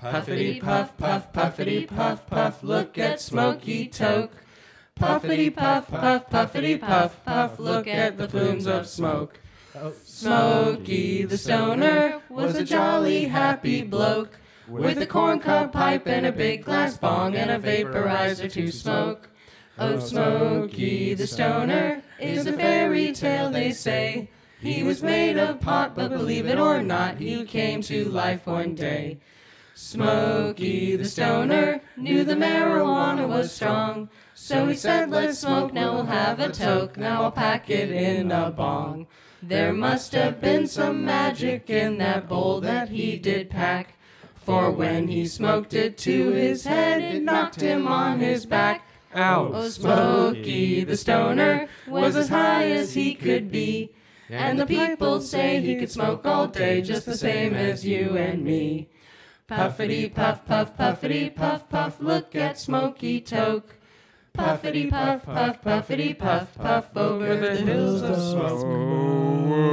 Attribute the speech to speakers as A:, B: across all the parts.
A: Puffity puff, puff, puffity puff, puff, look at Smoky Toke. Puffity puff, puff, puffity puff, puff, look at the plumes of smoke.
B: Oh,
A: Smoky the stoner was a jolly happy bloke with a corncob pipe and a big glass bong and a vaporizer to smoke. Oh, Smoky the stoner is a fairy tale, they say. He was made of pot, but believe it or not, he came to life one day. Smokey the stoner knew the marijuana was strong, so he said, Let's smoke, now we'll have a toke, now I'll pack it in a bong. There must have been some magic in that bowl that he did pack, for when he smoked it to his head, it knocked him on his back.
C: Ow.
A: Oh, Smokey the stoner was as high as he could be. And the people say he could smoke all day just the same as you and me. Puffity puff puff puffity puff puff look at Smoky Toke. Puffity puff puff puffity puff puff over the hills of smoke.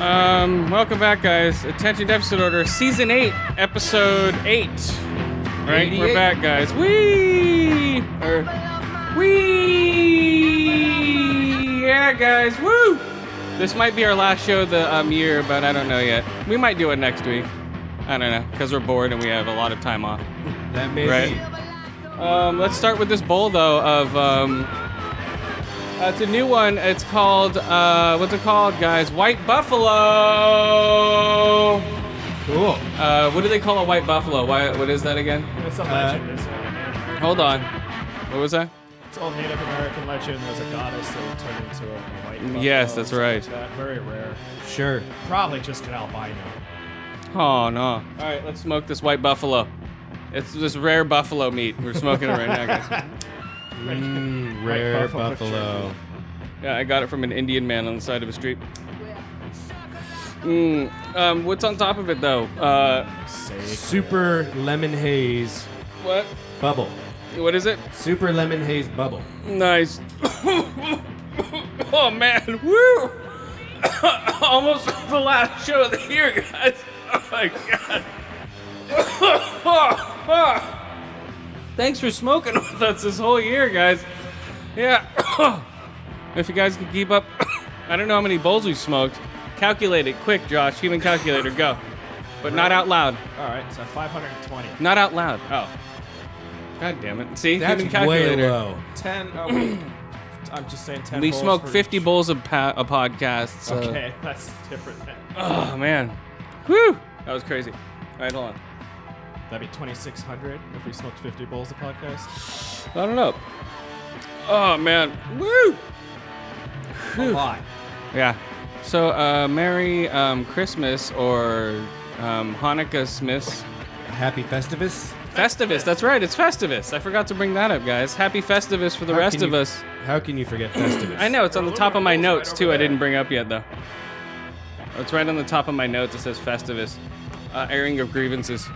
C: Um, welcome back, guys. Attention Deficit Order, Season 8, Episode 8. All right, we're
D: 88.
C: back, guys. Wee! Or, wee! Yeah, guys, woo! This might be our last show of the um, year, but I don't know yet. We might do it next week. I don't know, because we're bored and we have a lot of time off.
D: That may
C: Right. Um, let's start with this bowl though. Of um, uh, it's a new one. It's called uh, what's it called, guys? White buffalo.
D: be cool.
C: Uh, what do they call a white buffalo? Why, what is that again?
B: It's a legend, isn't it?
C: Hold on. What was that?
B: It's old Native American legend. There's a goddess that turned into a white. buffalo
C: Yes,
B: or
C: that's
B: something
C: right.
B: like that. Very rare.
D: Sure.
B: Probably just an albino.
C: Oh no! All right, let's smoke this white buffalo. It's this rare buffalo meat. We're smoking it right now, guys.
D: Mm,
B: Right,
D: rare
B: buffalo
D: buffalo.
C: Yeah, I got it from an Indian man on the side of a street. Mm, um, what's on top of it though? Uh,
B: Sake.
D: Super lemon haze
C: what?
D: bubble.
C: What is it?
D: Super lemon haze bubble.
C: Nice. oh man, woo! Almost the last show of the year, guys. Oh my god. Thanks for smoking with us this whole year, guys. Yeah. if you guys can keep up, I don't know how many bowls we smoked. Calculate it quick, Josh. Human calculator, go. But not out loud.
B: All right, so 520.
C: Not out loud. Oh. God damn it. See,
D: That's
C: human
D: way
C: calculator.
D: low.
B: 10. Oh, wait. I'm just saying 10.
C: We
B: bowls
C: smoke
B: for
C: 50
B: each.
C: bowls a, pa- a podcast. So.
B: Okay, that's different. Then.
C: Oh, man. Whew. That was crazy. All right, hold on.
B: That'd be 2,600 if we smoked 50 bowls a podcast.
C: I don't know. Oh, man. Woo.
B: A lot.
C: Yeah. So, uh, Merry um, Christmas or um, Hanukkah Smiths.
D: Happy Festivus.
C: Festivus. That's right. It's Festivus. I forgot to bring that up, guys. Happy Festivus for the
D: How
C: rest
D: can
C: of
D: you-
C: us.
D: How can you forget Festivus?
C: I know. It's on the top of my
B: Right
C: notes, too.
B: over
C: I
B: there.
C: didn't bring up yet, though. It's right on the top of my notes. It says Festivus. Uh, airing of grievances.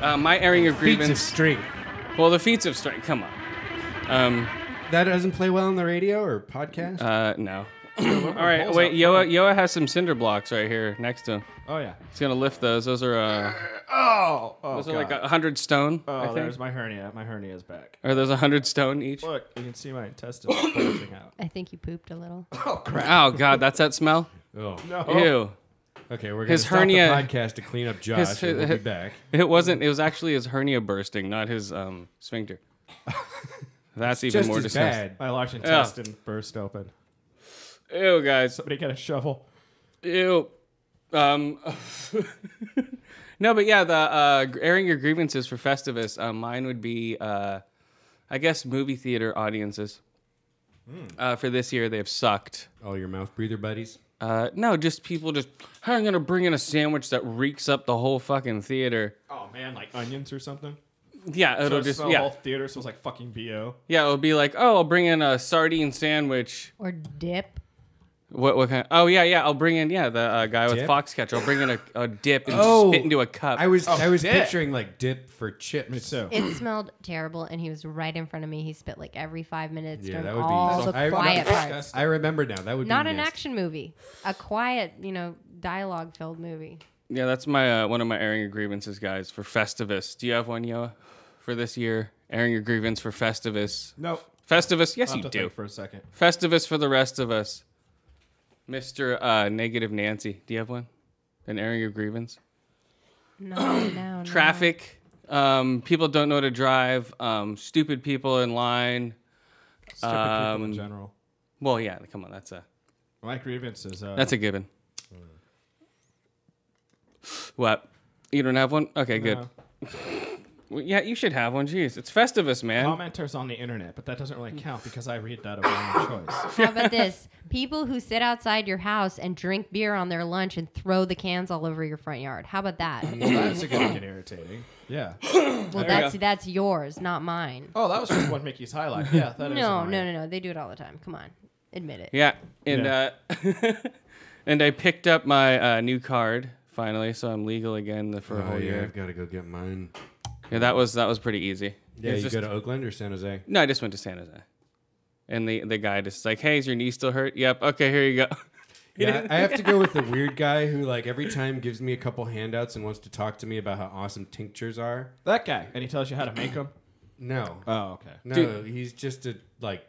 C: Uh, my airing of
D: Feats of
C: grievances.
D: strength.
C: Well, the feats of strength. Come on. Um.
D: That doesn't play well on the radio or podcast.
C: Uh. No. All right. Wait. Yoa. Yoa has some cinder blocks right here next to him.
B: Oh, yeah.
C: He's gonna lift those. Those are. Uh,
B: Oh, oh,
C: those are
B: God.
C: like a hundred stone. I
B: Oh,
C: think.
B: there's my hernia. My hernia is back.
C: Are those a hundred stone each?
B: Look, you can see my intestines bulging out.
A: I think you pooped a little.
C: Oh God, that's that smell.
D: oh.
C: Ew.
D: Okay, we're gonna
C: His
D: stop
C: hernia-
D: the podcast to clean up Josh.
C: his-
D: and we'll be back.
C: It wasn't. It was actually his hernia bursting, not his um sphincter. That's even
D: Just
C: more
D: as
C: disgusting.
D: bad.
B: My large intestine burst open.
C: Ew, guys.
B: Somebody get a shovel.
C: Ew. Um. no, but yeah, the uh, airing your grievances for Festivus. Uh, mine would be uh, I guess movie theater audiences uh, for this year they have sucked.
D: All your mouth breather buddies.
C: Uh, no, just people just "Hey, I'm gonna bring in a sandwich that reeks up the whole fucking theater.
B: Oh man, like onions or something.
C: Yeah,
B: So
C: it'll
B: it's
C: just
B: the whole
C: yeah
B: theater smells like fucking bo.
C: yeah it'll be like oh I'll bring in a sardine sandwich.
E: Or dip.
C: What what kind? oh yeah yeah I'll bring in yeah the uh, guy with
D: Dip?
C: foxcatcher. I'll bring in a, a dip and
D: Oh,
C: spit into a cup.
D: I was I was
B: dip.
D: picturing like dip for chips.
B: So
E: It smelled terrible, and he was right in front of me. He spit like every five minutes
D: Yeah,
E: during
D: that would be
E: all
D: so-
E: the
D: I-
E: quiet
B: that's
E: parts.
D: I remember now. That would
E: Not
D: be
E: an
D: nasty.
E: action movie, a quiet, you know, dialogue-filled movie.
C: yeah, that's my uh, one of my airing of grievances, guys. For Festivus, do you have one, Yoa, for this year? Airing your grievance for Festivus.
B: no,
C: Festivus, yes
B: I'll
C: you
B: have to
C: do.
B: think for a second.
C: Festivus for the rest of us. Mr. Uh, Negative Nancy, do you have one? An airing of grievance?
E: No, no, no.
C: Traffic. Um, people don't know how to drive. Um, stupid people in line.
B: Stupid people
C: Um,
B: in general.
C: Well, yeah, come on, that's a
B: My grievance is uh,
C: that's a given. What? You don't have one? Okay, good.
B: no.
C: Well, yeah, you should have one. Jeez, it's Festivus, man.
B: commenters on the internet, but that doesn't really count because I read that of my own choice.
E: How about this? People who sit outside your house and drink beer on their lunch and throw the cans all over your front yard. How about that?
B: That's gonna get irritating. Yeah.
E: well,
C: we
E: that's
C: go.
E: that's yours, not mine.
B: Oh, that was just one Mickey's highlight. Yeah, that is.
E: No,
B: annoying.
E: no, no, no. They do it all the time. Come on, admit it.
C: Yeah, and uh, and I picked up my uh, new card finally, so I'm legal again the- for a
D: Oh
C: whole
D: yeah,
C: year.
D: I've got to go get mine.
C: Yeah, that was that was pretty easy.
D: Yeah,
C: It's
D: you
C: just-
D: go to Oakland or San Jose.
C: No, I just went to San Jose. And the the guy just like, "Hey, is your knee still hurt?" "Yep." "Okay, here you go."
D: Yeah, I have to go with the weird guy who like every time gives me a couple handouts and wants to talk to me about how awesome tinctures are.
B: That guy, and he tells you how to make them.
D: No,
B: Oh, okay.
D: no,
C: Dude.
D: he's just a like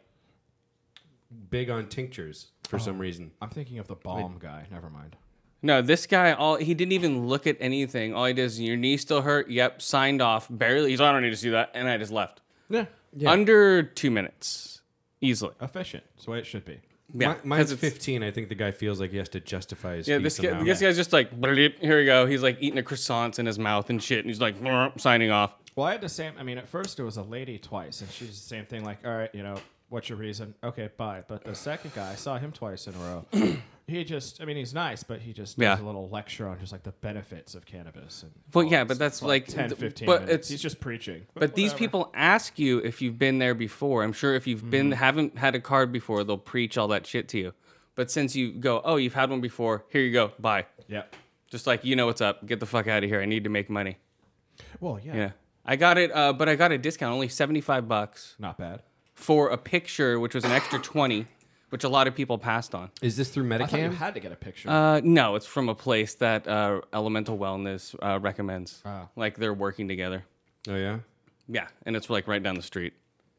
D: big on tinctures for some reason.
B: I'm thinking of the bomb guy. Never mind.
C: No, this guy all he didn't even look at anything. All he does, "Your knee still hurt?" "Yep." Signed off. Barely. He's, "I don't need to see that." And I just left.
B: Yeah.
C: Under 2 minutes easily.
B: Efficient. That's the way it should be.
C: Yeah.
D: Mi- mine's
C: 'cause it's-
D: 15. I think the guy feels like he has to justify his.
C: Yeah,
D: fee
C: this guy,
D: somehow.
C: this guy's just like, "Bleep." here we go. He's like eating a croissant in his mouth and shit, and he's like, "Blurp," signing off.
B: Well, I had the same. I mean, at first it was a lady twice, and she's the same thing. Like, all right, you know, what's your reason? Okay, bye. But the second guy, I saw him twice in a row. he just, I mean, he's nice, but he just
C: Yeah.
B: does a little lecture on just like the benefits of cannabis. And
C: Well,
B: all
C: yeah,
B: this
C: but that's
B: stuff.
C: like
B: 10,
C: th-
B: 15
C: but
B: minutes.
C: it's-
B: he's just preaching.
C: But these people ask you if you've been there before. I'm sure if you've been haven't had a card before, they'll preach all that shit to you. But since you go, oh, you've had one before. Here you go. Bye.
B: Yeah.
C: Just like you know what's up. Get the fuck out of here. I need to make money.
B: Well, yeah.
C: Yeah, I got it. Uh, but I got a discount, only seventy five bucks
B: Not bad.
C: for a picture, which was an extra twenty, which a lot of people passed on.
D: is this through
B: I thought you
D: Medicam?
B: had to get a picture.
C: Uh, no, it's from a place that uh, Elemental Wellness uh, recommends. Like they're working together.
D: oh yeah.
C: Yeah, and it's like right down the street.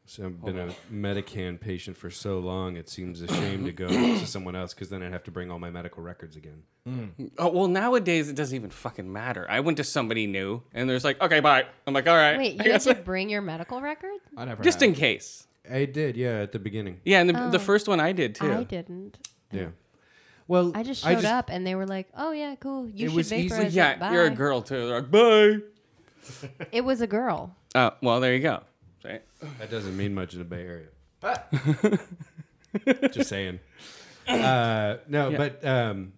D: So I've been a Medicam patient for so long, it seems a shame to go to someone else because then I'd have to bring all my medical records again.
C: Oh well, nowadays it doesn't even fucking matter. I went to somebody new, and there's like, okay, bye. I'm like, all right.
E: Wait,
C: I
E: you had
C: guess
E: to bring your medical record?
B: I never.
C: just
B: have.
C: in case.
D: I did, yeah, at the beginning.
C: Yeah, and the, the first one I did too.
E: Oh. I didn't.
D: Yeah. Well,
E: I just showed up, and they were like, "Oh yeah, cool. You
D: It
E: should
D: was easy-
E: vaporize it.
C: Yeah,
E: Bye."
C: you're a girl too. They're like, bye.
E: It was a girl.
C: Uh, well, there you go. Right?
D: That doesn't mean much in the Bay Area. Just saying. Uh, no,
C: Yeah.
D: but um,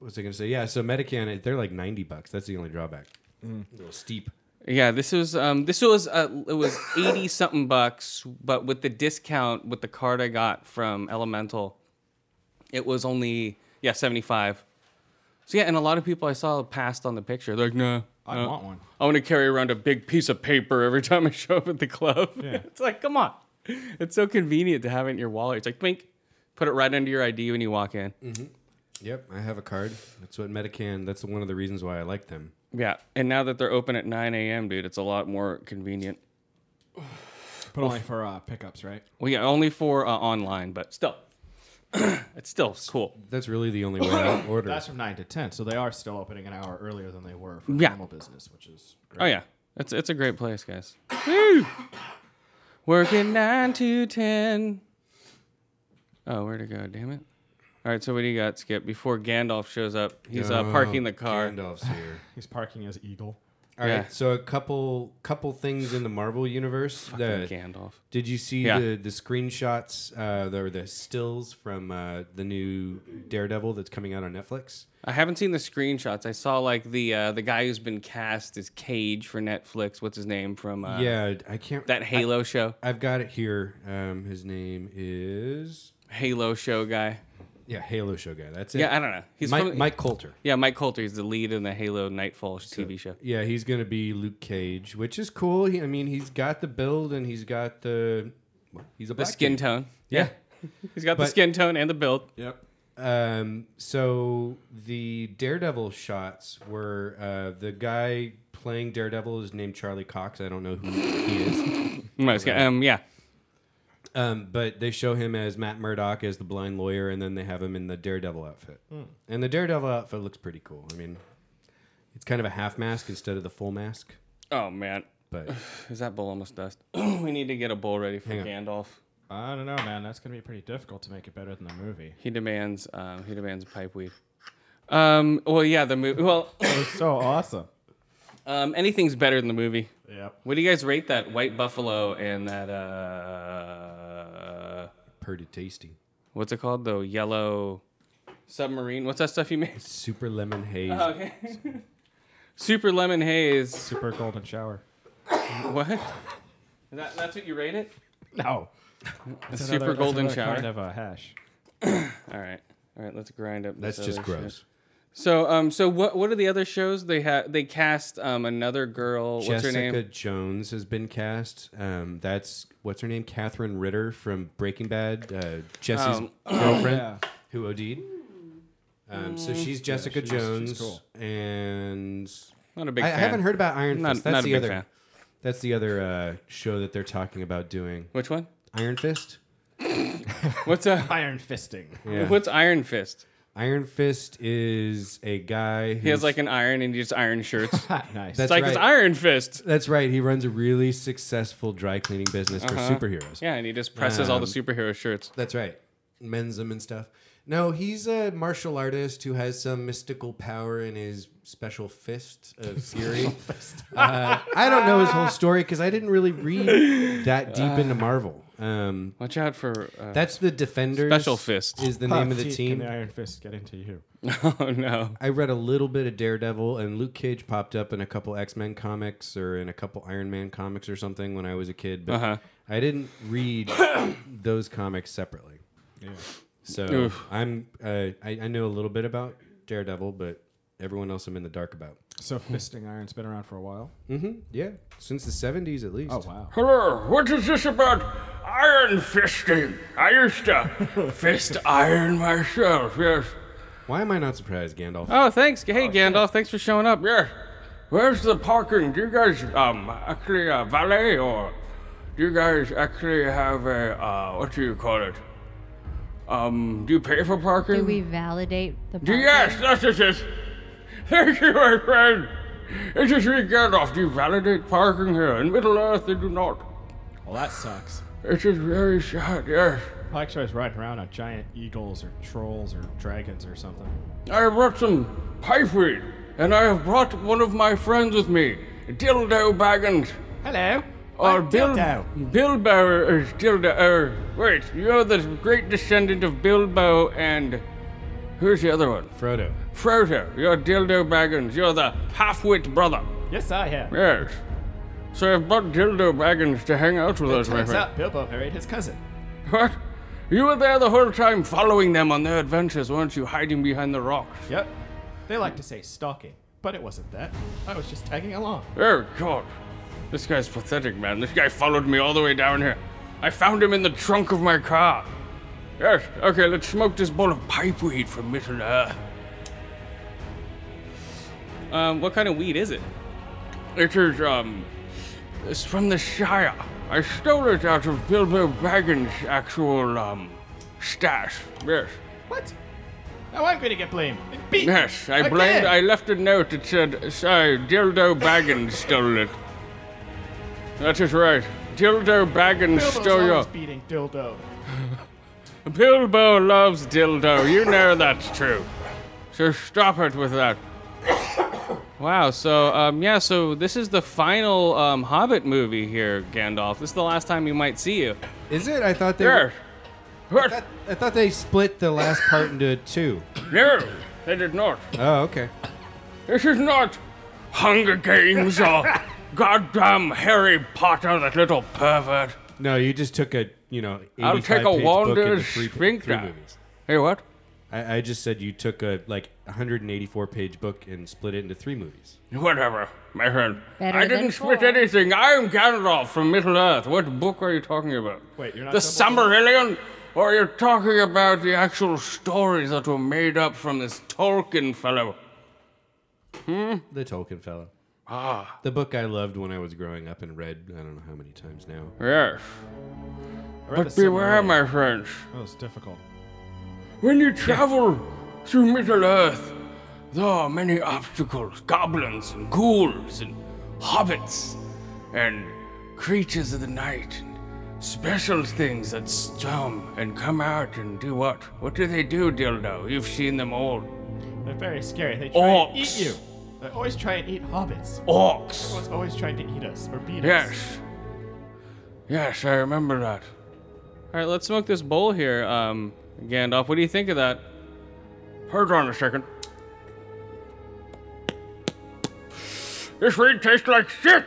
D: what was I going to say? Yeah, so Medican, they're like 90 bucks. That's the only drawback. A little steep.
C: Yeah, this was um, this was uh, it was eighty something bucks, but with the discount with the card I got from Elemental, it was only yeah seventy five. So yeah, and a lot of people I saw passed on the picture. They're like, no,
B: I
C: no.
B: want one.
C: I want to carry around a big piece of paper every time I show up at the club. it's like, come on, it's so convenient to have it in your wallet. It's like, blink, put it right under your ID when you walk in.
B: Mm.
D: Yep, I have a card. That's what Medican, that's one of the reasons why I like them.
C: Yeah, and now that they're open at nine a.m., dude, it's a lot more convenient.
B: But
C: oh.
B: only for uh, pickups, right?
C: Well, yeah, only for uh, online, but still, it's still cool.
D: That's really the only way I order.
B: That's from nine to ten, so they are still opening an hour earlier than they were for
C: Yeah.
B: normal business, which is
C: Oh
B: great.
C: yeah, it's it's a great place, guys. Woo! Working nine to ten. Oh, where to go? Damn it! All right, so what do you got, Skip? Before Gandalf shows up, he's uh,
D: Oh,
C: parking the car.
D: Gandalf's here.
B: He's parking as eagle.
D: All right.
F: Yeah.
D: So a couple couple things in the Marvel universe. The-
F: Gandalf.
D: did you see
F: Yeah.
D: the the screenshots uh, the- or the stills from uh, the new Daredevil that's coming out on Netflix?
F: I haven't seen the screenshots. I saw like the uh, the guy who's been cast as Cage for Netflix. What's his name from? Uh,
D: yeah, I can't.
F: That Halo show.
D: I've got it here. Um, his name is
F: Halo show guy.
D: yeah Halo show guy. That's it.
F: Yeah, I don't know. He's
D: Mike,
F: from,
D: Mike Coulter.
F: Yeah, Mike Coulter. He's the lead in the Halo Nightfall TV show.
D: Yeah, he's gonna be Luke Cage, which is cool. He, I mean, he's got the build and he's got the well, he's a
F: The
D: black
F: skin
D: dude.
F: tone.
D: Yeah.
F: He's got the
D: But-
F: skin tone and the build.
D: Yep. Um, so the Daredevil shots were uh, the guy playing Daredevil is named Charlie Cox. I don't know who he is.
F: Right, it's got- Um, yeah.
D: Um, but they show him as Matt Murdock as the blind lawyer, and then they have him in the Daredevil outfit. And the Daredevil outfit looks pretty cool. I mean, it's kind of a half mask instead of the full mask.
F: Oh man,
D: But
F: is that bowl almost dust? we need to get a bowl ready for
D: Hang on.
F: Gandalf.
B: I don't know, man. That's gonna be pretty difficult to make it better than the movie.
F: He demands. Um, he demands pipe weed. Um, well, yeah, the movie. Well,
B: It was so awesome.
F: um, anything's better than the movie.
B: Yep.
F: What do you guys rate that White Buffalo and that uh
D: pretty tasty.
F: what's it called though? Yellow submarine. What's that stuff you made?
D: Super lemon haze.
C: Oh,
F: Okay. Super lemon haze.
B: Super golden shower.
F: What? Is That, that's what you rate it?
B: No. That's
F: super
B: another- that's
F: golden
B: another
F: shower.
B: Kind of a hash.
F: All right. All right, let's grind up.
D: That's
F: this
D: just
F: other shit.
D: gross.
F: So, um, so what? What are the other shows they had? They cast um another girl. What's
D: Jessica
F: her name?
D: Jones has been cast. Um, that's what's her name, Catherine Ritter from Breaking Bad, uh, Jesse's
F: Um,
D: girlfriend
B: yeah.
D: who OD'd. Um, so she's Jessica
B: she's- she's
D: Jones,
B: cool.
D: and
F: Not a
D: I,
F: big.
D: I
F: fan.
D: haven't heard about Iron
F: Not-
D: Fist.
F: not a
D: that's the
F: big
D: other.
F: fan.
D: That's the other uh, show that they're talking about doing.
F: Which one?
D: Iron Fist.
F: What's a
B: Iron fisting.
D: Yeah.
F: What's Iron Fist?
D: Iron Fist is a guy.
F: He has like an iron and he just iron shirts. it's
B: nice.
D: That's
F: like
D: right.
F: it's Iron Fist.
D: That's right. He runs a really successful dry cleaning business
F: Uh-huh.
D: for superheroes.
F: Yeah, and he just presses all the
D: Um,
F: superhero shirts.
D: That's right. Mends them and stuff. No, he's a martial artist who has some mystical power in his special fist of fury. uh, I don't know his whole story because I didn't really read that
F: Uh.
D: deep into Marvel. Um,
F: Watch out for uh,
D: that's the Defenders.
F: Special Fist.
D: is the name of the team.
B: Can the Iron Fist get into you?
F: oh no.
D: I read a little bit of Daredevil, and Luke Cage popped up in a couple X Men comics or in a couple Iron Man comics or something when I was a kid. But
F: Uh-huh.
D: I didn't read those comics separately.
B: Yeah.
D: So
F: Oof.
D: I'm uh, I, I know a little bit about Daredevil, but everyone else I'm in the dark about.
B: So fisting iron's been around for a while.
D: Mm-hmm. Yeah, since the '70s at least.
B: Oh wow.
C: Hello, what is this about iron fisting? I used to fist iron myself, yes.
D: Why am I not surprised, Gandalf?
F: Oh, thanks. Hey, Gandalf. Thanks for showing up.
C: Yes. Where's the parking? Do you guys um actually uh, valet or do you guys actually have a uh what do you call it? Um, do you pay for parking?
E: Do we validate the
C: Do- yes, that's it. yes. Thank you, my friend. It is me, Gandalf. Do you validate parking here? In Middle Earth, they do not.
B: Well, that sucks.
C: It is very sad, yes.
B: Black Show's riding around on giant eagles or trolls or dragons or something.
C: I have brought some pipeweed, and I have brought one of my friends with me, Dildo Baggins.
B: Hello.
C: Or Bil- Bilbo is Dildo. Er, wait, you're the great descendant of Bilbo and. Who's the other one?
D: Frodo.
C: Frodo. You're Dildo Baggins. You're the half-wit brother.
B: Yes, I have.
C: Yes. So I've brought Dildo Baggins to hang out with us, my
B: Turns
C: friend.
B: out Bilbo married his cousin.
C: What? You were there the whole time following them on their adventures, weren't you? Hiding behind the rocks.
B: Yep. They like to say stalking, but it wasn't that. I was just tagging along.
C: Oh god. This guy's pathetic, man. This guy followed me all the way down here. I found him in the trunk of my car. Yes, okay, let's smoke this bowl of pipeweed from Middle Earth.
F: Um, what kind of weed is it?
C: It is, um, it's from the Shire. I stole it out of Bilbo Baggins' actual, um, stash. Yes.
B: What? Now I'm going to get blamed. And beat.
C: Yes, I
B: Again.
C: blamed, I left a note that said, sorry, Dildo Baggins stole it. That is right. Dildo Baggins
B: Bilbo's
C: stole your.
B: always beating dildo.
C: Bilbo loves dildo. You know that's true. So stop it with that.
F: Wow. So um, yeah. So this is the final um, Hobbit movie here, Gandalf. This is the last time we might see you.
D: Is it? I thought they.
C: Yes.
D: I thought- I thought they split the last part into two.
C: No, they did not.
D: Oh, okay.
C: This is not Hunger Games or goddamn Harry Potter, that little pervert.
D: No, you just took a you know.
C: I'll
D: 85
C: take
D: page
C: a
D: book into
C: Wander
D: three,
C: Sphincter.
D: three movies.
C: Hey, what?
D: I, I just said you took a like 184 page book and split it into three movies.
C: Whatever, my friend.
E: Better
C: I
E: than
C: didn't split
E: four.
C: anything. I am Gandalf from Middle Earth. What book are you talking about?
B: Wait, you're not
C: The
B: double-
C: Silmarillion? Or are you talking about the actual stories that were made up from this Tolkien fellow?
D: The Tolkien fellow. Ah. The book I loved when I was growing up and read I don't know how many times now.
C: Yes.
B: I read
C: But
B: the
C: beware,
B: Silmarillion.
C: my friends.
B: That was difficult.
C: When you travel through Middle Earth, there are many obstacles goblins and ghouls and hobbits and creatures of the night and special things that storm and come out and do what? What do they do, Dildo? You've seen them all.
B: They're very scary. They try and eat
C: Orcs.
B: you. They always try and eat hobbits.
C: Orcs.
B: Everyone's always trying to eat us or beat us.
C: Yes. Yes, I remember that.
F: All right. Let's smoke this bowl here, um, Gandalf. What do you think of that?
C: Hold on a second. This weed tastes like shit!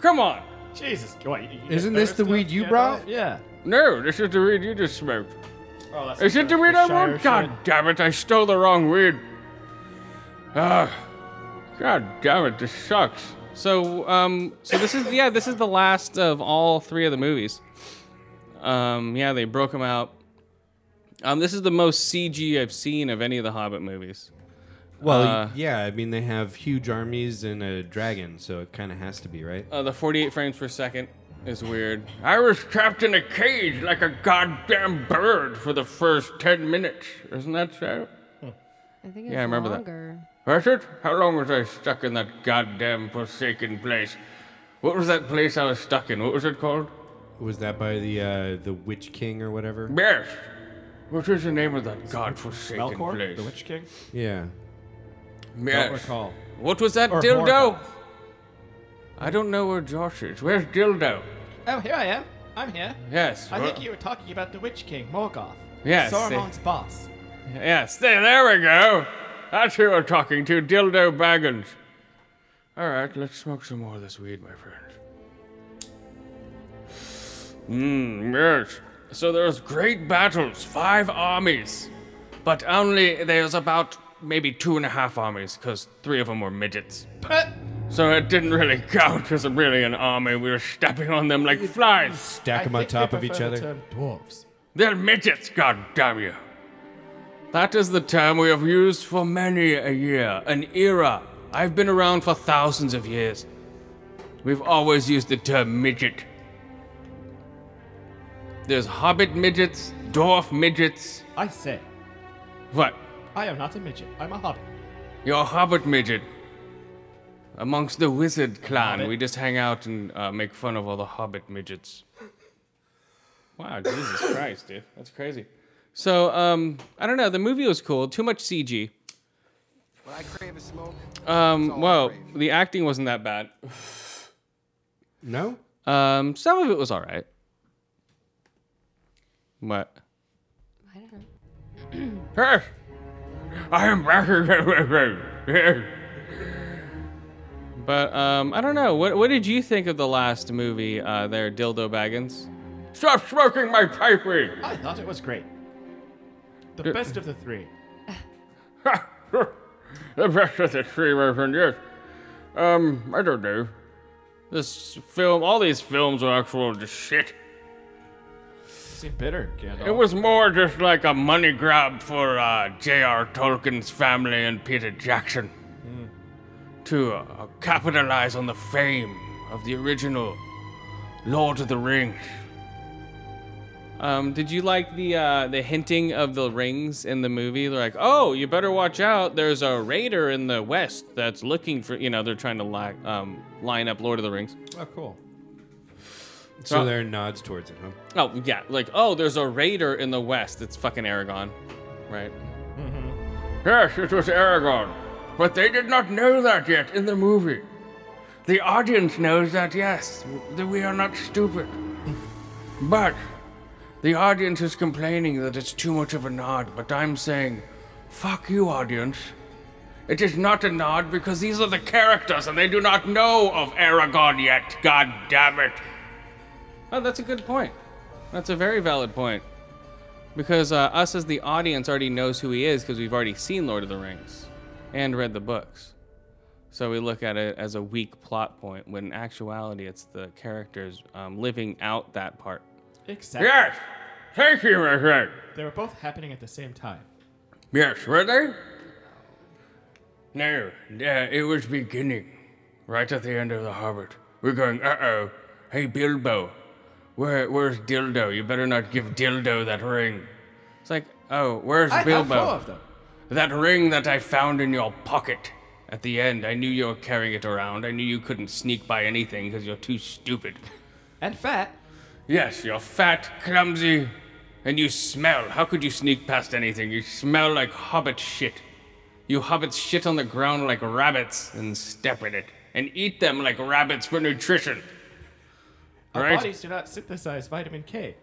F: Come on.
B: Jesus. What, you- you
D: Isn't
B: get
D: this
B: better
D: the
B: stuff?
D: weed you
B: Yeah,
D: brought?
B: right? Yeah.
C: No, this is the weed you just smoked.
B: Oh, that's
C: Is
B: like
C: it the weed I
B: Shire
C: want? God
B: shit.
C: damn it, I stole the wrong weed. Ah, God damn it, this sucks.
F: So um, so this is yeah. This is the last of all three of the movies. Um, yeah, they broke them out. Um, this is the most CG I've seen of any of the Hobbit movies.
D: Well,
F: Uh,
D: yeah, I mean they have huge armies and a dragon, so it kind of has to be right.
F: Uh, the 48 frames per second is weird.
C: I was trapped in a cage like a goddamn bird for the first ten minutes. Isn't that so?
E: I think it's
F: I remember that.
E: longer.
C: Was it? How long was I stuck in that goddamn forsaken place? What was that place I was stuck in? What was it called?
D: Was that by the uh, the Witch King or whatever?
C: Yes. What was the name of that godforsaken
B: Melkor,
C: place?
B: the Witch King.
D: Yeah.
B: Don't
C: Yes.
B: recall.
F: What was that
B: Or
F: dildo?
B: Morgoth.
C: I don't know where Josh is. Where's Dildo?
B: Oh, here I am. I'm here.
F: Yes.
B: I
F: wha-
B: think you were talking about the Witch King, Morgoth.
F: Yes, eh.
B: Sauron's boss.
F: Yes.
C: There, there we go. That's who we're talking to, Dildo Baggins. All right, let's smoke some more of this weed, my friend. Mmm, yes. So there's great battles, five armies, but only there's about maybe two and a half armies, because three of them were midgets. So it didn't really count as really an army. We were stepping on them like flies.
D: Stack them on top of each other.
B: dwarves.
C: They're midgets, goddamn you. That is the term we have used for many a year, an era. I've been around for thousands of years. We've always used the term midget. There's hobbit midgets, dwarf midgets.
B: I say,
C: What?
B: I am not a midget. I'm a hobbit.
C: You're a hobbit midget. Amongst the wizard clan,
B: Hobbit.
C: we just hang out and uh, make fun of all the hobbit midgets.
F: Wow, Jesus Christ, dude. That's crazy. So, um, I don't know. The movie was cool. Too much CG.
G: When I crave a smoke,
F: Um, well, the acting wasn't that bad.
D: No.
F: Um, some of it was all right. What?
E: I don't know.
C: Yes. I am back again. Yes.
F: But um, I don't know. What What did you think of the last movie? Uh, there, Dildo Baggins.
C: Stop smoking my pipe weed.
B: I thought it was great. The best of the three.
C: the best of the three, my friend, yes. Um, I don't know. This film, all these films are actual just shit.
B: Seemed bitter, Gandalf.
C: It was more just like a money grab for uh, J.R. Tolkien's family and Peter Jackson to uh, capitalize on the fame of the original Lord of the Rings.
F: Um, did you like the uh, the hinting of the rings in the movie? They're like, oh, you better watch out. There's a raider in the west that's looking for. You know, they're trying to li- um, line up Lord of the Rings.
B: Oh, cool.
D: So there are nods towards it, huh?
F: Oh yeah, like oh, there's a raider in the west. It's fucking Aragon, right?
C: Yes, it was Aragorn. But they did not know that yet in the movie. The audience knows that, yes, that we are not stupid. But the audience is complaining that it's too much of a nod, but I'm saying, fuck you, audience. It is not a nod because these are the characters and they do not know of Aragon yet, god damn it.
F: Oh, that's a good point. That's a very valid point. Because uh, us as the audience already knows who he is because we've already seen Lord of the Rings and read the books. So we look at it as a weak plot point when in actuality it's the characters um, living out that part.
B: Exactly.
C: Yes! Thank you, my friend.
B: They were both happening at the same time.
C: Yes, were they? No, yeah, it was beginning. Right at the end of The Hobbit. We're going, uh oh. Hey, Bilbo. Where, where's Dildo? You better not give Dildo that ring.
F: It's like,
C: Oh, where's Bilbo?
B: them.
C: That ring that I found in your pocket. At the end, I knew you were carrying it around. I knew you couldn't sneak by anything because you're too stupid.
B: And fat.
C: Yes, you're fat, clumsy, and you smell. How could you sneak past anything? You smell like hobbit shit. You hobbits shit on the ground like rabbits and step in it and eat them like rabbits for nutrition.
B: Our
C: Right.
B: bodies do not synthesize vitamin K.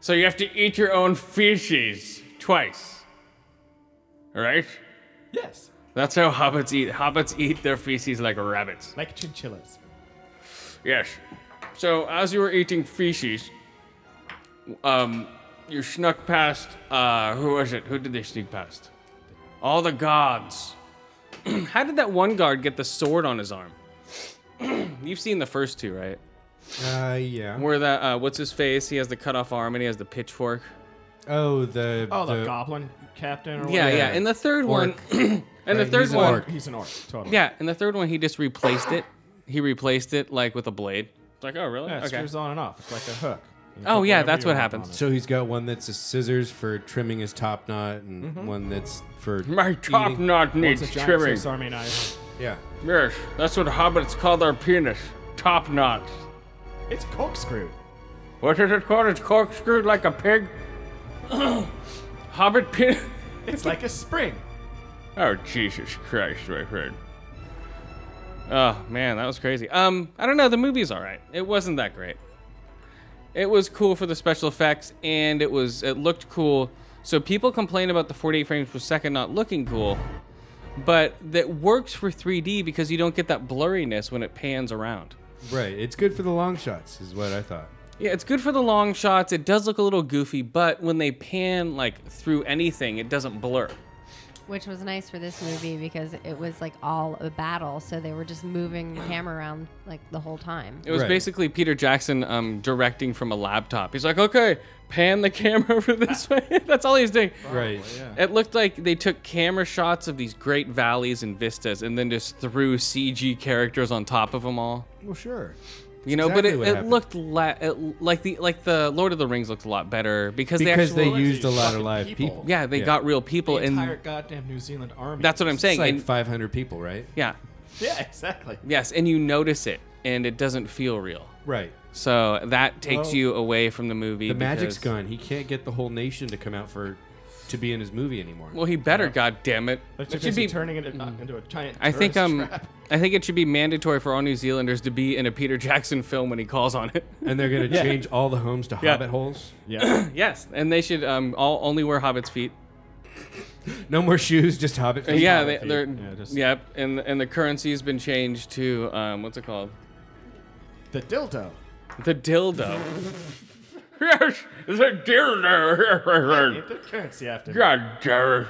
C: So you have to eat your own feces twice. Right?
B: Yes.
C: That's how hobbits eat. Hobbits eat their feces like rabbits.
B: Like chinchillas.
C: Yes. So as you were eating feces, um, you snuck past. Uh, who was it? Who did they sneak past? All the gods.
F: how did that one guard get the sword on his arm? You've seen the first two, right?
D: Uh, yeah.
F: Where that, uh, what's his face? He has the cut off arm and he has the pitchfork.
D: Oh, the
B: Oh, the, goblin captain or
F: Yeah,
B: whatever.
F: yeah. And the third
D: Orc.
F: one, and the
D: Right,
F: third
D: he's an
F: one,
D: orc.
B: He's an orc, totally.
F: yeah, and the third one, he just replaced it. He replaced it like with a blade. It's like, oh, really?
B: Yeah, it
F: okay.
B: screws on and off. It's like a hook. You
F: Oh,
B: put
F: yeah,
B: whatever
F: that's
B: you
F: what
B: want
F: happens.
B: on it.
D: So he's got one that's a scissors for trimming his top knot, and
F: Mm-hmm.
D: one that's for
C: My top knot
B: It's
C: needs
B: a giant
C: trimming.
B: Swiss Army knife.
D: yeah.
C: Yes, that's what hobbits call their penis. Top knots.
B: It's corkscrew.
C: What is it called? It's corkscrewed like a pig. Hobbit penis.
B: It's like a spring.
C: Oh Jesus Christ, my friend.
F: Oh man, that was crazy. Um, I don't know. The movie's all right. It wasn't that great. It was cool for the special effects, and it was it looked cool. So people complain about the 48 frames per second not looking cool, but that works for 3D because you don't get that blurriness when it pans around.
D: Right. It's good for the long shots, is what I thought.
F: Yeah, it's good for the long shots. It does look a little goofy, but when they pan like through anything, it doesn't blur.
E: which was nice for this movie because it was like all a battle, so they were just moving the camera around like the whole time.
F: It was
D: Right.
F: basically Peter Jackson um, directing from a laptop. He's like, okay, pan the camera over this way. That's all he's doing.
D: Right.
F: It looked like they took camera shots of these great valleys and vistas and then just threw CG characters on top of them all.
D: Well, sure.
F: You know,
D: exactly
F: but
D: what
F: it, it
D: happened.
F: looked la- it, like the like the Lord of the Rings looked a lot better because,
D: Because
F: they
D: they
F: actually
D: used a lot of
B: fucking
D: live people.
B: people.
F: yeah they
D: Yeah.
F: got real people
B: The entire
F: and
B: goddamn New Zealand army.
F: that's what I'm
D: It's
F: saying.
D: like
F: and-
D: 500 people, right?
F: yeah,
B: Yeah, exactly.
F: yes, and you notice it and it doesn't feel real.
D: Right.
F: So that takes
D: Well,
F: you away from the movie.
D: The magic's
F: because-
D: gone. He can't get the whole nation to come out for to be in his movie anymore.
F: Well, he better, God damn it.
B: But
F: It
B: should
F: should be. Mm.
B: turning it into, into a giant.
F: I think
B: tourist
F: um,
B: trap.
F: I think it should be mandatory for all New Zealanders to be in a Peter Jackson film when he calls on it.
D: and they're gonna change all the homes to
F: Yeah.
D: hobbit holes.
B: Yeah.
F: yes, and they should um, all only wear hobbits' feet.
D: No more shoes, just hobbit feet.
F: yeah, they,
B: hobbit feet.
F: they're
B: Yeah, just-
F: yep, and and the currency has been changed to um, what's it called?
B: the dildo.
F: The dildo.
C: Yes, the dildo.
B: The currency after.
C: God damn it.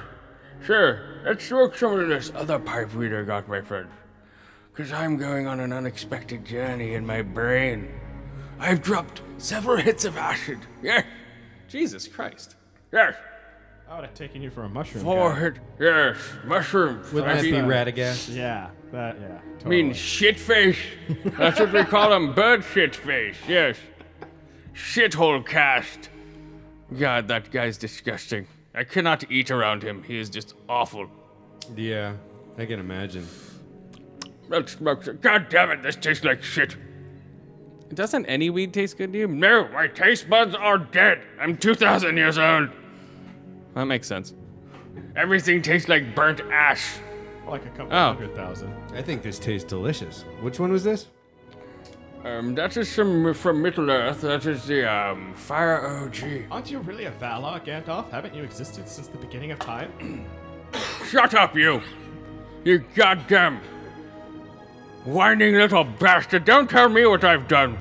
C: Sure, let's work some of this other pipe weed I got, my friend. Because I'm going on an unexpected journey in my brain. I've dropped several hits of acid. Yes,
F: Jesus Christ.
C: yes,
B: I would have taken you for a mushroom.
C: four
B: guy.
C: hit, yes, mushrooms.
D: Wouldn't
C: I
D: that be
C: mean-
D: Radagast?
B: Yeah. That. Oh, Yeah. Totally.
C: mean shit face. That's what we call them, bird shit face, yes. Shithole cast. God, that guy's disgusting. I cannot eat around him. He is just awful.
D: Yeah, I can imagine.
C: Let's smoke. some- God damn it, this tastes like shit.
F: Doesn't any weed taste good to you?
C: No, my taste buds are dead. I'm 2,000 years old.
F: That makes sense.
C: Everything tastes like burnt ash.
B: like a couple
F: Oh.
B: hundred thousand.
D: I think this tastes delicious. Which one was this?
C: Um, that is from from Middle Earth. That is the um, Fire OG.
B: Aren't you really a Valar, Gandalf? Haven't you existed since the beginning of time?
C: Shut up, you! You goddamn whining little bastard! Don't tell me what I've done.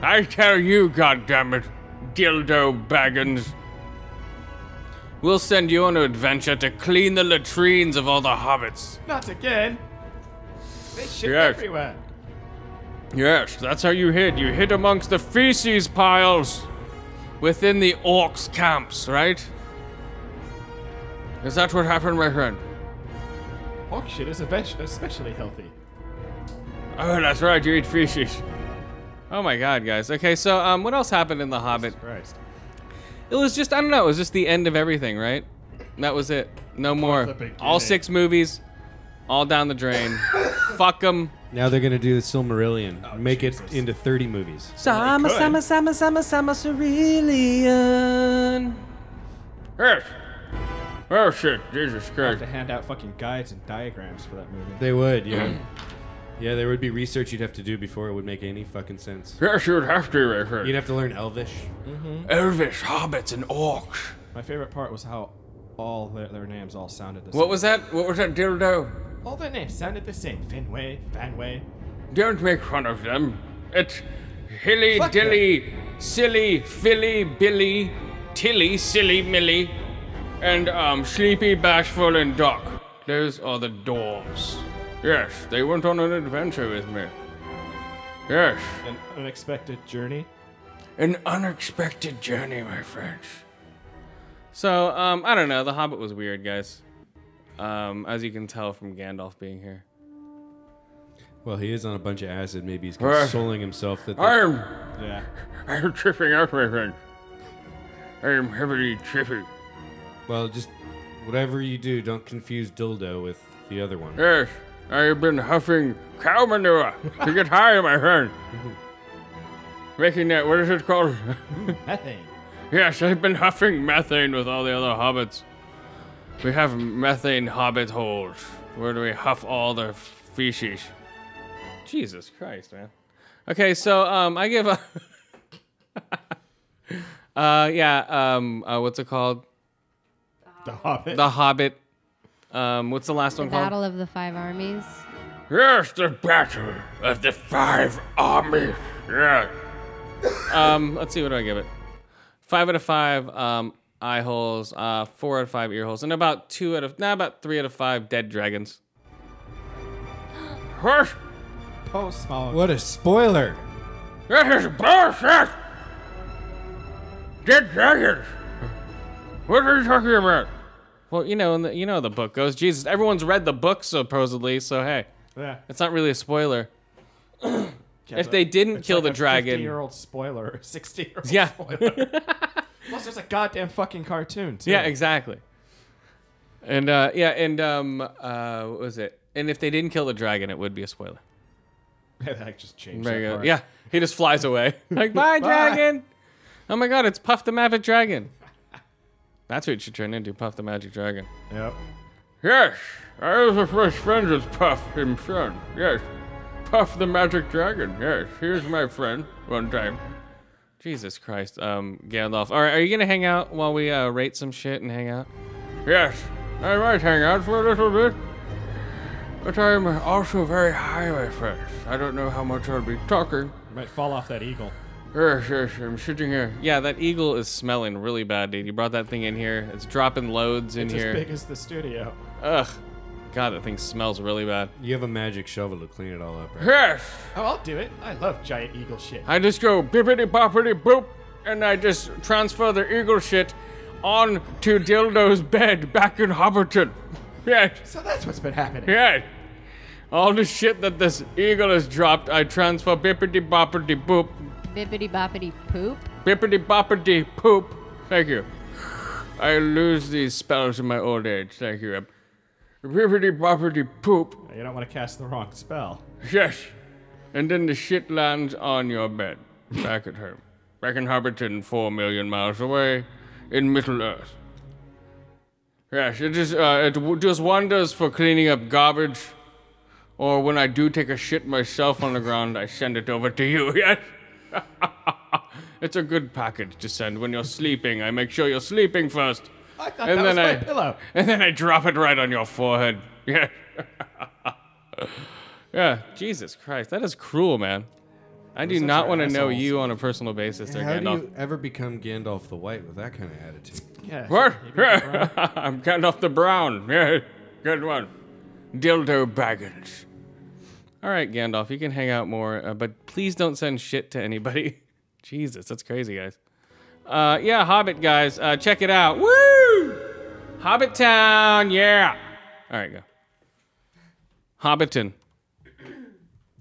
C: I tell you, goddammit, dildo baggins.
F: We'll send you on an adventure to clean the latrines of all the hobbits.
B: Not again. They shit
F: Yes.
B: everywhere.
F: Yes, that's how you hid. You hid amongst the feces piles within the orcs' camps, right? Is that what happened, my friend?
B: Orc shit is espe- especially healthy.
F: Oh, that's right. You eat feces. Oh my God, guys. Okay, so um, what else happened in The Hobbit?
B: Christ.
F: It was just I don't know. It was just the end of everything, right? That was it. No more.
B: beginning.
F: All six movies, all down the drain. Fuck them.
D: Now they're gonna do the Silmarillion, make it into 30 movies.
F: Summer,
B: could. summer,
F: summer, summer, summer, cerulean.
C: Yes. Oh shit! Jesus
B: Have
C: Christ!
B: to hand out fucking guides and diagrams for that movie.
D: They would, yeah. yeah, there would be research you'd have to do before it would make any fucking sense.
C: Yes, you'd have to, my friend.
D: You'd have to learn Elvish.
C: Elvish, hobbits, and orcs.
B: My favorite part was how all their, their names all sounded the same.
F: What was that? What was that dildo?
B: All their names sounded the same. Fenway, Fanway.
C: Don't make fun of them. It's hilly
B: Fuck
C: dilly, silly filly billy, tilly silly milly, and um sleepy bashful and doc. Those are the dwarves. Yes, they went on an adventure with me. Yes,
B: An unexpected journey.
C: an unexpected journey, my friends.
F: So um, I don't know. The Hobbit was weird, guys. Um, as you can tell from Gandalf being here.
D: Well, he is on a bunch of acid. Maybe he's
C: Right.
D: consoling himself that. The,
C: I'm
B: Yeah.
C: I'm tripping out, my friend. I am heavily tripping.
D: well, just whatever you do, don't confuse dildo with the other one.
C: Yes, I've been huffing cow manure to get high, my friend. Making that, what is it called?
B: Methane.
C: yes, I've been huffing methane with all the other hobbits. We have methane hobbit holes where we huff all the feces.
F: Jesus Christ, man. Okay, so um, I give a. uh, yeah. Um, uh, what's it called?
B: The Hobbit.
F: The Hobbit. Um, what's the last
E: The
F: one called?
E: Battle of the Five Armies.
C: Yes, the battle of the five armies. Yes.
F: Um, let's see, what do I give it? Five out of five um, eye holes, uh, four out of five ear holes, and about two out of, now about three out of five dead dragons.
C: What?
B: Post Malone.
D: What a spoiler!
C: This is bullshit! Dead dragons! What are you talking about?
F: Well, you know, and the, you know how the book goes. Jesus, everyone's read the book supposedly, so hey,
B: Yeah.
F: it's not really a spoiler. If they didn't kill the dragon-
B: year old spoiler. 60 year old
F: Yeah.
B: spoiler. Plus, there's a goddamn fucking cartoon, too.
F: Yeah, exactly. And uh, yeah, and um, uh, what was it? And if they didn't kill the dragon, it would be a spoiler.
B: I just changed
F: There
B: that
F: you go.
B: part.
F: Yeah, he just flies away. like, bye, dragon. Oh my god, it's Puff the Magic Dragon. That's what you should turn into, Puff the Magic Dragon.
B: Yep.
C: Yes, I was the first friend with Puff himself. Yes, Puff the Magic Dragon. Yes, he was my friend one time.
F: Jesus Christ, um, Gandalf. All right, are you gonna hang out while we uh, rate some shit and hang out?
C: Yes, I might hang out for a little bit, but I'm also very high, my friends. I don't know how much I'll be talking.
B: Might fall off that eagle.
C: Yes, yes, I'm sitting here.
F: Yeah, that eagle is smelling really bad, dude. You brought that thing in here. It's dropping loads in
B: It's
F: here.
B: as big as the studio.
F: Ugh, God, that thing smells really bad.
D: You have a magic shovel to clean it all up, right?
C: Yes,
B: Oh, I'll do it. I love giant eagle shit.
C: I just go bippity boppity boop, and I just transfer the eagle shit on to Dildo's bed back in Hobbiton. Yes.
B: So that's what's been happening.
C: Yeah. All the shit that this eagle has dropped, I transfer bippity boppity boop,
E: Bippity boppity poop.
C: bippity boppity poop. Thank you. I lose these spells in my old age. Thank you. Bippity boppity poop.
B: You don't want to cast the wrong spell.
C: Yes. And then the shit lands on your bed. Back at home. Back in Hobbiton, four million miles away, in Middle Earth. Yes, it is. Uh, it w- does wonders for cleaning up garbage, or when I do take a shit myself on the ground, I send it over to you. Yes. it's a good package to send when you're sleeping. I make sure you're sleeping first,
B: I thought
C: And
B: that was
C: then
B: my
C: I-
B: pillow.
C: and then I drop it right on your forehead. Yeah. yeah.
F: Jesus Christ, that is cruel, man. I do
B: such
F: not
B: are
F: want to know
B: assholes.
F: you on a personal basis, there,
D: How do
F: Gandalf.
D: you ever become Gandalf the White with that kind of attitude?
B: Yeah.
C: What? I'm Gandalf the Brown. Yeah. Good one. Dildo Baggins.
F: All right, Gandalf, you can hang out more, uh, but please don't send shit to anybody. Jesus, that's crazy, guys. Uh, yeah, Hobbit, guys, uh, check it out. Woo! Hobbit Town, yeah. All right, go. Hobbiton.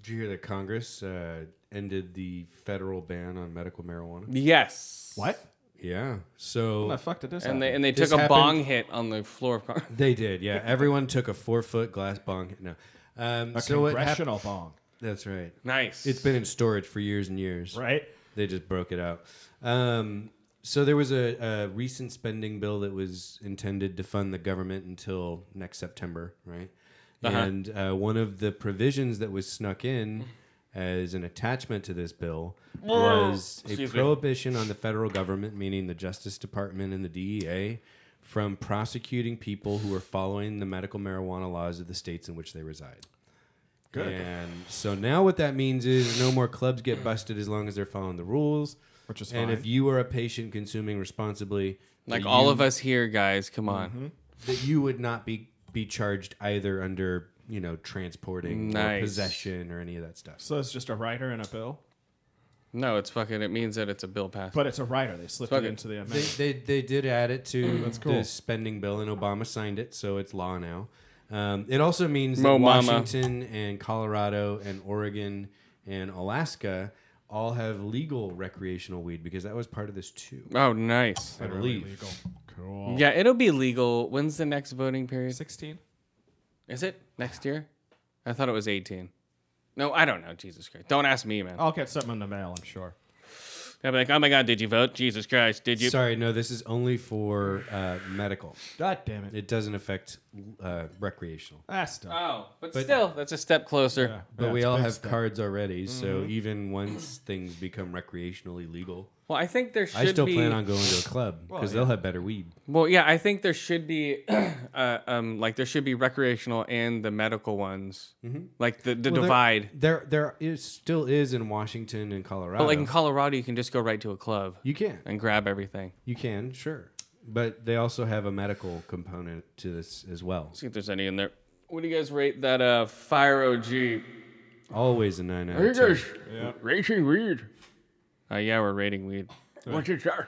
D: Did you hear that Congress uh, ended the federal ban on medical marijuana?
F: Yes.
B: What?
D: Yeah. So
B: The fuck did this?
F: And they
B: happen?
F: and they
D: This
F: took a
D: happened-
F: bong hit on the floor of Congress.
D: They did, yeah. Everyone took a four foot glass bong. No. Um,
B: a
D: so what happened?
B: congressional bong,
D: That's right.
F: Nice.
D: It's been in storage for years and years.
B: right?
D: They just broke it out. Um, so there was a, a recent spending bill that was intended to fund the government until next September, right?
F: Uh-huh.
D: And uh, one of the provisions that was snuck in as an attachment to this bill was a
F: Excuse me.
D: prohibition on the federal government, meaning the Justice Department and the DEA, from prosecuting people who are following the medical marijuana laws of the states in which they reside. And so now what that means is no more clubs get busted as long as they're following the rules.
B: Which is
D: and
B: fine.
D: if you are a patient consuming responsibly,
F: like
D: that
F: all
D: you-
F: of us here, guys. Come on.
D: Mm-hmm. that you would not be be charged either under you know transporting or
F: Nice.
D: possession or any of that stuff.
B: So it's just a writer and a bill,
F: No, it's fucking. It means that it's a bill passed.
B: but it's a writer. They slipped
F: Fuck
B: it
F: it.
B: into the
D: They,
B: amendment.
D: they, they did add it to
B: cool.
D: the spending bill, and Obama signed it, so it's law now. Um, it also means that
F: Mo mama.
D: Washington and Colorado and Oregon and Alaska all have legal recreational weed because that was part of this too.
F: oh, nice.
D: I believe.
B: Cool.
F: Yeah, it'll be legal. When's the next voting period?
B: Sixteen.
F: Is it next year? I thought it was 18. No, I don't know. Jesus Christ. Don't ask me, man.
B: I'll get something in the mail. I'm sure.
F: I'll be like, oh my God, did you vote? Jesus Christ, did you?
D: Sorry, no, this is only for uh, medical.
B: God damn it.
D: It doesn't affect uh, recreational.
B: That's done.
F: Oh, but, still, that's a step closer.
D: But
B: Yeah,
D: we
B: it's
D: all
B: big
D: have
B: stuff.
D: cards already, so
F: Mm-hmm.
D: even once things become recreationally legal,
F: Well, I think there should
D: I still
F: be.
D: plan on going to a club because they'll have better weed.
F: Well, yeah, I think there should be, uh, um, like there should be recreational and the medical ones, like the the divide.
D: There, there is still is in Washington and Colorado.
F: But like in Colorado, you can just go right to a club
D: you can,
F: and grab everything.
D: you can, sure. But they also have a medical component to this as well.
F: See if there's any in there. What do you guys rate that uh, Fire OG?
D: Always a nine out
C: Are you
D: of ten.
C: guys raising weed?
F: Uh, yeah, we're rating weed.
C: What's it, sir?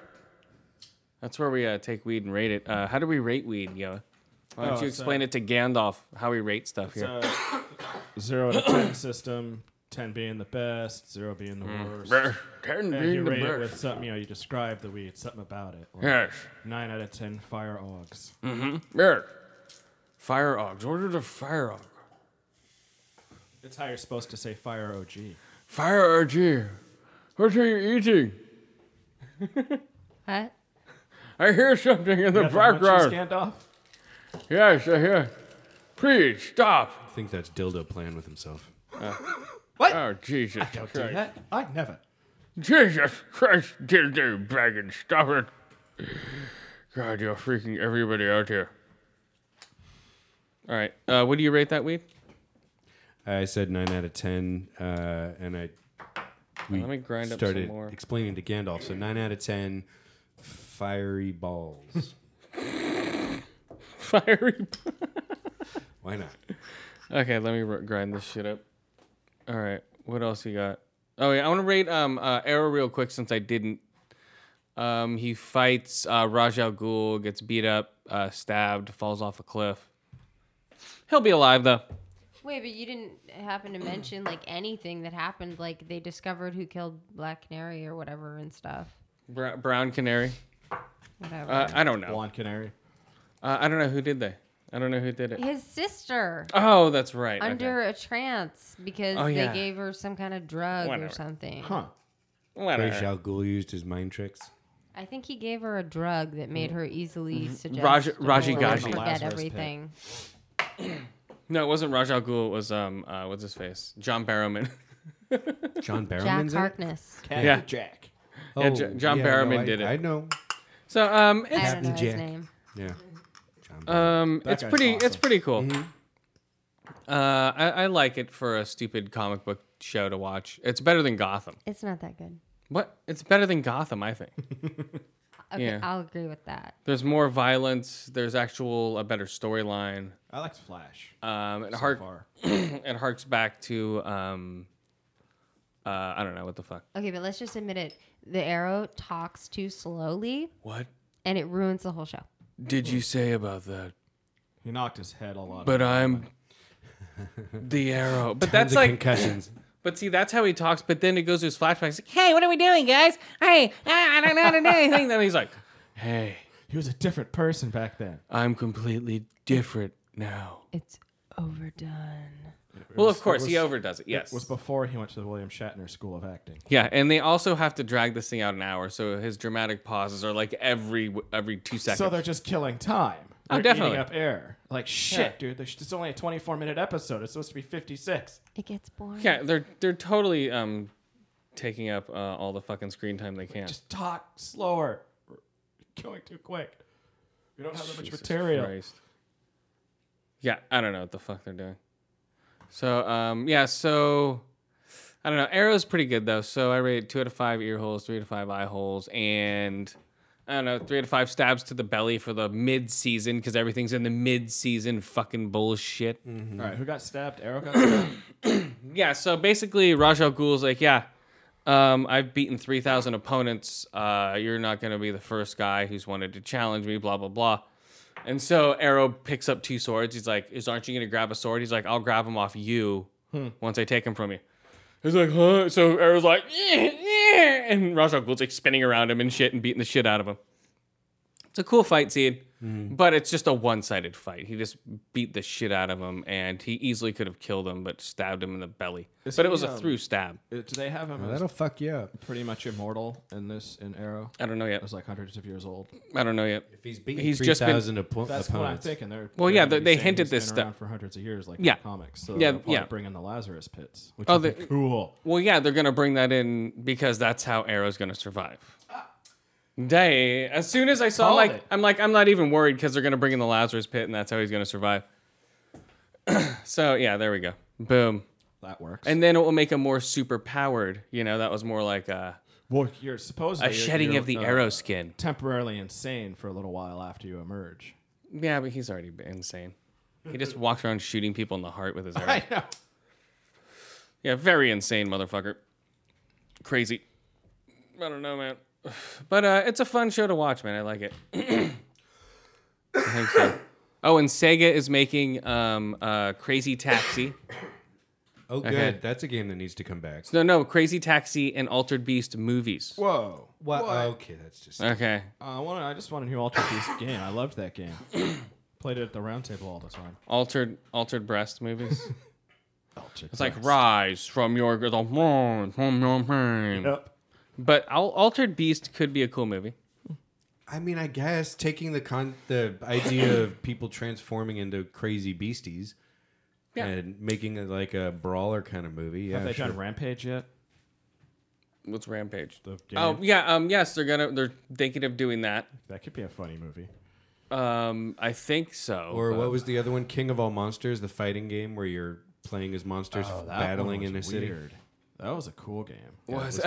F: That's where we uh, take weed and rate it. Uh, how do we rate weed, Yo? Why don't
B: Oh,
F: you
B: it's,
F: explain it to Gandalf how we rate stuff here?
B: zero to ten system, ten being the best, zero being the worst. And
C: Ten
B: you
C: being the
B: rate it with
C: best.
B: something, you know, you describe the weed, something about it. Like
C: Yes.
B: Nine out of ten fire orgs.
C: Yes. Fire ox. What is a fire ox?
B: It's how you're supposed to say fire OG.
C: Fire OG. What are you eating?
E: What?
C: I hear something in the
B: Got that munchies,
C: background.
B: Gandalf?
C: Yes, I hear. Please stop.
D: I think that's dildo playing with himself.
C: Oh, Jesus.
B: Don't
C: Christ.
B: do that. I never.
C: Jesus Christ, dildo bragging, stop it. God, you're freaking everybody out here.
F: All right. Uh, what do you rate that weed?
D: I said nine out of ten, uh, and I we
F: Let me grind up some
D: started
F: more.
D: explaining to Gandalf. So nine out of ten, fiery balls.
F: Fiery.
D: Why not?
F: okay, let me r- grind this shit up. All right. What else you got? Oh yeah, I want to rate um uh, Arrow real quick since I didn't. Um, he fights uh, Raj Al Ghul, gets beat up, uh, stabbed, falls off a cliff. He'll be alive though.
E: Wait, but you didn't happen to mention like anything that happened. Like they discovered who killed Black Canary or whatever and stuff.
F: Br- brown canary.
E: Whatever.
F: Uh, I don't know.
B: Blonde canary.
F: Uh, I don't know who did they. I don't know who did it.
E: His sister
F: Oh, that's right. okay.
E: under a trance because
F: Oh,
E: they
F: yeah.
E: gave her some kind of drug
F: Whatever.
E: or something.
B: Huh.
F: Whatever.
D: Ra's al Ghul used his mind tricks.
E: I think he gave her a drug that made her easily suggestible
F: Mm-hmm. Raj- Raji
E: and
F: Gaji.
E: forget
B: Lazarus pit.
E: everything.
F: No, it wasn't Raj Al Ghul. It was um, uh, what's his face? John Barrowman.
D: John
E: Jack
D: Barrowman's in it? Oh,
E: Harkness.
F: Yeah.
B: Jack.
F: Yeah, J- John Barrowman
D: no, I,
F: did it.
D: I know.
F: So um,
E: I
F: it's
E: don't know his
D: Jack.
E: name.
D: Yeah. John Barrowman.
F: um,
B: That
F: it's
B: guy's
F: pretty it's
B: awesome. Mm-hmm.
F: pretty cool. Uh, I, I like it for a stupid comic book show to watch. It's better than Gotham.
E: It's not that good.
F: What? It's better than Gotham, I think.
E: Okay,
F: Yeah.
E: I'll agree with that.
F: There's more violence. There's actual a better storyline.
B: I liked Flash.
F: Um, it
B: so
F: hark
B: far.
F: it harks back to um, uh, I don't know what the fuck.
E: Okay, but let's just admit it. The arrow talks too slowly
F: What
E: and it ruins the whole show.
F: did you say about that?
B: He knocked his head a lot.
F: But I'm the arrow. But
D: Tons
F: that's
D: of
F: like
D: concussions.
F: But see, that's how he talks. But then it goes to his flashbacks. Like, hey, what are we doing, guys? Hey, ah, I don't know how to do anything. then he's like, hey,
B: he was a different person back then.
F: I'm completely different now.
E: It's overdone.
F: Well, of course,
B: it
F: he
B: was-
F: overdoes it. Yes.
B: It was before he went to the William Shatner School of Acting.
F: yeah, and they also have to drag this thing out an hour, so his dramatic pauses are like every every two seconds.
B: So they're just killing time.
F: Oh,
B: They're
F: definitely.
B: Eating up air. Like shit, dude. There's, it's only a 24 minute episode. It's supposed to be 56.
E: It gets boring.
F: yeah, they're they're totally um taking up uh, all the fucking screen time they can.
B: Just talk slower. We're going too quick. We don't have that much material.
F: Christ. Yeah, I don't know what the fuck they're doing. So, um, yeah, so I don't know. Arrow's pretty good though. So I rate two out of five ear holes, three out of five eye holes, and I don't know, three out of five stabs to the belly for the mid season because everything's in the mid season fucking bullshit.
B: All right, who got stabbed? Arrow got stabbed.
F: Yeah, so basically Rajal Ghul's like, yeah, um, I've beaten 3,000 opponents. Uh, you're not going to be the first guy who's wanted to challenge me, blah, blah, blah. And so Arrow picks up two swords. He's like, is, aren't you going to grab a sword? He's like, I'll grab him off you
B: Hmm.
F: once I take him from you. He's like, huh? So Arrow's like, yeah, yeah. And Rajal Ghul's like spinning around him and shit and beating the shit out of him. It's a cool fight scene,
B: Hmm.
F: but it's just a one-sided fight. He just beat the shit out of him, and he easily could have killed him, but stabbed him in the belly.
B: Is
F: but it
B: he,
F: was a
B: um,
F: through stab.
B: Uh, Do they have him as
D: That'll fuck you up.
B: pretty much immortal in this in Arrow?
F: I don't know
B: It
F: yet.
B: was like hundreds of years old.
F: I don't know yet.
D: If he's beating
F: He's just been-
D: 3,000 oppo-
B: That's what I'm
D: opponents.
B: thinking. They're,
F: Well,
B: they're
F: yeah,
B: gonna
F: they-
B: be
F: they
B: saying
F: hinted
B: he's been
F: this
B: around
F: stuff.
B: for hundreds of years, like
F: Yeah.
B: in the comics. So
F: Yeah,
B: yeah,
F: yeah.
B: yeah. Bring in the Lazarus pits. Which
F: Oh,
B: oh,
F: they-
B: cool.
F: Well, yeah, they're gonna bring that in because that's how Arrow's gonna survive. Day. As soon as I saw,
B: Called
F: like,
B: it.
F: I'm like, I'm not even worried because they're gonna bring in the Lazarus Pit, and that's how he's gonna survive. so yeah, there we go. Boom.
B: That works.
F: And then it will make him more super powered. You know, that was more like a,
B: well, you're supposedly
F: a shedding
B: you're,
F: of the
B: uh,
F: arrow skin.
B: Temporarily insane for a little while after you emerge.
F: Yeah, but he's already been insane. He just walks around shooting people in the heart with his arrow.
B: I know.
F: Yeah, very insane motherfucker. Crazy. I don't know, man. But uh, it's a fun show to watch, man. I like it. I think so. Oh, and Sega is making um, uh, Crazy Taxi.
D: Oh, good.
F: Okay.
D: That's a game that needs to come back.
F: No, no, Crazy Taxi and Altered Beast movies.
B: Whoa.
D: What? Okay, that's just.
F: Okay.
B: Uh, I want. I just want a new Ultra Beast game. I loved that game. Played it at the round table all the time.
F: Altered Altered Breast movies.
B: Ultra
F: It's like rise from your it's all, "Rise from your pain."
B: Yep.
F: But Al- Altered Beast could be a cool movie.
D: I mean, I guess taking the con the idea of people transforming into crazy beasties
F: Yeah.
D: and making it like a brawler kind of movie. Yeah,
B: Have they
D: sure.
B: done Rampage yet?
F: What's Rampage?
B: The game.
F: Oh yeah, um, yes, they're gonna they're thinking of doing that.
B: That could be a funny movie.
F: Um, I think so.
D: or
F: but-
D: what was the other one? King of All Monsters, the fighting game where you're playing as monsters
B: Oh, that
D: battling
B: one
D: in a
B: was
D: city.
B: weird. That was a cool game.
F: was-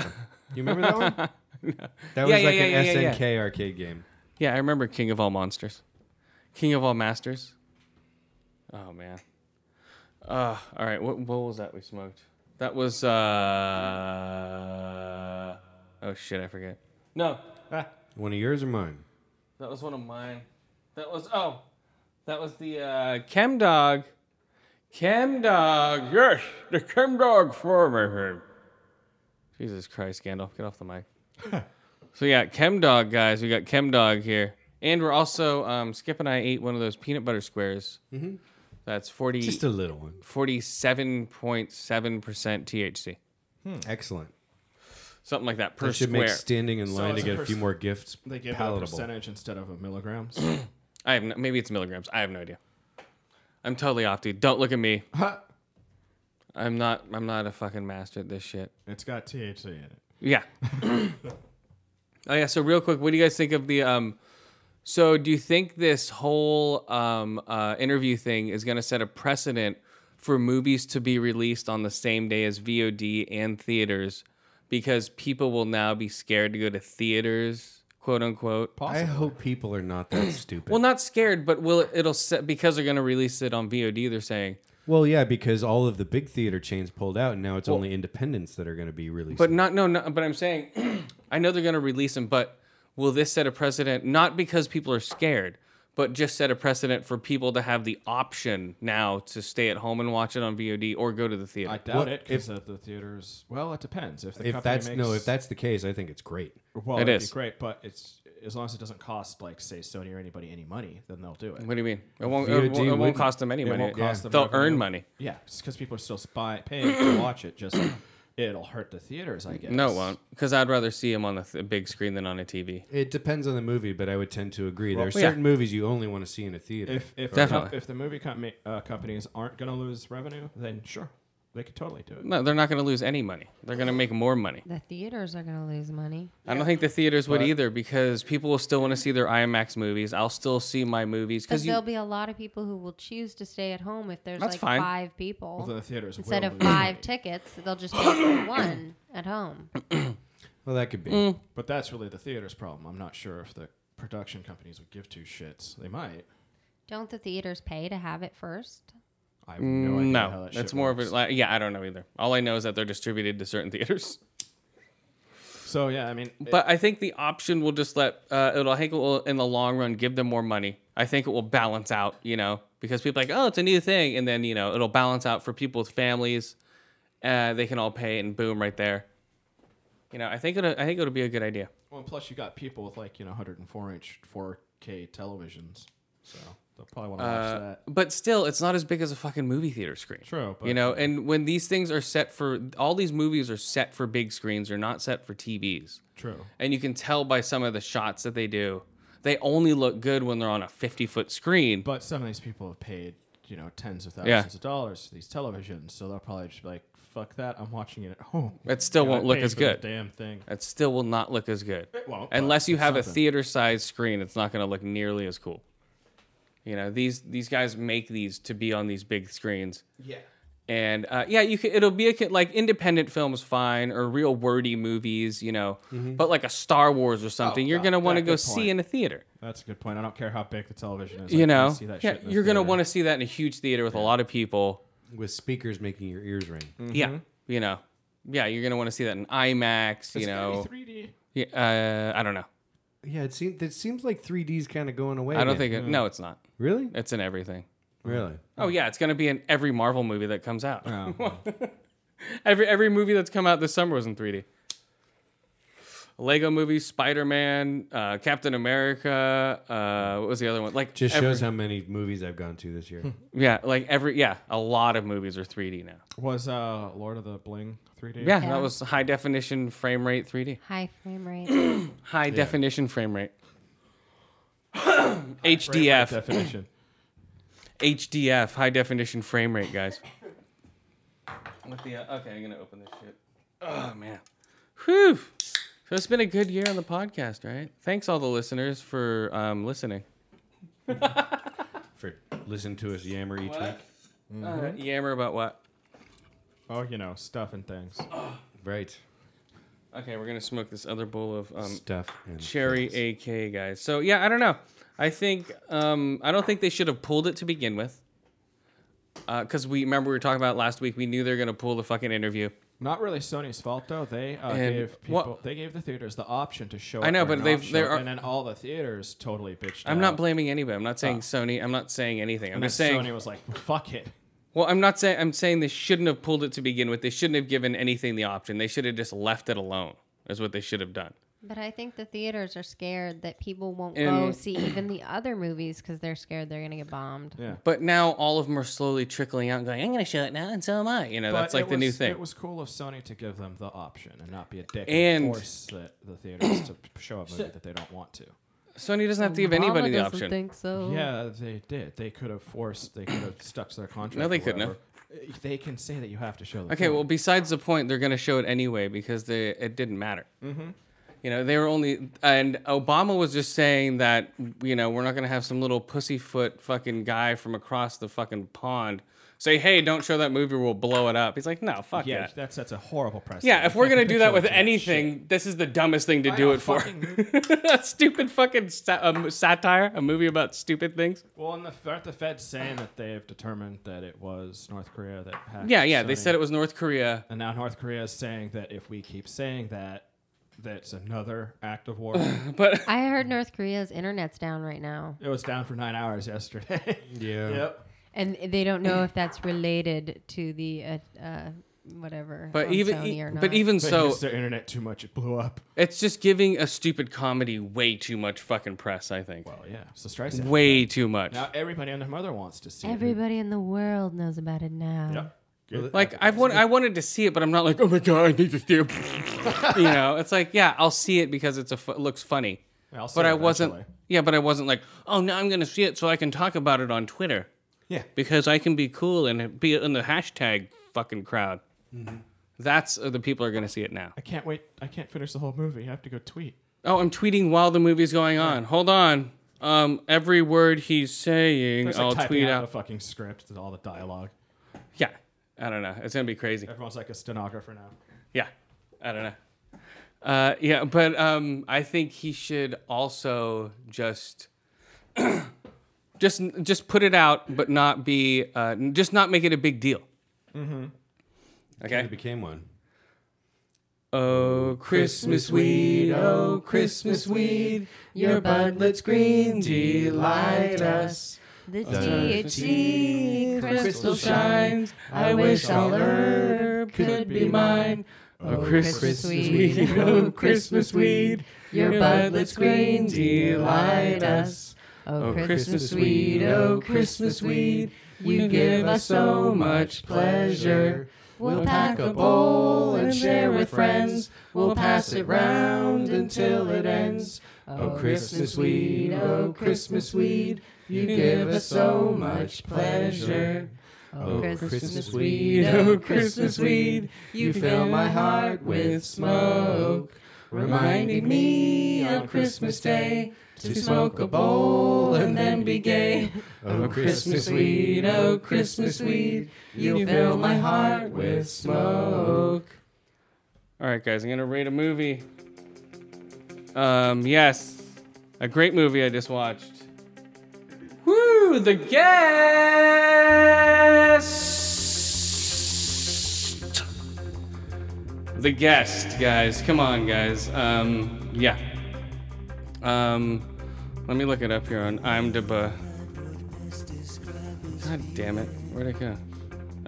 D: You remember that one? That was
F: Yeah, yeah,
D: like
F: yeah,
D: an
F: yeah, yeah, yeah.
D: SNK arcade game.
F: yeah, I remember King of All Monsters, King of All Masters. Oh man. Uh, all right. What what was that we smoked? That was uh. Oh shit, I forget. No,
D: One of yours or mine?
F: that was one of mine. That was oh, that was the uh, Chem Dog. Chem Dog, yes, the Chem Dog former. Jesus Christ, Gandalf, get off the mic. so yeah, Chem Dog guys, we got Chem Dog here, and we're also um, Skip and I ate one of those peanut butter squares. Mm-hmm. That's 40,
D: Just a little one.
F: 47.7 percent THC.
D: Excellent.
F: something like that per
D: That should
F: square.
D: make standing in line
B: it's
D: to
B: a
D: get a few
B: perc-
D: more gifts
B: They give a
D: palatable.
B: percentage instead of a milligrams.
F: I have no, maybe it's milligrams. I have no idea. I'm totally off, dude. Don't look at me. I'm not. I'm not a fucking master at this shit.
B: it's got THC in it.
F: Yeah. oh yeah. So real quick, what do you guys think of the? Um, so do you think this whole um, uh, interview thing is going to set a precedent for movies to be released on the same day as VOD and theaters because people will now be scared to go to theaters, quote unquote?
D: I hope people are not that stupid.
F: Well, not scared, but will it, it'll set because they're going to release it on VOD. They're saying,
D: Well, yeah, because all of the big theater chains pulled out, and now it's only independents that are going to be releasing.
F: but not no, no but I'm saying, I know they're going to release them, but will this set a precedent? Not because people are scared, but just set a precedent for people to have the option now to stay at home and watch it on VOD or go to the theater.
B: I doubt
D: Well,
B: it because of the theaters. Well, it depends. If the
D: if
B: company
D: that's
B: makes,
D: no, if that's the case, I think it's great.
B: well,
F: It
B: it'd
F: is.
B: be great. But it's as long as it doesn't cost like say Sony or anybody any money, then they'll do it.
F: what do you mean? It won't. It won't,
D: VOD
F: it won't
D: wouldn't-
F: cost them any
B: It
F: money.
B: won't cost them
F: They'll
B: revenue.
F: earn money.
B: Yeah, because people are still spy- paying to watch it. Just it'll hurt the theaters, I guess.
F: No, it won't. Because I'd rather see them on the th- big screen than on a TV.
D: It depends on the movie, but I would tend to agree. there are
F: yeah.
D: certain movies you only want to see in a theater.
B: If if
F: Definitely.
B: The, com- if the movie com- uh, companies aren't going to lose revenue, then sure, they could totally do it.
F: No, they're not going to lose any money. They're going to make more money.
E: The theaters are going to lose money.
F: I don't think the theaters would either because people will still want to see their IMAX movies. I'll still see my movies
E: Because
F: because you.
E: there'll be a lot of people who will choose to stay at home if there's
F: That's
E: like
F: fine.
E: five people.
B: Well, then the theaters
E: Instead
B: will
E: of
B: lose
E: five
B: money.
E: tickets, they'll just make one at home.
D: well, that could be.
B: But that's really the theater's problem. I'm not sure if the production companies would give two shits. They might.
E: Don't the theaters pay to have it first?
B: I have no idea how
F: Mm, No,
B: that
F: that's
B: shit
F: more
B: works.
F: of a like, yeah. I don't know either. All I know is that they're distributed to certain theaters.
B: So yeah, I mean, it-
F: But I think the option will just let uh, it'll. I think it will in the long run give them more money. I think it will balance out, you know, because people are like oh it's a new thing, and then you know it'll balance out for people with families. Uh, they can all pay and boom right there. You know, I think it'll, I think it'll be a good idea.
B: well, and plus you got people with like you know 104 inch 4K televisions, so they'll probably want to
F: Uh,
B: watch that.
F: But still, it's not as big as a fucking movie theater screen.
B: True, but-
F: you know, and when these things are set for all these movies are set for big screens, they're not set for TVs.
B: True.
F: and you can tell by some of the shots that they do they only look good when they're on a 50 foot screen
B: But some of these people have paid you know tens of thousands
F: Yeah.
B: of dollars for these televisions, so they'll probably just be like, "Fuck that! I'm watching it at home."
F: It still
B: And I
F: won't look
B: paid
F: as
B: for the
F: good.
B: Damn thing.
F: it still will not look as good
B: won't, but
F: unless you have a
B: something.
F: theater sized screen it's not going to look nearly as cool you know these these guys make these to be on these big screens
B: Yeah.
F: and uh, yeah you can, it'll be a ki- like independent films fine or real wordy movies you know
B: Mm-hmm.
F: but like a star wars or something you're
B: Oh, God,
F: going to want to
B: that-
F: go
B: good
F: see
B: point.
F: in a theater
B: That's a good point. I don't care how big the television is. I
F: you
B: can
F: know
B: see that
F: yeah,
B: shit in the
F: you're going to
B: theater.
F: want to see that in a huge theater with a lot of people
D: With speakers making your ears ring.
B: Mm-hmm.
F: Yeah, you know, yeah, you're gonna want to see that in IMAX. You
B: It's gotta be
F: know,
B: 3D.
F: yeah, uh, I don't know.
D: Yeah, it seems it seems like 3D's kind of going away.
F: I don't
D: again.
F: think it,
B: Mm.
F: no, it's not.
D: Really,
F: It's in everything.
D: really.
F: Oh yeah, it's gonna be in every Marvel movie that comes out.
B: Oh,
F: every every movie that's come out this summer was in 3D. Lego Movie, Spider Man, uh, Captain America. Uh, what was the other one? Like
D: Just
F: every-
D: shows how many movies I've gone to this year.
F: yeah, like every yeah, a lot of movies are 3D now.
B: Was uh, Lord of the Bling 3D?
F: Yeah,
E: Yeah.
F: that was high definition frame rate 3D.
E: High frame rate.
F: High definition frame rate.
B: Great
F: HDF.
B: definition.
F: HDF, high definition frame rate, guys. With the, uh, okay, I'm gonna open this shit. Oh man, whew. So it's been a good year on the podcast, right? Thanks all the listeners for um, listening.
D: For listen to us yammer each week.
F: Uh, yammer about what?
B: Oh, you know, stuff and things.
D: Right.
F: Okay, we're gonna smoke this other bowl of um,
D: Stuff and
F: cherry AK, guys. So yeah, I don't know. I think um, I don't think they should have pulled it to begin with. Because we remember we were talking about it last week, we knew they were gonna pull the fucking interview.
B: Not really Sony's fault though. They uh,
F: And
B: gave people.
F: what-
B: They gave the theaters the option to show.
F: I know,
B: it or
F: but
B: not
F: they've-
B: show
F: there
B: it,
F: are-
B: and then all the theaters totally bitched.
F: I'm
B: out.
F: not blaming anybody. I'm not saying Sony. I'm not saying anything. I'm
B: And then
F: just saying
B: Sony was like, "Fuck it."
F: Well, I'm not saying I'm saying they shouldn't have pulled it to begin with. They shouldn't have given anything the option. They should have just left it alone. Is what they should have done.
E: But I think the theaters are scared that people won't go
F: And-
E: see even the other movies because they're scared they're going to get bombed.
F: But now all of them are slowly trickling out and going, I'm going to show it now, and so am I. You know, that's
B: But
F: like
B: it
F: the new
B: was-
F: thing.
B: It was cool of Sony to give them the option and not be a dick
F: And-
B: and force the, the theaters to show a movie that they don't want to.
F: Sony doesn't have to give anybody the option.
E: think so.
B: Yeah, they did. They could have forced. They could have stuck to their contract.
F: No, they
B: or
F: couldn't have.
B: whatever. Uh, They can say that you have to show. The
F: Okay,
B: film.
F: well, besides the point, they're going to show it anyway because they, it didn't matter. Mm-hmm. You know, they were only, and Obama was just saying that, you know, we're not going to have some little pussyfoot fucking guy from across the fucking pond say, hey, don't show that movie, we'll blow it up. He's like, no, fuck
B: yeah,
F: that.
B: that sets a horrible precedent.
F: Yeah, if we're
B: Fucking
F: gonna do that with
B: picture of that shit.
F: anything, this is the dumbest thing to do
B: know,
F: it for.
B: fucking
F: Stupid fucking sa- um, satire, a movie about stupid things.
B: Well, and the, aren't the Feds saying that they have determined that it was North Korea that hacked?
F: Yeah, yeah, they
B: Sony?
F: said it was North Korea.
B: And now North Korea is saying that if we keep saying that, that's another act of war. it
E: I heard North Korea's internet's down right now,
B: was down for nine hours yesterday.
D: Yeah.
B: yep.
E: and they don't know if that's related to the uh, uh, whatever.
F: But
E: on
F: even, e-
E: Sony or
F: but
E: not.
F: even
B: They
F: so,
B: used their internet too much. It blew up.
F: it's just giving a stupid comedy way too much fucking press. I think
B: Well, yeah. So strikes. it.
F: way too much.
B: Now everybody and their mother wants to see. it.
E: everybody in the world knows about it now.
B: Yep. Good.
F: Like I've want, I wanted to see it, but I'm not like, oh my god, I need to see it. you know, it's like yeah, I'll see it because it's a fu- looks funny.
B: Yeah, I'll see
F: but
B: it
F: I wasn't.
B: eventually.
F: Yeah, but I wasn't like, oh now I'm gonna see it so I can talk about it on Twitter.
B: Yeah.
F: because I can be cool and be in the hashtag fucking crowd.
B: Mm-hmm.
F: That's uh, the people are going to see it now.
B: I can't wait. I can't finish the whole movie. I have to go tweet.
F: Oh, I'm tweeting while the movie's going on. Hold on. Um, every word he's saying,
B: It's like
F: I'll
B: typing
F: tweet
B: out
F: out.
B: the fucking script and all the dialogue.
F: yeah, I don't know. It's gonna be crazy.
B: Everyone's like a stenographer now.
F: Yeah, I don't know. Uh, yeah, but um, I think he should also just. Just, just put it out, but not be, uh, just not make it a big deal. Mm-hmm. Okay.
D: It became one.
F: Oh, Christmas weed, oh, Christmas weed, your budlet's green delight us.
E: The
F: THC
E: THC crystal shine.
F: shines, I wish all herb could be mine. Oh, Christmas weed, oh, Christmas weed, your budlet's green delight
E: Oh,
F: us. Oh, Christmas weed, oh, Christmas weed, you give us so much pleasure. We'll pack a bowl and share with friends. We'll pass it round until it ends. Oh, Christmas weed, oh, Christmas weed, you give us so much pleasure.
E: Oh, Christmas
D: Christmas
E: weed.
F: Weed, oh, Christmas weed, you fill my heart with smoke, reminding me on Christmas Day to smoke a bowl and then be gay. Oh, Christmas weed, oh, Christmas weed, you fill my heart with smoke. All right, guys, I'm gonna rate a movie. Um, yes, a great movie I just watched. Woo, the guest. The guest, guys. Come on, guys. Um, yeah. Um, let me look it up here on IMDb. God damn it! Where'd it go?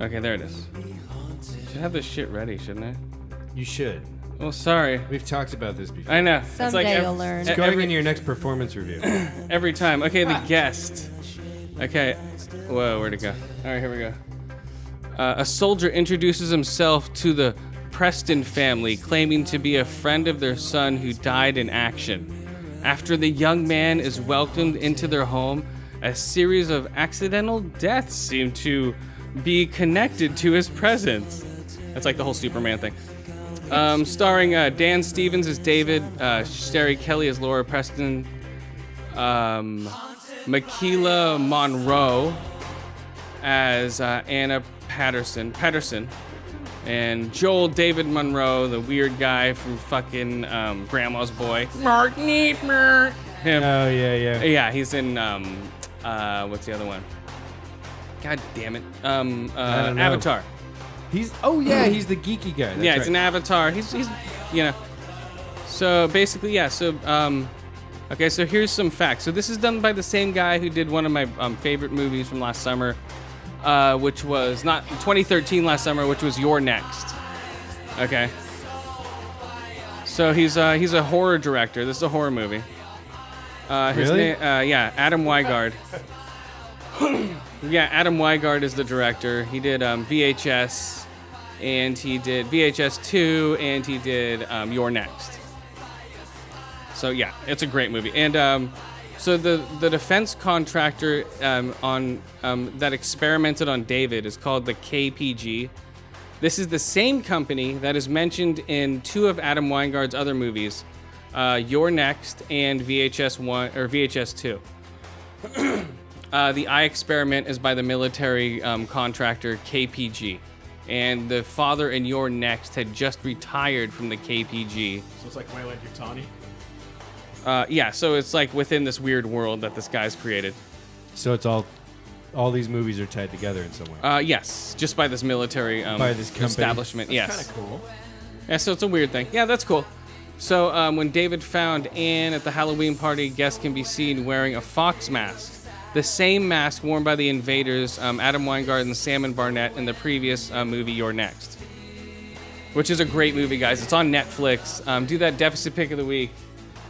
F: Okay, there it is. Should have this shit ready, shouldn't I?
D: You should.
F: Well, sorry.
D: We've talked about this before.
F: I know. it's like
E: Someday
F: ev-
E: you'll learn.
F: e-
D: Going
F: every,
D: into your next performance review.
F: every time. Okay, the guest. Okay. Whoa, where'd it go? All right, here we go. Uh, a soldier introduces himself to the Preston family, claiming to be a friend of their son who died in action. After the young man is welcomed into their home, a series of accidental deaths seem to be connected to his presence. That's like the whole Superman thing. Um, starring uh, Dan Stevens as David, uh, Sherry Kelly as Laura Preston, um, Makila Monroe as uh, Anna Patterson, Patterson, and Joel David Monroe, the weird guy from fucking um, Grandma's Boy. Mark Niedmer. Him.
D: Oh yeah, yeah.
F: yeah, he's in um, uh, what's the other one? God damn it. Um, uh,
D: don't know.
F: Avatar.
D: He's oh yeah, he's the geeky guy. That's
F: yeah,
D: right.
F: it's an avatar. He's, he's, you know. So basically, yeah. So, um, okay. So here's some facts. So this is done by the same guy who did one of my um, favorite movies from last summer, uh, which was not 2013 last summer, which was Your Next. Okay. So he's uh, he's a horror director. This is a horror movie. Uh, his
D: Really?
F: na- uh, yeah, Adam Weigard. yeah, Adam Weigard is the director. He did um, VHS, and he did VHS two, and he did um, Your Next. So yeah, it's a great movie. And um, so the the defense contractor um, on um, that experimented on David is called the KPG. This is the same company that is mentioned in two of Adam Weingard's other movies, uh, Your Next and VHS One or VHS Two. uh, the Eye Experiment is by the military um, contractor KPG, and the father in Your Next had just retired from the KPG.
B: So it's like Wayland Yutani.
F: Uh, yeah, so it's like within this weird world that this guy's created.
D: So it's all, all these movies are tied together in some way.
F: Uh, yes, just by this military um,
D: By this company.
F: establishment. yes.
B: Kind of cool.
F: Yeah, so it's a weird thing. Yeah, that's cool. So um, when David found Anne at the Halloween party, guests can be seen wearing a fox mask, the same mask worn by the invaders, um, Adam Weingart and Sam and Barnett in the previous uh, movie Your Next, which is a great movie, guys. It's on Netflix. Um, do that deficit pick of the week.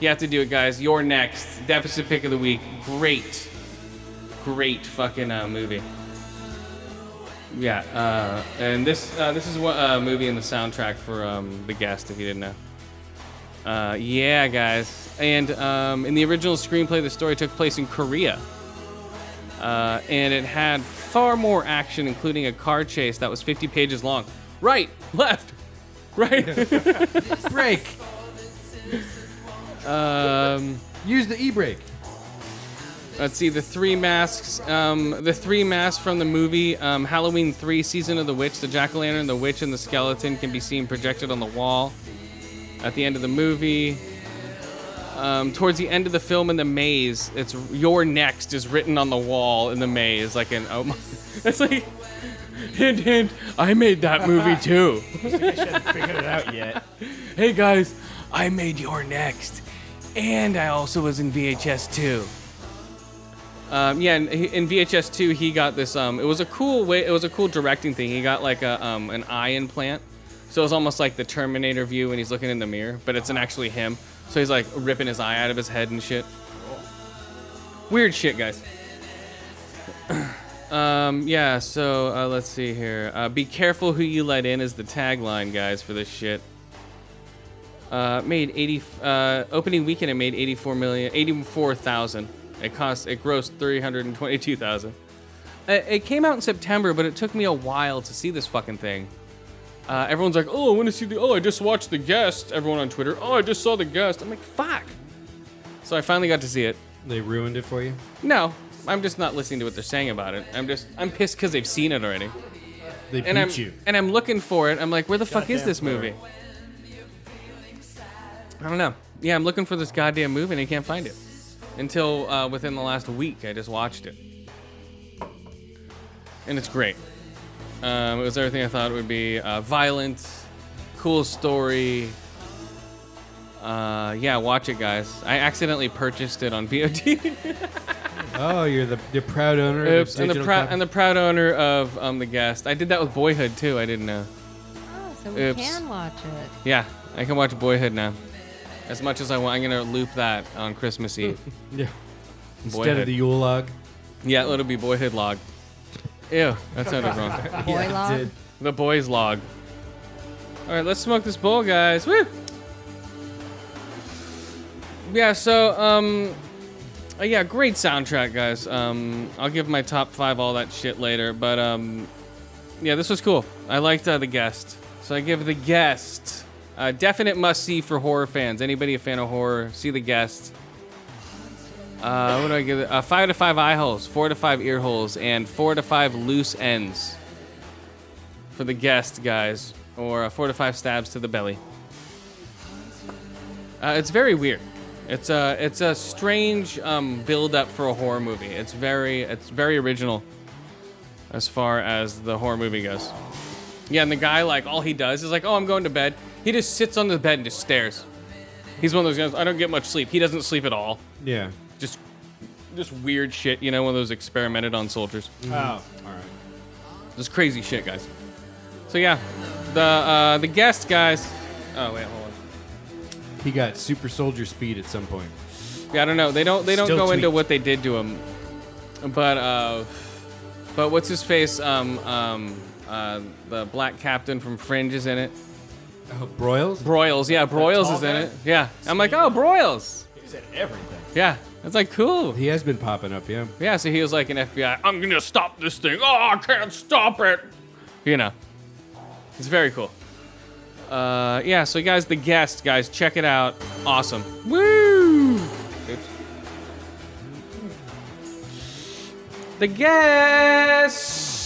F: You have to do it, guys. Your Next deficit pick of the week. Great, great fucking uh, movie. Yeah, uh, and this uh, this is one uh, movie in the soundtrack for um, the guest, if you didn't know. Uh, yeah, guys, and um, in the original screenplay, the story took place in Korea, uh, and it had far more action, including a car chase that was 50 pages long. Right, left, right.
D: Break.
F: um,
D: Use the e-brake.
F: Let's see the three masks. Um, the three masks from the movie um, Halloween Three: Season of the Witch. The jack o' lantern, the witch, and the skeleton can be seen projected on the wall at the end of the movie. Um, towards the end of the film, in the maze, it's "Your next" is written on the wall in the maze, like an oh my, it's like hint hint. I made that movie too.
B: Figured it out yet.
F: hey guys, I made your next, and I also was in VHS two. Um, yeah, in, in VHS two, he got this. Um, it was a cool way. It was a cool directing thing. He got like a um, an eye implant, so it was almost like the Terminator view when he's looking in the mirror, but it's an actually him. So he's like ripping his eye out of his head and shit. Weird shit, guys. Um, yeah, so uh, let's see here. Uh, Be careful who you let in is the tagline, guys, for this shit. Uh, made 80 uh, opening weekend it made 84 million 84,000. It cost it grossed 322,000. It, it came out in September, but it took me a while to see this fucking thing. Uh, everyone's like, "Oh, I want to see the Oh, I just watched The Guest." Everyone on Twitter, "Oh, I just saw The Guest." I'm like, "Fuck." So I finally got to see it.
D: They ruined it for you.
F: No, I'm just not listening to what they're saying about it. I'm just I'm pissed because they've seen it already,
D: They beat
F: and I'm
D: you.
F: and I'm looking for it. I'm like, where the fuck is this movie? I don't know. Yeah, I'm looking for this goddamn movie and I can't find it. Until uh, within the last week, I just watched it, and it's great. Um, it was everything I thought it would be: uh, violent, cool story. Uh, yeah, watch it, guys. I accidentally purchased it on VOD.
D: Oh, you're the, the proud owner
F: Oops,
D: of
F: and the,
D: digital
F: prou-
D: copy.
F: and the proud owner of um, the guest. I did that with Boyhood too. I didn't know.
E: Oh, so we
F: Oops.
E: can watch it.
F: Yeah, I can watch Boyhood now, as much as I want. I'm gonna loop that on Christmas Eve.
D: yeah. Instead
F: Boyhood.
D: of the Yule log.
F: yeah, it'll be Boyhood log. Ew, that sounded wrong.
E: Boy Law.
D: did.
F: The boys log. All right, let's smoke this bowl, guys. Woo! Yeah. So, um, uh, yeah, great soundtrack, guys. Um, I'll give my top five all that shit later, but um, yeah, this was cool. I liked uh, the guest, so I give the guest a definite must see for horror fans. Anybody a fan of horror, see the guest. Uh, what do I give it? Uh, five to five eye holes, four to five ear holes, and four to five loose ends for the guest, guys, or uh, four to five stabs to the belly. Uh, it's very weird. It's a it's a strange um, build up for a horror movie. It's very it's very original as far as the horror movie goes. Yeah, and the guy like all he does is like, oh, I'm going to bed. He just sits on the bed and just stares. He's one of those guys. I don't get much sleep. He doesn't sleep at all.
D: Yeah.
F: Just just weird shit. You know, one of those experimented on soldiers.
B: Oh, all right.
F: This crazy shit, guys. So yeah, the uh, the guest guys. Oh wait, hold on.
D: He got super soldier speed at some point.
F: Yeah, I don't know. They don't. They don't
D: Still
F: go into
D: tweaked.
F: what they did to him. But uh, but what's his face? Um um uh, the black captain from Fringe is in it.
D: Oh, Broyles?
F: Broyles, yeah, Broyles
B: tall
F: is in
B: guy?
F: it. Yeah, I'm like, oh, Broyles.
B: He's at everything.
F: Yeah, that's like cool.
D: He has been popping up, yeah.
F: Yeah, so he was like an FBI. I'm gonna stop this thing. Oh, I can't stop it. You know, it's very cool. Uh, yeah, so guys, the guest, guys, check it out. Awesome. Woo! Oops. The guest.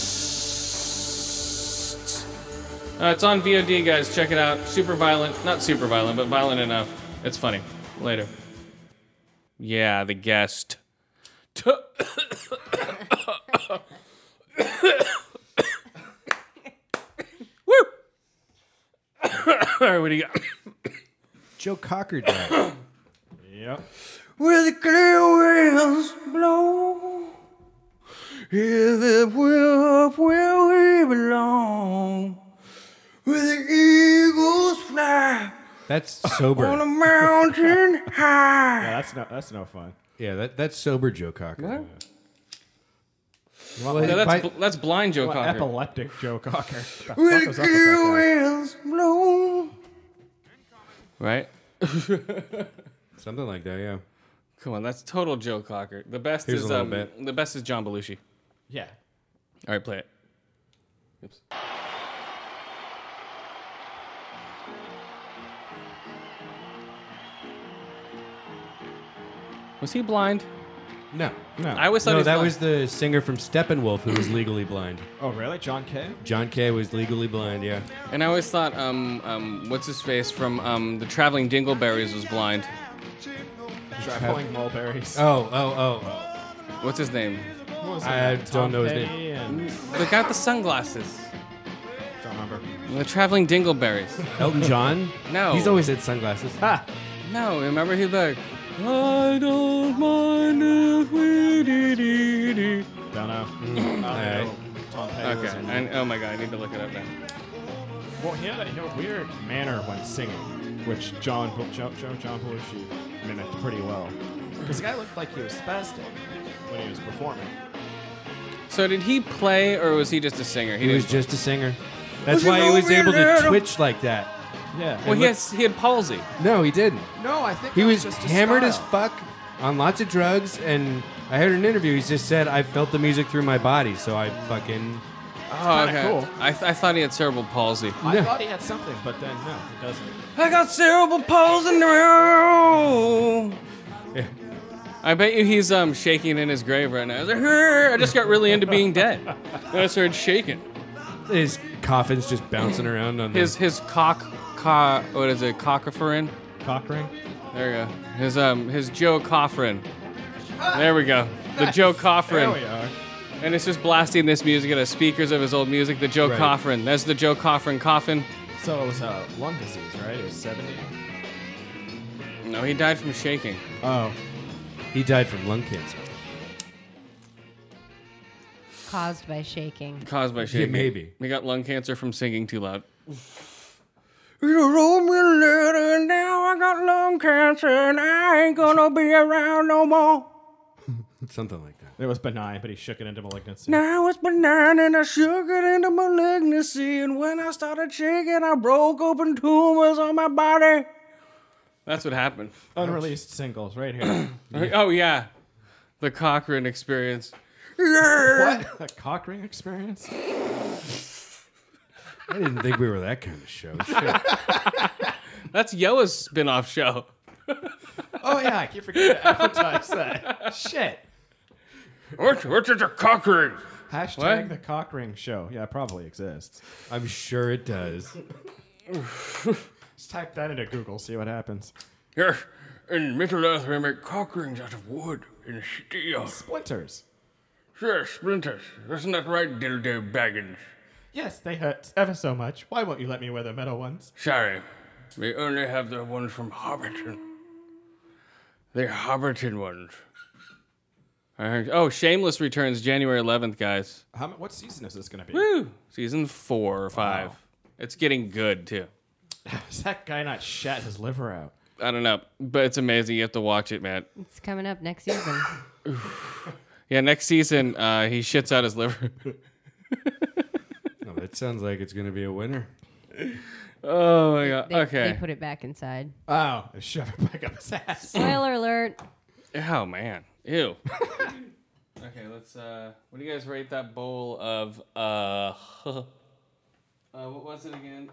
F: Uh, it's on VOD, guys. Check it out. Super violent, not super violent, but violent enough. It's funny. Later. Yeah, the guest. Woo! All right, what do you got?
D: Joe Cocker died.
B: Yep.
C: Where the clear winds blow, here the will of where we belong. Where the eagles fly
D: That's
C: on a
D: sober.
C: mountain high.
B: Yeah, that's no. That's no fun.
D: yeah, that, that's sober Joe Cocker. Well,
F: No,
D: by-
F: that's, bl- that's blind Joe Cocker.
B: Epileptic Joe Cocker. What the
C: Where
B: fuck
C: the
B: was up with that
C: clear
B: guy?
C: winds blow.
F: Right?
D: something like that, yeah.
F: Come on, that's total Joe Cocker. The best
D: Here's
F: is
D: a little
F: um,
D: bit.
F: the best is John Belushi.
B: Yeah.
F: All right, play it. Oops. Was he blind?
D: No, no.
F: I always thought he
D: no,
F: was
D: that
F: blind.
D: was the singer from Steppenwolf who was legally blind.
B: Oh really? John Kay?
D: John Kay was legally blind, yeah.
F: And I always thought, um, um, what's his face from um, the Traveling Dingleberries was blind.
B: Traveling mulberries.
D: Oh, oh, oh.
F: What's his name?
D: I don't know his name.
B: name.
F: The guy with the sunglasses.
B: Don't remember.
F: The Traveling Dingleberries.
D: Elton John?
F: No.
D: He's always had sunglasses.
B: Ah,
F: No, remember he's like, I don't mind if we dee dee dee.
B: don't know.
D: All
B: Mm.
D: right.
B: I don't know. Tom Petty
F: Okay.
B: was in-
F: I, oh my god, I need to look it up now.
B: Well, he had, a, he had a weird manner when singing, which John Bel- Joe, Joe, John Belushi mimicked pretty well. Because the guy looked like he was spastic when he was performing.
F: So did he play or was he just a singer?
D: He was
F: didn't-
D: just a singer. That's why he was able to twitch like that.
B: Yeah.
F: Well, he has he had palsy.
D: No, he didn't.
B: no, I think
D: He
B: that
D: was
B: just a
D: hammered as
B: style.
D: fuck on lots of drugs, and I heard an interview. He just said, "I felt the music through my body, so I fucking."
F: Oh,
B: kinda cool.
F: I, th- I thought he had cerebral palsy.
B: I
D: No.
B: thought he had something, but then no, he doesn't.
F: I got cerebral palsy now. I bet you he's um shaking in his grave right now. He's like, "Arr, I just got really into being dead. And I started shaking.
D: His coffin's just bouncing around on
F: His
D: his.
F: his cock co what is it? Cockaferin?
B: Cockring?
F: There you go. His um his Joe Coffrin. There we go. The Joe
B: There
F: Coffrin.
B: we are.
F: And it's just blasting this music at the speakers of his old music, the Joe
D: Right.
F: Coffrin. That's the Joe Coffrin coffin.
B: So it was uh, lung disease, right? It was 70.
F: No, he died from shaking.
B: Oh.
D: He died from lung cancer.
E: Caused by shaking.
F: Caused by shaking.
D: maybe.
F: He got lung cancer from singing too loud.
C: You wrote me a letter, and now I got lung cancer, and I ain't gonna be around no more.
D: Something like that.
B: It was benign, but he shook it into malignancy.
C: Now it's benign, and I shook it into malignancy, and when I started shaking, I broke open tumors on my body. Oh,
F: That's what happened.
B: Unreleased singles right here.
F: Oh yeah, the Cochrane experience.
B: what? A cockring experience?
D: I didn't think we were that kind of show. Shit.
F: That's Yoa's spin-off show.
B: Oh, yeah, I keep forgetting to advertise that. Shit.
C: What? What's it, a cockring?
B: Hashtag
F: What?
B: the cock ring show. Yeah, it probably exists.
D: I'm sure it does.
B: Just type that into Google, see what happens.
C: Yes, in Middle Earth, we make cockrings out of wood and steel.
B: Splinters.
C: Sure, splinters. Isn't that right, Dildo Baggins?
B: Yes, they hurt ever so much. Why won't you let me wear the metal ones?
C: Sorry, we only have the ones from Hobbiton. The Hobbiton ones.
F: I heard. Oh, Shameless returns January 11th, guys.
B: How, mu- what season is this going to be?
F: Woo! Season four or five. It's getting good too.
B: Is that guy not shat his liver out?
F: I don't know, but it's amazing. You have to watch it, man.
E: It's coming up next season.
F: Yeah, next season uh, he shits out his liver.
D: Oh, that sounds like it's going to be a winner.
F: oh my god.
E: They,
F: okay.
E: They put it back inside.
B: Oh, shove it back up his ass.
E: Spoiler alert.
F: oh man. Ew. okay, let's. Uh, what do you guys rate that bowl of? Uh, uh what was it again?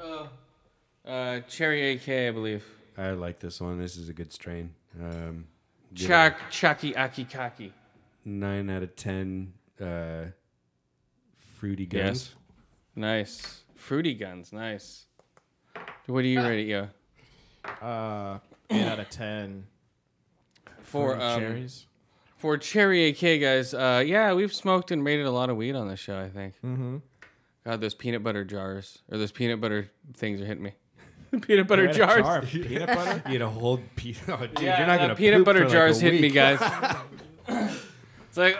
F: Oh, uh, cherry AK, I believe.
D: I like this one. This is a good strain. Um, give it a
F: Chak Chaki Aki Kaki.
D: nine out of ten. Uh, fruity guns.
F: Nice. Fruity guns. Nice. What do you rate it? Yeah.
B: Uh, eight out of ten.
F: For
B: Fruit
F: um,
B: cherries.
F: for Cherry AK guys, uh, yeah, we've smoked and rated a lot of weed on this show. I think. Mm-hmm. God, those peanut butter jars or those peanut butter things are hitting me. peanut butter
B: Right, a
F: jars.
B: jar of peanut butter.
D: You had a whole peanut. Oh, dude,
F: Yeah,
D: you're not
F: that
D: going to
F: peanut butter jars hit me, guys. it's like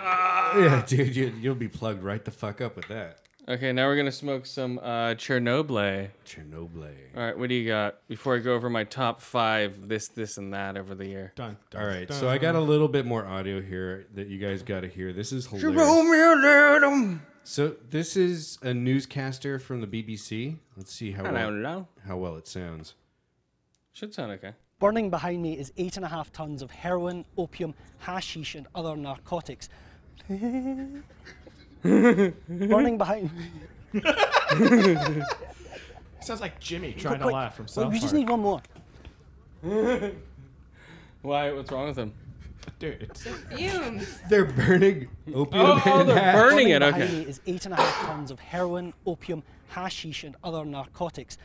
F: ah.
D: Yeah, dude, you, you'll be plugged right the fuck up with that.
F: Okay, now we're gonna smoke some uh, Chernobyl.
D: Chernobyl.
F: All right, what do you got? Before I go over my top five, this, this, and that over the year.
B: Dun, dun,
D: All right,
B: dun.
D: so I got a little bit more audio here that you guys got to hear. This is hilarious. So this is a newscaster from the BBC. Let's see how
F: I
D: well,
F: don't know.
D: how well it sounds.
F: Should sound okay.
H: Burning behind me is eight and a half tons of heroin, opium, hashish, and other narcotics. Burning behind me.
B: Sounds like Jimmy trying to
H: Wait,
B: laugh from
H: wait,
B: South
H: we just
B: Park.
H: need one more.
F: Why? What's wrong with them?
B: Dude, it's-
E: Fumes.
D: They're burning opium.
F: Oh, oh,
D: and
F: they're
D: hash.
F: burning it.
H: behind
F: Okay.
H: me is eight and a half tons of heroin, opium, hashish, and other narcotics.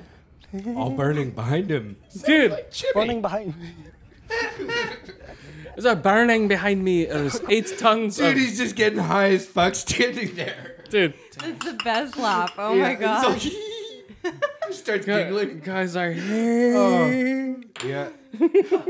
D: All burning behind him.
F: Dude,
H: Burning behind me.
F: there's a burning behind me. There's eight tons
D: Dude,
F: of.
D: he's just getting high as fuck standing there.
F: Dude,
E: It's the best lop. Oh my god.
D: He's like, he starts giggling.
F: guys are Oh.
D: Yeah.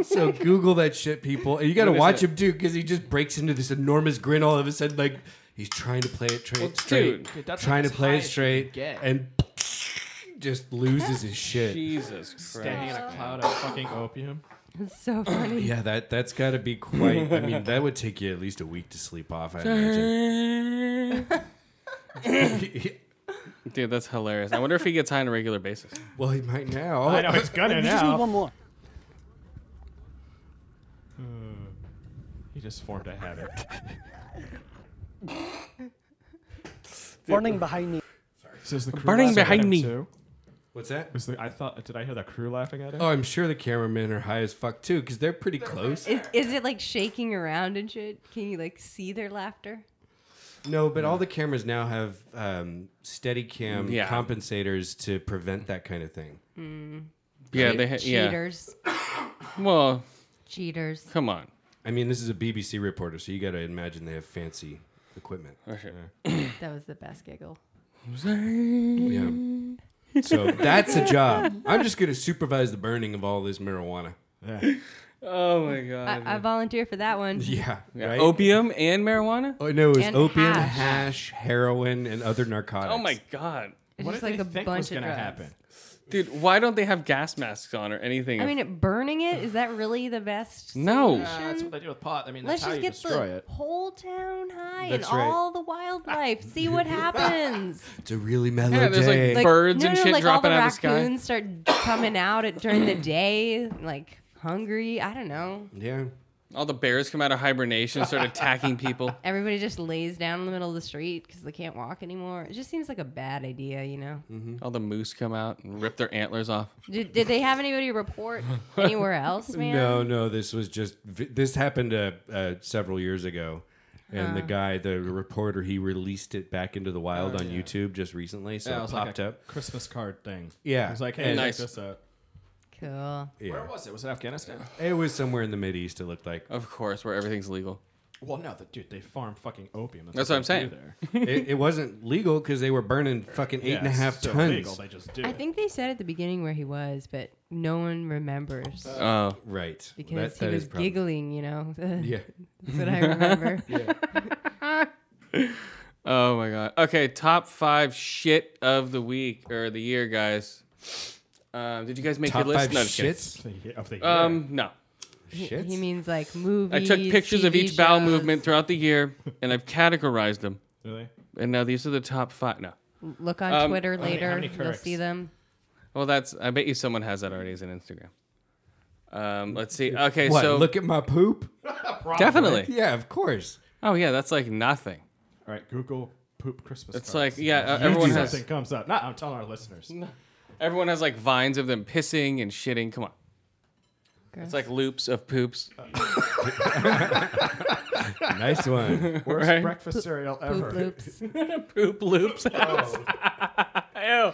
D: so Google that shit, people. And you got to
F: What is
D: watch
F: it?
D: him too, because he just breaks into this enormous grin all of a sudden. Like he's trying to play it tra-
F: Well,
D: straight,
F: dude,
B: that's
D: trying
B: like
D: to
B: as
D: play
B: high
D: it
B: as you
D: straight,
B: can get.
D: and just loses his shit.
F: Jesus Christ.
B: standing in a cloud of fucking opium.
E: It's so funny.
D: Yeah, that that's got to be quite. I mean, that would take you at least a week to sleep off. I imagine.
F: Dude, that's hilarious. I wonder if he gets high on a regular basis.
D: well, he might now.
B: I know it's gonna
H: We just need one
B: now.
H: more.
B: He just formed a habit.
H: Burning behind me.
B: So is the crew
F: Burning
B: laughing at
F: behind
B: him
F: me.
B: too?
D: What's that?
B: Is the, I thought. Did I hear the crew laughing at him?
D: Oh, I'm sure the cameramen are high as fuck too, because they're pretty close.
E: Is, is it like shaking around and shit? Can you like see their laughter?
D: No, but all the cameras now have um, steady cam
F: Yeah.
D: compensators to prevent that kind of thing.
F: Yeah, they ha- yeah.
E: Cheaters.
F: Well,
E: Cheaters.
F: come on.
D: I mean, this is a BBC reporter, so you got to imagine they have fancy equipment.
E: That was the best giggle.
D: Yeah. So that's a job. I'm just going to supervise the burning of all this marijuana.
F: Oh my god.
E: I, I volunteer for that one.
D: Yeah. Right?
F: Opium and marijuana?
D: oh, no, it was
E: And
D: opium, hash.
E: hash.
D: heroin, and other narcotics.
F: Oh my god.
E: It's
B: What
E: just
B: did
E: like
B: they
E: a
B: think
E: bunch
B: was
E: of
B: gonna
E: drugs.
B: happen?
F: Dude, why don't they have gas masks on or anything?
E: I mean, it- burning it is that really the best?
F: No.
E: solution?
B: That's what they do with pot. I mean,
E: Let's
B: that's how
E: just
B: you
E: get the
B: destroy it.
E: whole town high
D: That's
E: and
D: right.
E: all the wildlife. See what happens.
D: It's a really mellow
F: Yeah, there's, like,
D: day.
F: Like- Birds
E: no,
F: and
E: no,
F: shit
E: like
F: dropping
E: all the
F: out of the sky.
E: raccoons start coming out at, during the day, like hungry. I don't know.
D: yeah.
F: All the bears come out of hibernation and start attacking people.
E: Everybody just lays down in the middle of the street because they can't walk anymore. It just seems like a bad idea, you know.
F: All the moose come out and rip their antlers off.
E: Did, did they have anybody report anywhere else, man?
D: No, no, this was just, vi- this happened uh, uh, several years ago. And
B: Uh-huh.
D: the guy, the reporter, he released it back into the wild on YouTube just recently, so
B: Oh, Yeah, it
D: it
B: was
D: popped
B: like a
D: up.
B: Christmas card thing.
D: Yeah.
B: It was like, hey,
D: And-
B: check
F: Nice.
B: this out.
E: Cool.
B: Where
D: Yeah.
B: was it? Was it Afghanistan?
D: It was somewhere in the Mid East. It looked like
F: Of course, where everything's legal.
B: Well, no, the, dude, they farm fucking opium.
F: That's what I'm
B: they do
D: it, it wasn't legal because they were burning fucking
B: there.
D: eight and a
B: Yeah,
D: half
B: it's still
D: tons.
B: Legal, they just do.
E: I think they said at the beginning where he was, but no one remembers
F: Oh.
D: Right.
E: because
D: That- that
E: he
D: is
E: was
D: probably-
E: giggling. You know,
D: Yeah.
E: that's what I remember.
F: Oh my god. Okay, top five shit of the week or the year, guys. Um, did you guys make
D: Top
F: your list?
D: five
F: no, just kidding.
D: shits.
B: Of the year.
F: Um, no.
E: He,
D: Shits?
E: he means like movies.
F: I took pictures of
E: TV
F: each bowel
E: shows.
F: movement throughout the year, and I've categorized them.
B: really?
F: And now these are the top five. No.
E: Look on
F: Um,
E: Twitter
B: how many- how
E: later.
B: many
E: You'll
B: corrects?
E: see them.
F: Well, that's. I bet you someone has that already as an Instagram. Um, let's see. Okay,
D: What?
F: so
D: look at my poop.
F: definitely.
D: Yeah, of course.
F: Oh yeah, that's like nothing.
B: All right, Google poop Christmas.
F: It's like
B: cards.
F: yeah, uh,
B: Usually
F: everyone
B: something
F: has
B: comes up. No, I'm telling our listeners.
F: everyone has like vines of them pissing and shitting. Come on. It's like loops of poops.
D: Nice one.
B: Worst
F: Right.
B: breakfast cereal ever.
E: Poop loops.
F: Poop loops. Ew. Oh.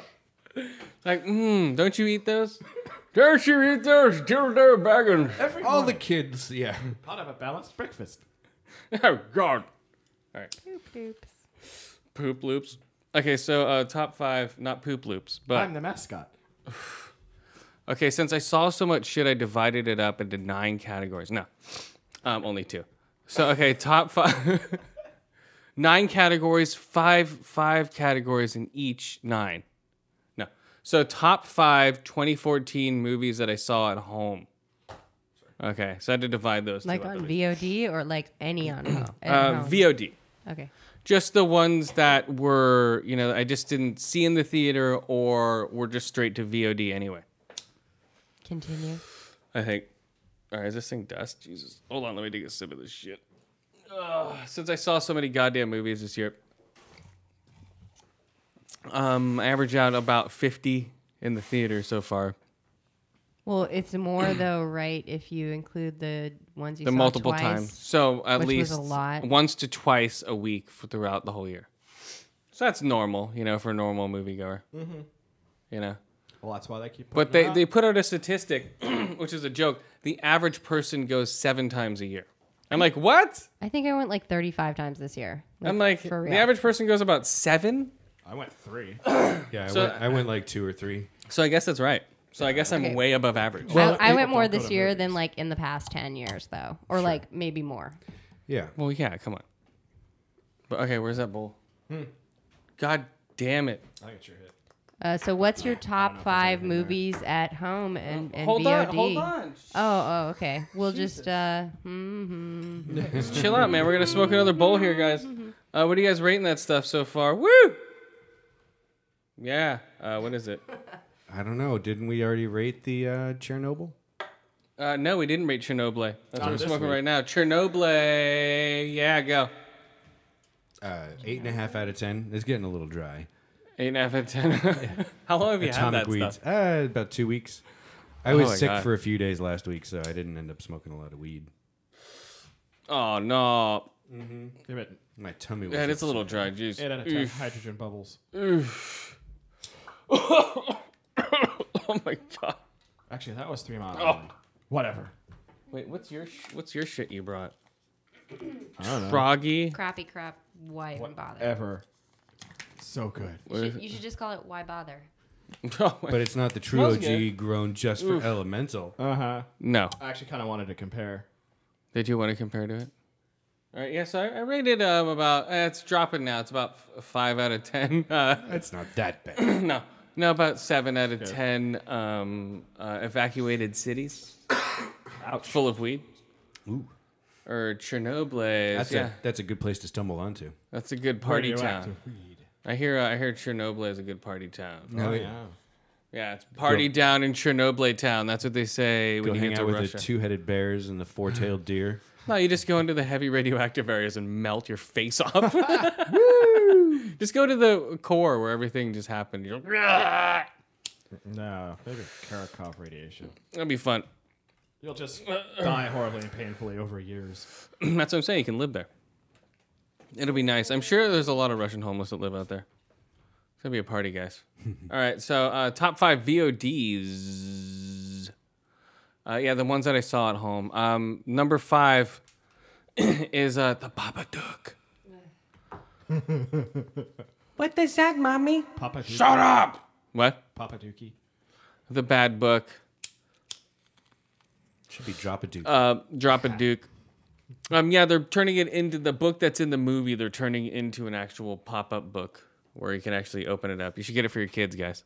F: Like, mmm, don't you eat those?
C: Don't you eat those dildo baggins?
B: Every
D: All the kids. Yeah.
B: part of a balanced breakfast.
F: Oh god.
E: Poop loops.
F: Poop loops. Okay, so uh, top five, not poop loops, but
B: I'm the mascot.
F: Okay, since I saw so much shit, I divided it up into nine categories. No, um, only two. So okay, top five, nine categories, five five categories in each nine. No, so top five 2014 movies that I saw at home. Okay, so I had to divide those. two
E: Like
F: up at
E: on
F: least.
E: VOD or like any on
F: uh,
E: home.
F: VOD.
E: Okay.
F: Just the ones that were, you know, I just didn't see in the theater or were just straight to VOD anyway.
E: Continue.
F: I think. All right, is this thing dust? Jesus. Hold on, let me take a sip of this shit. Ugh, since I saw so many goddamn movies this year, um, I average out about 50 in the theater so far.
E: Well, it's more though, right? If you include the ones you
F: The
E: saw
F: multiple
E: twice.
F: times. So at
E: which was
F: least
E: a lot.
F: once to twice a week for throughout the whole year. So that's normal, you know, for a normal moviegoer. Mm-hmm. You know?
B: Well, that's why they keep. putting
F: But they,
D: Uh-huh.
B: it out.
F: they put out a statistic, which is a joke. The average person goes seven times a year. I'm like, what?
E: I think I went like 35 times this year.
F: I'm like,
E: for real.
F: the average person goes about seven.
B: I went three.
D: Yeah. I,
F: So-
D: went, I went like two or three.
F: So I guess that's right. So I guess I'm
E: Okay.
F: way above average. Well,
E: I, I went more this year than like in the past 10 years though, or like maybe more.
D: Yeah.
F: yeah, come on. But okay, where's that bowl? God damn it.
B: I think it's your hit.
E: Uh, so what's your top five movies at home and, and
F: hold
E: VOD?
F: on, hold on.
E: Oh, oh, okay. We'll just uh, hmm hmm.
F: Just chill out, man. We're gonna smoke another bowl here, guys.
E: Mm-hmm.
F: Uh, what are you guys rating that stuff so far? Woo! Yeah. Uh, what is it?
D: I don't know. Didn't we already rate the uh, Chernobyl?
F: Uh, no, we didn't rate Chernobyl. That's what we're
B: this
F: smoking
B: week.
F: right now. Chernobyl. Yeah, go.
D: Uh, eight and a half out of ten. It's getting a little dry.
F: Eight and a half out of ten. How long have you had
D: Atomic
F: that
D: weeds.
F: stuff? Oh
D: Uh, about two weeks. I
F: my
D: was sick
F: God.
D: for a few days last week, so I didn't end up smoking a lot of weed.
F: Oh no.
B: Give it.
D: My tummy was.
F: Yeah, it's a little dry juice.
B: Eight out of ten. Hydrogen bubbles.
F: Oh my god.
B: Actually, that was three miles. long. Whatever.
F: Wait, what's your sh- what's your shit you brought? Froggy.
E: Crappy crap. Why even bother?
B: Ever. So good.
E: You should, you should just call it "Why Bother."
F: Oh, my-
D: But it's not the true
F: Smells
D: OG
F: good.
D: grown just for elemental.
B: Uh huh.
F: no.
B: I actually kind of wanted to compare.
F: Did you want to compare to it? All right. Yeah. So I, I rated um about uh, it's dropping now. It's about f- five out of ten. Uh,
D: It's not that bad.
F: no, no, about seven out of ten. Um, uh, evacuated cities. Full of weed.
D: Ooh,
F: Or Chernobyl.
D: that's
F: yeah,
D: a that's a good place to stumble onto.
F: that's a good party town.
B: Radioactive weed.
F: I hear. Uh, I hear Chernobyl is a good party town.
D: No,
B: Oh,
D: it-
B: yeah.
F: Yeah, it's party down in Chernobyl town. That's what they say
D: Go
F: when you
D: hang
F: get
D: out
F: to
D: with
F: Russia.
D: the two-headed bears and the four-tailed deer.
F: No, you just go into the heavy radioactive areas and melt your face off. just go to the core where everything just happened. You're like,
B: No, maybe Karakov radiation.
F: That'd be fun.
B: You'll just die horribly and painfully over years.
F: That's what I'm saying. You can live there. It'll be nice. I'm sure there's a lot of Russian homeless that live out there. It's gonna be a party, guys. All right, so uh, top five VODs. Uh, yeah, the ones that I saw at home. Um, number five is uh, the Babadook. what is that, mommy?
B: Papa Dookie.
C: Shut up!
F: What?
B: Papa Dookie.
F: The Bad Book.
D: Should be drop a dude.
F: Uh, Drop a Duke. Um, yeah, they're turning it into the book that's in the movie. They're turning it into an actual pop up book where you can actually open it up. You should get it for your kids, guys.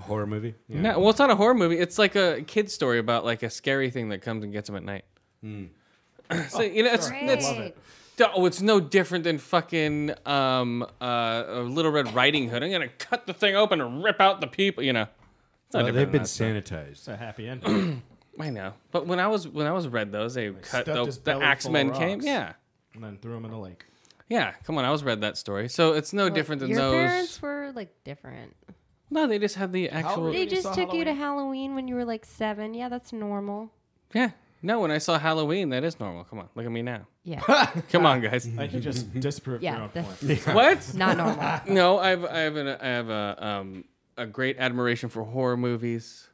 D: Horror movie. Yeah.
F: No, well, it's not a horror movie. It's like a kid's story about like a scary thing that comes and gets them at night.
B: Hmm.
F: so you know, it's,
E: Great.
F: it's oh, it's no different than fucking um, uh, Little Red Riding Hood. I'm gonna cut the thing open and rip out the people. You know, it's not
D: Well,
F: different
D: they've
F: than
D: been
F: that.
D: sanitized.
B: It's a happy ending.
F: I know, but when I was when I was read those, they cut
B: stuffed
F: the,
B: his
F: the
B: belly full of
F: Axemen came.
B: rocks.
F: Yeah,
B: and then threw him in the lake.
F: yeah. Come on, I was read that story, so it's no different than
E: your
F: those.
E: parents were like different.
F: No, they just had the actual.
E: They
B: You
E: just
B: saw
E: took you to Halloween when you were like seven. Yeah, that's normal.
F: Yeah. No, when I saw Halloween, that is normal. Come on, look at me now.
E: Yeah,
F: Come on, guys.
B: Like you just disproved your
E: yeah,
B: own point.
E: that's
F: what?
E: not normal.
F: No, I've I have an, I have a um a great admiration for horror movies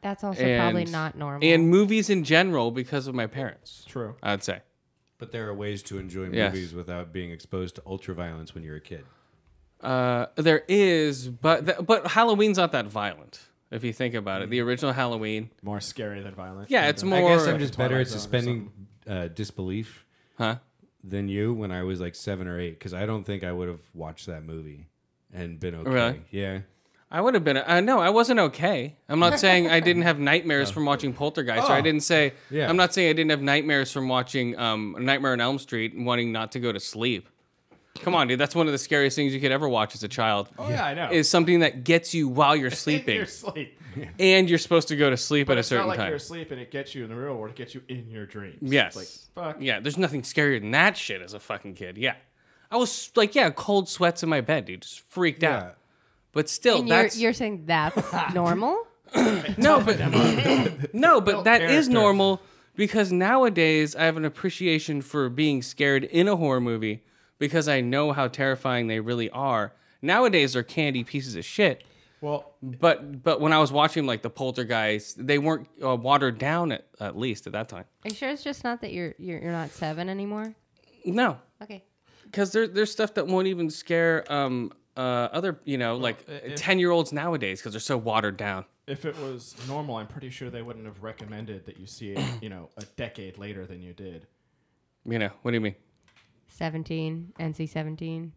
E: That's also
F: and
E: probably not normal.
F: and movies in general because of my parents.
B: True.
F: I'd say.
D: But there are ways to enjoy
F: Yes.
D: movies without being exposed to ultraviolence when you're a kid.
F: Uh, there is, but th- but Halloween's not that violent if you think about it. The original Halloween.
B: More scary than violent.
F: Yeah, it's more.
D: I guess I'm just better
B: Twilight
D: at
B: Zone or
D: suspending uh, disbelief
F: Huh?
D: than you when I was like seven or eight because I don't think I would have watched that movie and been okay.
F: Really?
D: Yeah.
F: I would have been. Uh, no, I wasn't okay. I'm not saying I didn't have nightmares from watching Poltergeist, or
B: Oh.
F: I didn't say.
D: Yeah.
F: I'm not saying I didn't have nightmares from watching um, Nightmare on Elm Street and wanting not to go to sleep. Come on, dude. That's one of the scariest things you could ever watch as a child.
B: Oh yeah, I know.
F: Is something that gets you while you're sleeping,
B: You're asleep.
F: and you're supposed to go to sleep at a
B: it's not
F: certain
B: like
F: time.
B: you're asleep and it gets you in the real world. It gets you in your dreams.
F: Yes.
B: It's like fuck.
F: Yeah, there's nothing scarier than that shit as a fucking kid. Yeah. I was like, yeah, cold sweats in my bed, dude. Just freaked
D: Yeah.
F: out. But still,
E: And you're,
F: that's
E: you're saying that's normal?
F: no, but no, but that is
B: character.
F: normal because nowadays I have an appreciation for being scared in a horror movie because I know how terrifying they really are. Nowadays, they're candy pieces of shit.
B: Well,
F: But but when I was watching like the Poltergeist, they weren't uh, watered down at, at least at that time.
E: Are you sure it's just not that you're you're, you're not seven anymore?
F: No,
E: Okay.
F: because there, there's stuff that won't even scare um uh other you know like ten year olds nowadays because they're so watered down.
B: if it was normal, I'm pretty sure they wouldn't have recommended that you see it, you know, a decade later than you did.
F: You know what do you mean?
E: 17, NC 17.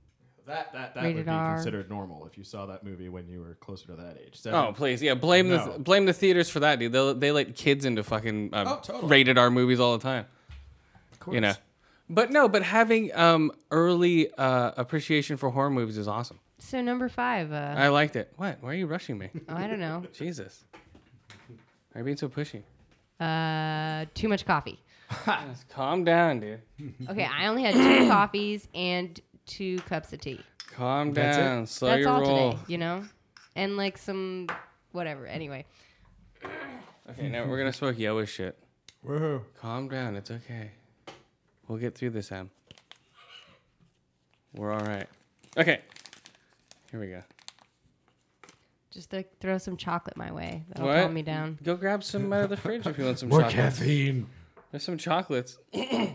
B: That that, that
E: Rated
B: would be
E: R.
B: considered normal if you saw that movie when you were closer to that age. Seven,
F: Oh please, yeah, blame
B: Um, No.
F: the blame the theaters for that, dude. They they let kids into fucking uh,
B: Oh, totally.
F: rated R movies all the time.
B: of course.
F: You know, but no, but having um early uh appreciation for horror movies is awesome.
E: So number five, uh,
F: I liked it. What? Why are you rushing me?
E: oh, I don't know,
F: Jesus, are you being so pushy?
E: uh, too much coffee.
F: Just calm down, dude.
E: Okay, I only had two coffees and two cups of tea.
F: Calm down. Slow
E: That's
F: your
E: all
F: roll.
E: today, you know? And like some whatever. Anyway,
F: Okay, now we're gonna smoke Yoa's shit.
B: Woohoo.
F: Calm down. It's okay. We'll get through this, Em. We're all right. Okay. Here we go.
E: just like throw some chocolate my way. That'll
F: What?
E: calm me down.
F: Go grab some out of the fridge if you want some
D: More
F: chocolates.
D: caffeine.
F: There's some chocolates. yeah,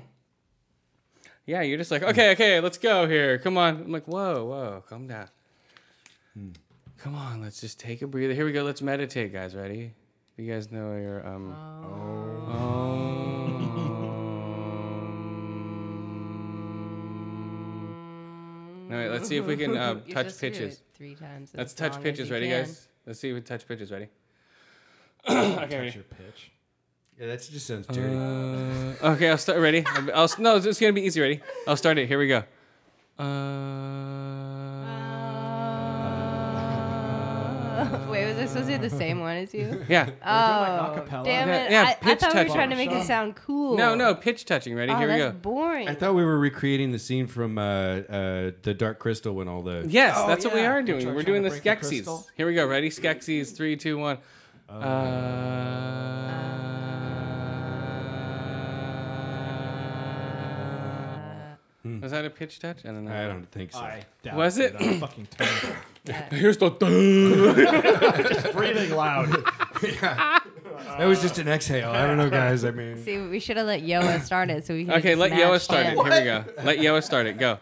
F: you're just like, okay, okay, let's go here. Come on. I'm like, whoa, whoa, calm down. Come on, let's just take a breather. Here we go. Let's meditate, guys. Ready? You guys know your um. Oh. Om. No, wait, let's see if we can um,
E: Mm, You
F: touch
E: just do
F: pitches.
E: it Three times. as
F: Let's touch
E: long as
F: pitches.
E: you
F: Ready,
E: can.
F: guys? Let's see if we touch pitches. Ready? okay. ready.
B: That's your pitch.
D: Yeah, that just sounds dirty.
B: Uh,
F: Uh, Okay, I'll start. Ready? I'll, s- no, it's gonna be easy. Ready? I'll start it. Here we go. Uh,
E: Wait, was I supposed to do the same one as you?
F: yeah.
E: Oh,
B: acapella.
E: damn
F: Yeah,
E: it!
F: yeah,
E: I, I
F: pitch
E: thought we were
F: touching.
E: trying to make it sound cool.
F: No, no, pitch touching. Ready?
E: Oh,
F: Here we go.
E: that's boring.
D: I thought we were recreating the scene from uh, uh, the Dark Crystal when all the
F: Yes, that's what we
B: Oh, yeah.
F: are
B: Which
F: doing.
B: I was
F: We're
B: trying
F: doing
B: to
F: the
B: break the
F: Skeksis.
B: crystal.
F: Here we go. Ready? Skeksis. Three, two, one. Uh, was that a pitch touch? I don't know.
D: I don't think so.
B: I doubt
F: Was it?
B: that I'm fucking terrible.
F: Here's the.
B: breathing loud.
D: that was just an exhale. I don't know, guys. I mean,
E: See, we should have let Yoa start it so we can.
F: Okay,
E: just
F: let
E: match
F: Yoa start it.
E: him.
F: Here we go. Let Yoa start it. Go.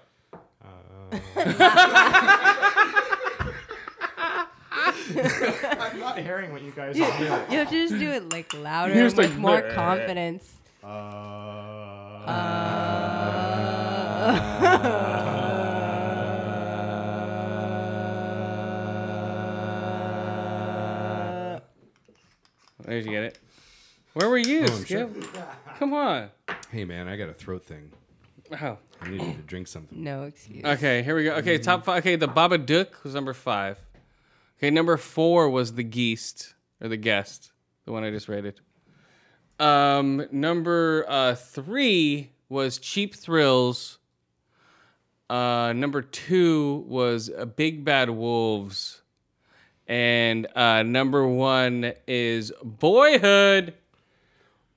B: I'm not hearing what you guys are doing.
E: You have to just do it like louder and with more confidence.
F: Uh.
B: Uh,
E: Uh.
F: There's you get it. Where were you?
D: Oh, I'm
F: Skip? Come on.
D: Hey man, I got a throat thing.
F: Wow.
D: I needed to drink something.
E: No excuse.
F: Okay, here we go. Okay, top five. Okay, the Babadook was number five. Okay, number four was the Geest or the Guest, the one I just rated. Um, number uh, three was Cheap Thrills. Uh, number two was uh, Big Bad Wolves, and uh, number one is Boyhood.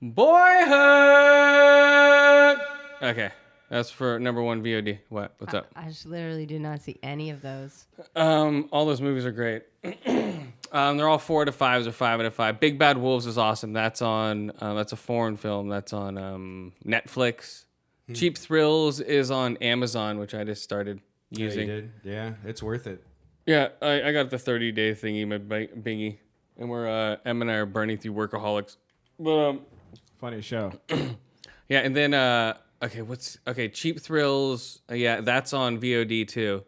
F: Boyhood. Okay, that's for number one VOD. What? What's up?
E: I just literally do not see any of those.
F: Um, all those movies are great. um, they're all four to fives or five out of five. Big Bad Wolves is awesome. That's on. Uh, that's a foreign film. That's on um, Netflix.
D: Hmm.
F: Cheap Thrills is on Amazon, which I just started
D: Yeah, you
F: using. Yeah,
D: did? Yeah, it's worth it.
F: I, I got the thirty day thingy, my bi- bingy, and we're uh, Em and I are burning through workaholics. But um,
B: Funny show.
F: yeah, and then uh, okay, what's okay? Cheap Thrills. uh, yeah, that's on VOD too.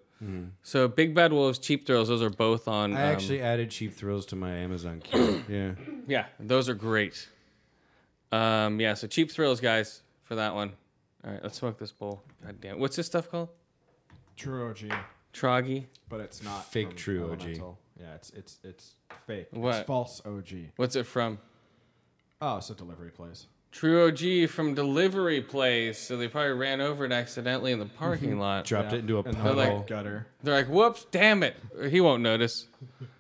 F: So Big Bad Wolves, Cheap Thrills, those are both on.
D: Hmm. I
F: um,
D: actually added cheap thrills to my Amazon queue. yeah.
F: Yeah, those are great. Um, yeah, so cheap thrills, guys, for that one. All right, let's smoke this bowl. God damn, what's this stuff called?
B: True OG,
F: Troggy.
B: but it's not
D: Fake
B: from
D: true OG.
B: Elemental. Yeah, it's it's it's fake.
F: What?
B: It's false OG.
F: What's it from?
B: Oh, it's a delivery place.
F: True OG from Delivery Place. So they probably ran over it accidentally in the parking lot.
D: Dropped it into a
B: And the
D: puddle.
F: like-
B: whole gutter.
F: They're like, "Whoops, damn it!" He won't notice.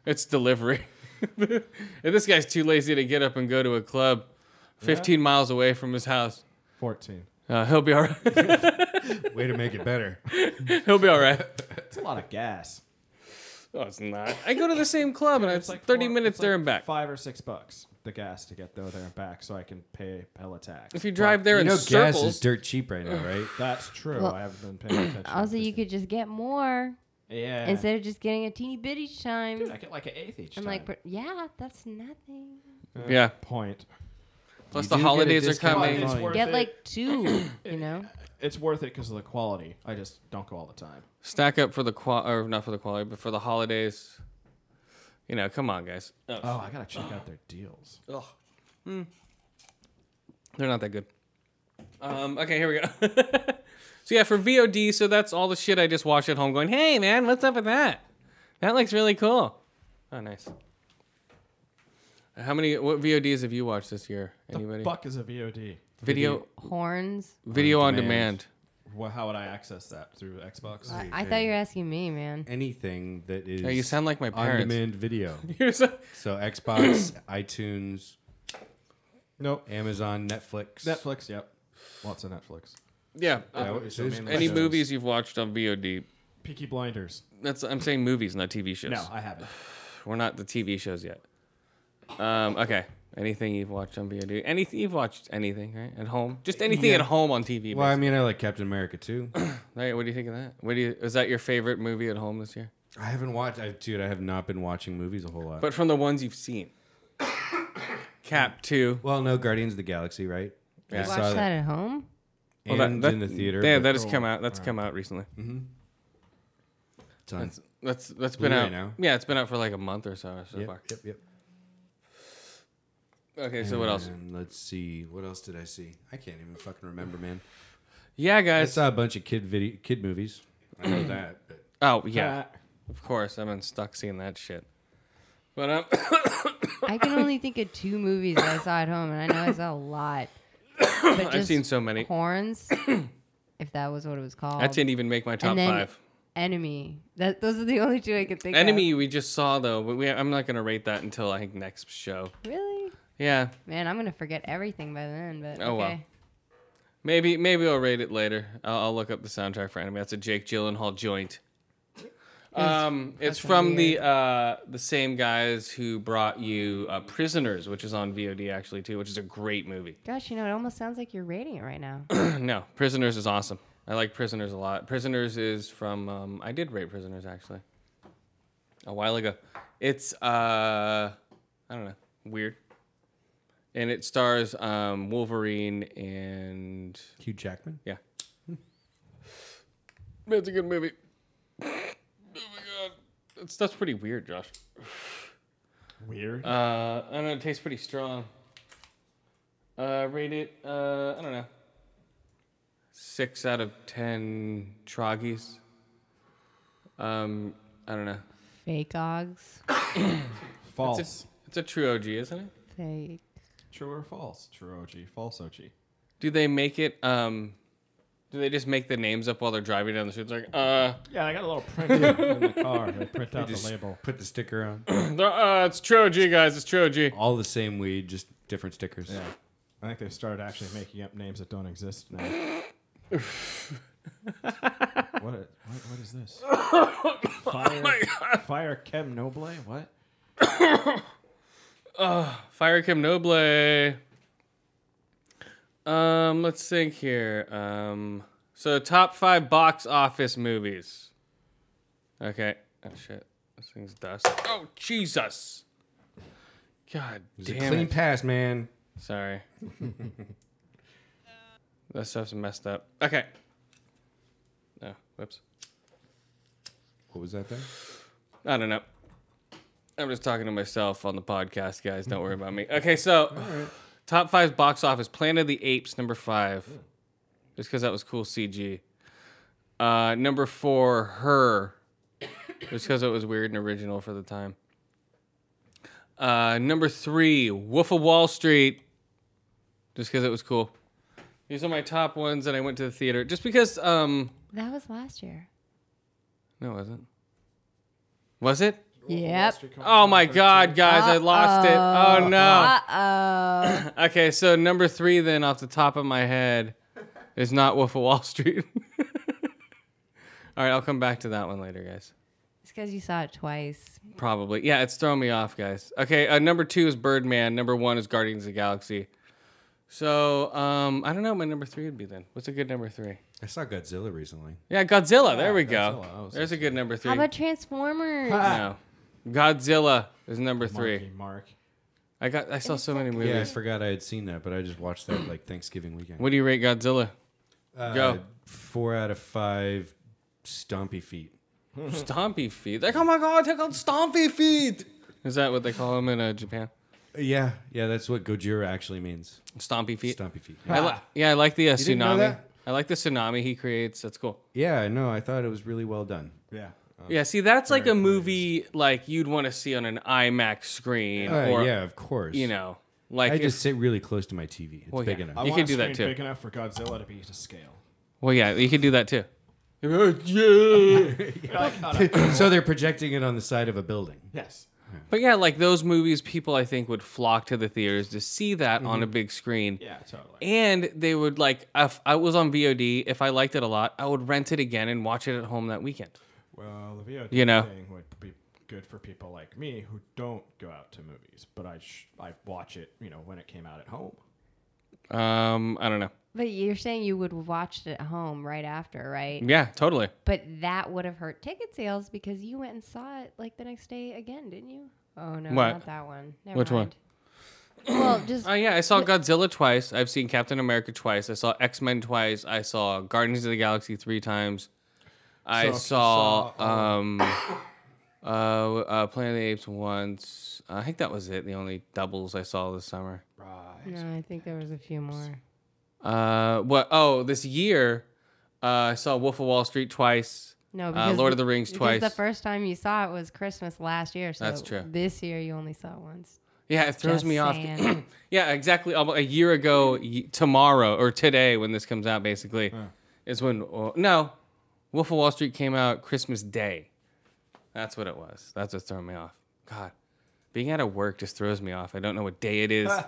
F: It's delivery. and this guy's too lazy to get up and go to a club, fifteen miles away from his house.
B: Fourteen.
F: Uh, he'll be all right.
D: Way to make it better.
F: he'll be all right.
B: It's a lot of gas.
F: Oh, it's not. I go to the same club and it's like thirty
B: four-
F: minutes
B: it's
F: there
B: like
F: and back.
B: Five or six bucks the gas to get there, there and back, so I can pay hella tax.
F: If you drive there
D: You
F: in
D: know, gas
F: circles,
D: is dirt cheap right now, right?
B: That's true.
E: Well,
B: I haven't been paying attention.
E: Also, you could just get more
B: yeah.
E: instead of just getting a teeny bit each time.
B: I get like an eighth each.
E: I'm
B: time.
E: like, but yeah, that's nothing.
F: yeah.
B: point.
F: Plus
D: You
F: the
D: do get a
F: holidays are
D: discount
F: coming.
B: It's worth
E: Get
B: it.
E: like two, you know.
B: It's worth it because of the quality. I just don't go all the time.
F: Stack up for the qual or not for the quality, but for the holidays. You know, come on, guys. Oh,
B: Oh, I gotta check out their deals.
F: They're not that good. Um, okay, here we go. so yeah, for VOD, so that's all the shit I just watched at home. Going, hey man, what's up with that? That looks really cool. Oh, nice. How many what VODs have you watched this year? Anybody?
B: Fuck is a VOD.
F: video,
E: Horns.
F: video on
D: demand.
F: demand.
B: Well, how would I access that through Xbox?
E: I- I thought you were asking me, man.
D: Anything that is
F: Yeah, you sound like my
D: on
F: parents.
D: demand video.
F: You're so-
D: So Xbox, iTunes,
B: Nope.
D: Amazon, Netflix.
B: Netflix. Yep. Lots of Netflix.
F: yeah.
D: Yeah,
F: uh,
D: it says
B: mainly
F: any
B: shows.
F: movies you've watched on VOD?
B: Peaky Blinders.
F: That's I'm saying movies, not TV shows.
B: No, I haven't.
F: We're not the TV shows yet. Um, okay. Anything you've watched on VOD? Anything you've watched? Anything right at home? Just anything at home on TV.
D: Well, I
F: basically.
D: mean, I like Captain America too.
F: Right, what do you think of that? What do you? Is that your favorite movie at home this year?
D: I haven't watched, I, dude. I have not been watching movies a whole lot.
F: But from the ones you've seen, Cap Two.
D: well, no, Guardians of the Galaxy, right? I
F: Yeah.
E: Watch that. at home.
F: Well,
D: and
F: that- that-
D: in the theater. but Oh,
F: Yeah,
D: Hmm.
F: that has come out. That's come out recently.
D: it's on-
F: That's that's that's been
D: Blu-ray
F: out.
D: now.
F: Yeah, it's been out for like a month or so so
D: Yep,
F: far.
D: yep, yep.
F: Okay, so what else?
D: And let's see. What else did I see? I can't even fucking remember, man.
F: Yeah,
D: I
F: guys.
D: saw a bunch of kid video, kid movies. I know that. But
F: Oh yeah,
B: Ah,
F: of course. I've been stuck seeing that shit. But um,
E: I can only think of two movies I saw at home, and I know I saw a lot. But
F: I've
E: just
F: seen so many.
E: Horns, if that was what it was called.
F: I didn't even make my top
E: Um, then-
F: five.
E: Enemy. That those are the only two I could think
F: Enemy, we just saw though, but we I'm not gonna rate that until I think next show.
E: of. Really?
F: Yeah,
E: Man, I'm gonna forget everything by then. But
F: Oh,
E: okay.
F: well. maybe maybe I'll rate it later. I'll, I'll look up the soundtrack for Enemy. That's a Jake Gyllenhaal joint. Um, it's
E: fucking
F: from the uh, the same guys who brought you uh, Prisoners, which is on VOD actually too, which is a great movie.
E: Gosh, you know, it almost sounds like you're rating it right now.
F: no, Prisoners is awesome. I like Prisoners a lot. Prisoners is from um, I did rate Prisoners actually a while ago. It's uh I don't know weird, and it stars um, Wolverine and
D: Hugh Jackman.
F: yeah, it's a good movie. Oh my god, that's that's pretty weird, Josh.
B: Weird.
F: Uh, I don't know. It tastes pretty strong. Uh, rate it. Uh, I don't know. Six out of ten troggies. Um, I don't know.
E: Fake ogs.
B: false.
F: It's a, it's a true OG, isn't it?
E: Fake.
B: True or false? True OG. False OG.
F: Do they make it? Um, do they just make the names up while they're driving down the street? It's like, uh,
B: Yeah, I got a little printer in the car. They print out the label.
D: Put the sticker on.
F: they're- uh, it's true OG, guys. It's true OG.
D: All the same weed, just different stickers.
B: Yeah. I think they've started actually making up names that don't exist now. what, a, what? What is this? Oh Fire, fire Chem Noble? What?
F: Fire Kim Noble. Um, let's think here. Um, so top five box office movies. Okay. Oh shit, this thing's dust. Oh Jesus! God
D: It's a
F: damn
D: clean
F: it!
D: pass, man.
F: Sorry. that stuff's messed up. Okay. No, whoops.
D: What was that thing?
F: I don't know. I'm just talking to myself on the podcast, guys. Don't worry about me. Okay, so top five box office Planet of the Apes, number five. Just because that was cool CG. Uh, number four, Her. Just because it was weird and original for the time. Uh, number three, Wolf of Wall Street. Just because it was cool. These are my top ones that I went to the theater. Just because, um,
E: That was last year.
F: no, it wasn't. Was it?
E: Yep.
F: Oh my god, guys, I lost it. Oh no.
E: Uh oh.
F: Okay, so number three then off the top of my head is not Wolf of Wall Street. All right, I'll come back to that one later, guys.
E: it's because you saw it twice.
F: Probably. Yeah, it's throwing me off, guys. Okay, uh, number two is Birdman. Number one is Guardians of the Galaxy. So, um, I don't know what my number three would be then. What's a good number three?
D: I saw Godzilla recently.
F: Yeah, Godzilla. there we go.
B: Godzilla, I was
F: There's a good number three.
E: How about Transformers?
F: no. Godzilla is number three.
B: Marky Mark.
F: I got. I saw so many movies.
D: Yeah, I forgot I had seen that, but I just watched that like Thanksgiving weekend.
F: What do you rate Godzilla?
D: Uh,
F: Go.
D: Four out of five stompy feet.
F: Stompy feet. Like, oh my god, they're called stompy feet. Is that what they call them in uh, Japan?
D: Yeah, yeah, that's what Gojira actually means.
F: Stompy feet.
D: Stompy feet.
F: I li- yeah, I like the uh,
D: Ah. didn't know
F: tsunami.
D: that?
F: I like the tsunami he creates. That's cool.
D: Yeah, no, I thought it was really well done.
B: Yeah.
F: yeah, see, that's like a movie like you'd want to see on an IMAX screen,
D: Uh,
F: or
D: yeah, of course.
F: you know, like
D: I
F: if-
D: just sit really close to my TV. It's
F: Well,
D: big
F: yeah.
D: enough.
B: I
F: You
B: want
F: can do
B: a
F: that
B: screen
F: too.
B: Big enough for Godzilla to be to scale.
F: well, yeah, you could do that too.
D: so they're projecting it on the side of a building.
B: Yes.
F: But yeah, like those movies, people I think would flock to the theaters to see that
D: Mm-hmm.
F: on a big screen.
B: Yeah, totally.
F: and they would like if I was on VOD, if I liked it a lot, I would rent it again and watch it at home that weekend.
B: Well, the VOD
F: You know.
B: thing would be good for people like me who don't go out to movies, but I sh- I watch it, you know, when it came out at home.
F: Um, I don't know.
E: But you're saying you would have watched it at home right after, right?
F: Yeah, totally.
E: But that would have hurt ticket sales because you went and saw it like the next day again, didn't you? Oh no,
F: What?
E: not that one. Never
F: Which one?
E: mind. well, just
F: Oh yeah, I saw Godzilla twice. I've seen Captain America twice. I saw X Men twice. I saw Guardians of the Galaxy three times. I
B: So-
F: saw,
B: saw,
F: um, uh, uh, Planet of the Apes once. I think that was it. The only doubles I saw this summer.
E: no, I think there was a few more.
F: Uh, what? Oh, this year, uh, I saw Wolf of Wall Street twice.
E: No,
F: uh,
E: because
F: Lord of the Rings
E: because
F: twice.
E: The first time you saw it was Christmas last year, so
F: That's true.
E: This year you only saw it once.
F: Yeah, it throws
E: Just
F: me off.
E: saying.
F: yeah, exactly. Almo- A year ago, y- tomorrow or today, when this comes out, basically, is when uh, no, Wolf of Wall Street came out Christmas Day. That's what it was. That's what's throwing me off. God, being out of work just throws me off. I don't know what day it is. I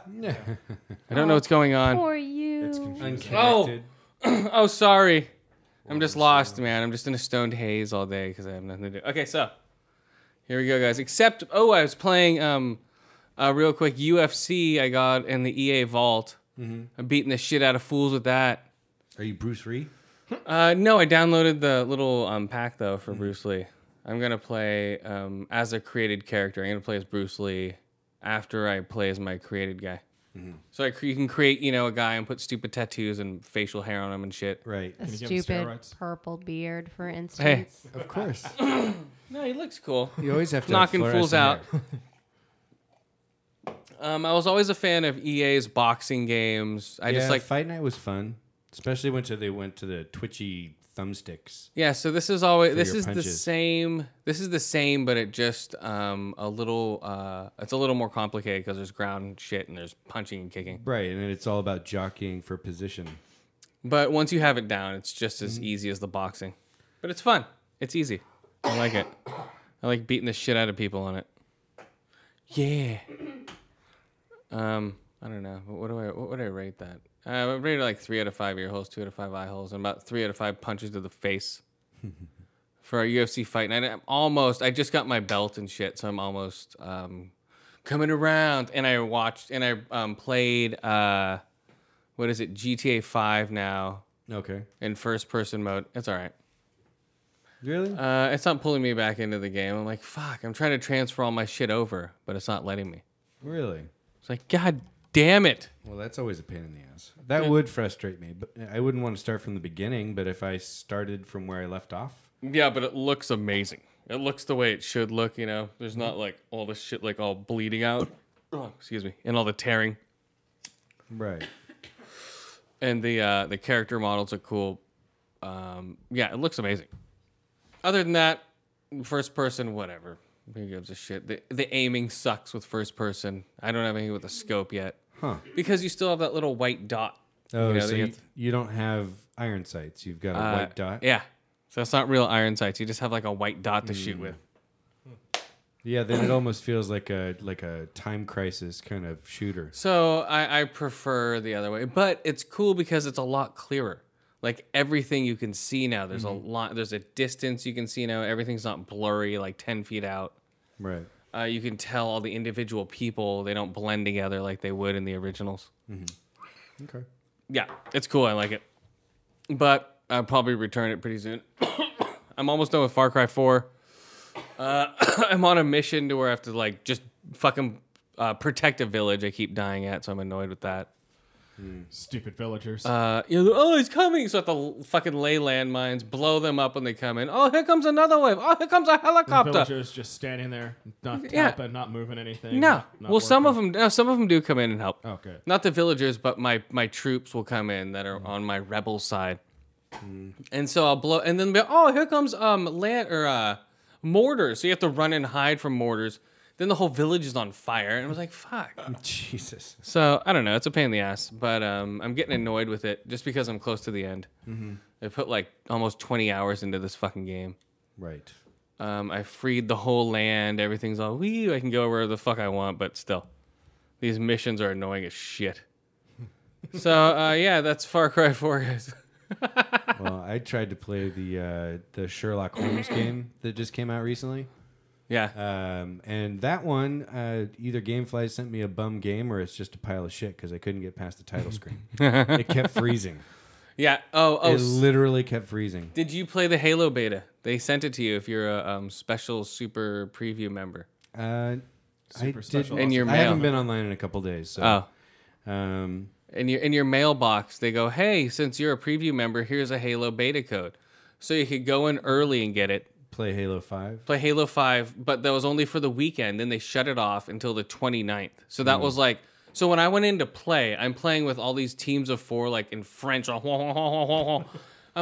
F: don't know what's going on.
E: For you,
D: Unconnected.
F: Oh, sorry. I'm just lost, man. I'm just in a stoned haze all day because I have nothing to do. Okay, so here we go, guys. Except, oh, I was playing um, uh, real quick UFC. I got in the EA Vault. I'm beating the shit out of fools with that.
D: Are you Bruce Lee?
F: Uh, no, I downloaded the little um, pack though for Bruce Lee. I'm gonna play um, as a created character. I'm gonna play as Bruce Lee after I play as my created guy. So I cre- you can create, you know, a guy and put stupid tattoos and facial hair on him and shit.
D: Right.
E: a
B: give him
E: stupid
B: steroids?
E: purple beard, for instance.
D: Of course.
F: No, he looks cool.
D: You always have to
F: Knocking
D: have
F: fools
D: fluorescent
F: out.
D: hair.
F: Um, I was always a fan of EA's boxing games. I
D: Yeah,
F: just like
D: Fight Night was fun, especially when they went to the twitchy thumbsticks.
F: Yeah, so this is always this
D: your
F: is the
D: punches.
F: same. This is the same, but it just um a little uh it's a little more complicated because there's ground shit and there's punching and kicking.
D: Right, and it's all about jockeying for position.
F: But once you have it down, it's just as easy as the boxing. But it's fun. It's easy. I like it. I like beating the shit out of people on it. Yeah. Um, I don't know. What do I? What would I rate that? Uh, I rated like three out of five ear holes, two out of five eye holes, and about three out of five punches to the face. For a UFC fight night, I'm almost. I just got my belt and shit, so I'm almost um, coming around. And I watched and I um, played. Uh, what is it? GTA Five now
D: Okay.
F: in first person mode. It's all right.
D: Really?
F: Uh, it's not pulling me back into the game. I'm like, fuck. I'm trying to transfer all my shit over, but it's not letting me.
D: really?
F: It's like, god damn it.
D: Well, that's always a pain in the ass. That would frustrate me, but I wouldn't want to start from the beginning. But if I started from where I left off,
F: Yeah, but it looks amazing. It looks the way it should look, you know. There's not like all the shit like all bleeding out. Oh, excuse me. And all the tearing.
D: right?
F: And the uh the character models are cool. Um yeah, it looks amazing. Other than that, first person, whatever. Who gives a shit? The the aiming sucks with first person. I don't have anything with a scope yet.
D: Huh?
F: Because you still have that little white dot.
D: Oh,
F: You know,
D: so
F: they
D: you,
F: get-
D: you don't have iron sights. You've got a
F: Uh,
D: white dot.
F: Yeah. So it's not real iron sights. You just have like a white dot to
D: Hmm.
F: shoot with.
D: Yeah, then it almost feels like a like a time crisis kind of shooter.
F: So I, I prefer the other way, but it's cool because it's a lot clearer. Like everything you can see now. There's a
D: Mm-hmm.
F: lot. There's a distance you can see now. Everything's not blurry, like ten feet out.
D: Right.
F: Uh, you can tell all the individual people. They don't blend together like they would in the originals.
B: Mm-hmm.
D: Okay.
F: Yeah, it's cool. I like it, but I'll probably return it pretty soon. I'm almost done with Far Cry Four. Uh, I'm on a mission to where I have to like just fucking uh, protect a village I keep dying at, so I'm annoyed with that.
B: Stupid villagers.
F: Uh, you know, oh, he's coming. So I have to l- fucking lay landmines, blow them up when they come in. Oh, here comes another wave. Oh, here comes a helicopter.
B: villagers just standing there, not
F: Yeah.
B: tapping, not moving anything.
F: No.
B: not
F: Well, some of
B: working.
F: them, no, some of them do come in and help.
B: Oh, good.
F: Not the villagers, but my my troops will come in that are on my rebel side. And so I'll blow, and then be, oh, here comes um land or uh mortars. So you have to run and hide from mortars. Then the whole village is on fire, and I was like, fuck.
D: Jesus.
F: So I don't know. It's a pain in the ass, but um, I'm getting annoyed with it just because I'm close to the end. I put like almost 20 hours into this fucking game.
D: Right.
F: Um, I freed the whole land. Everything's all wee. I can go where the fuck I want, but still, these missions are annoying as shit. so uh, yeah, that's Far Cry 4. guys.
D: Well, I tried to play the uh, the Sherlock Holmes game that just came out recently.
F: yeah.
D: Um, and that one, uh, either GameFly sent me a bum game or it's just a pile of shit because I couldn't get past the title screen. it kept freezing.
F: yeah. Oh. Oh.
D: it
F: s-
D: literally kept freezing.
F: did you play the Halo beta? They sent it to you if you're a um, special super preview member.
D: Uh, I,
B: Super special.
F: In your
D: I haven't
F: mail.
D: been online in a couple days. So,
F: Oh.
D: um,
F: in your in your mailbox they go hey since you're a preview member here's a halo beta code so you could go in early and get it
D: play Halo 5.
F: play halo 5 but that was only for the weekend then they shut it off until the 29th so
D: Hmm.
F: that was like so when i went in to play i'm playing with all these teams of four like in french i'm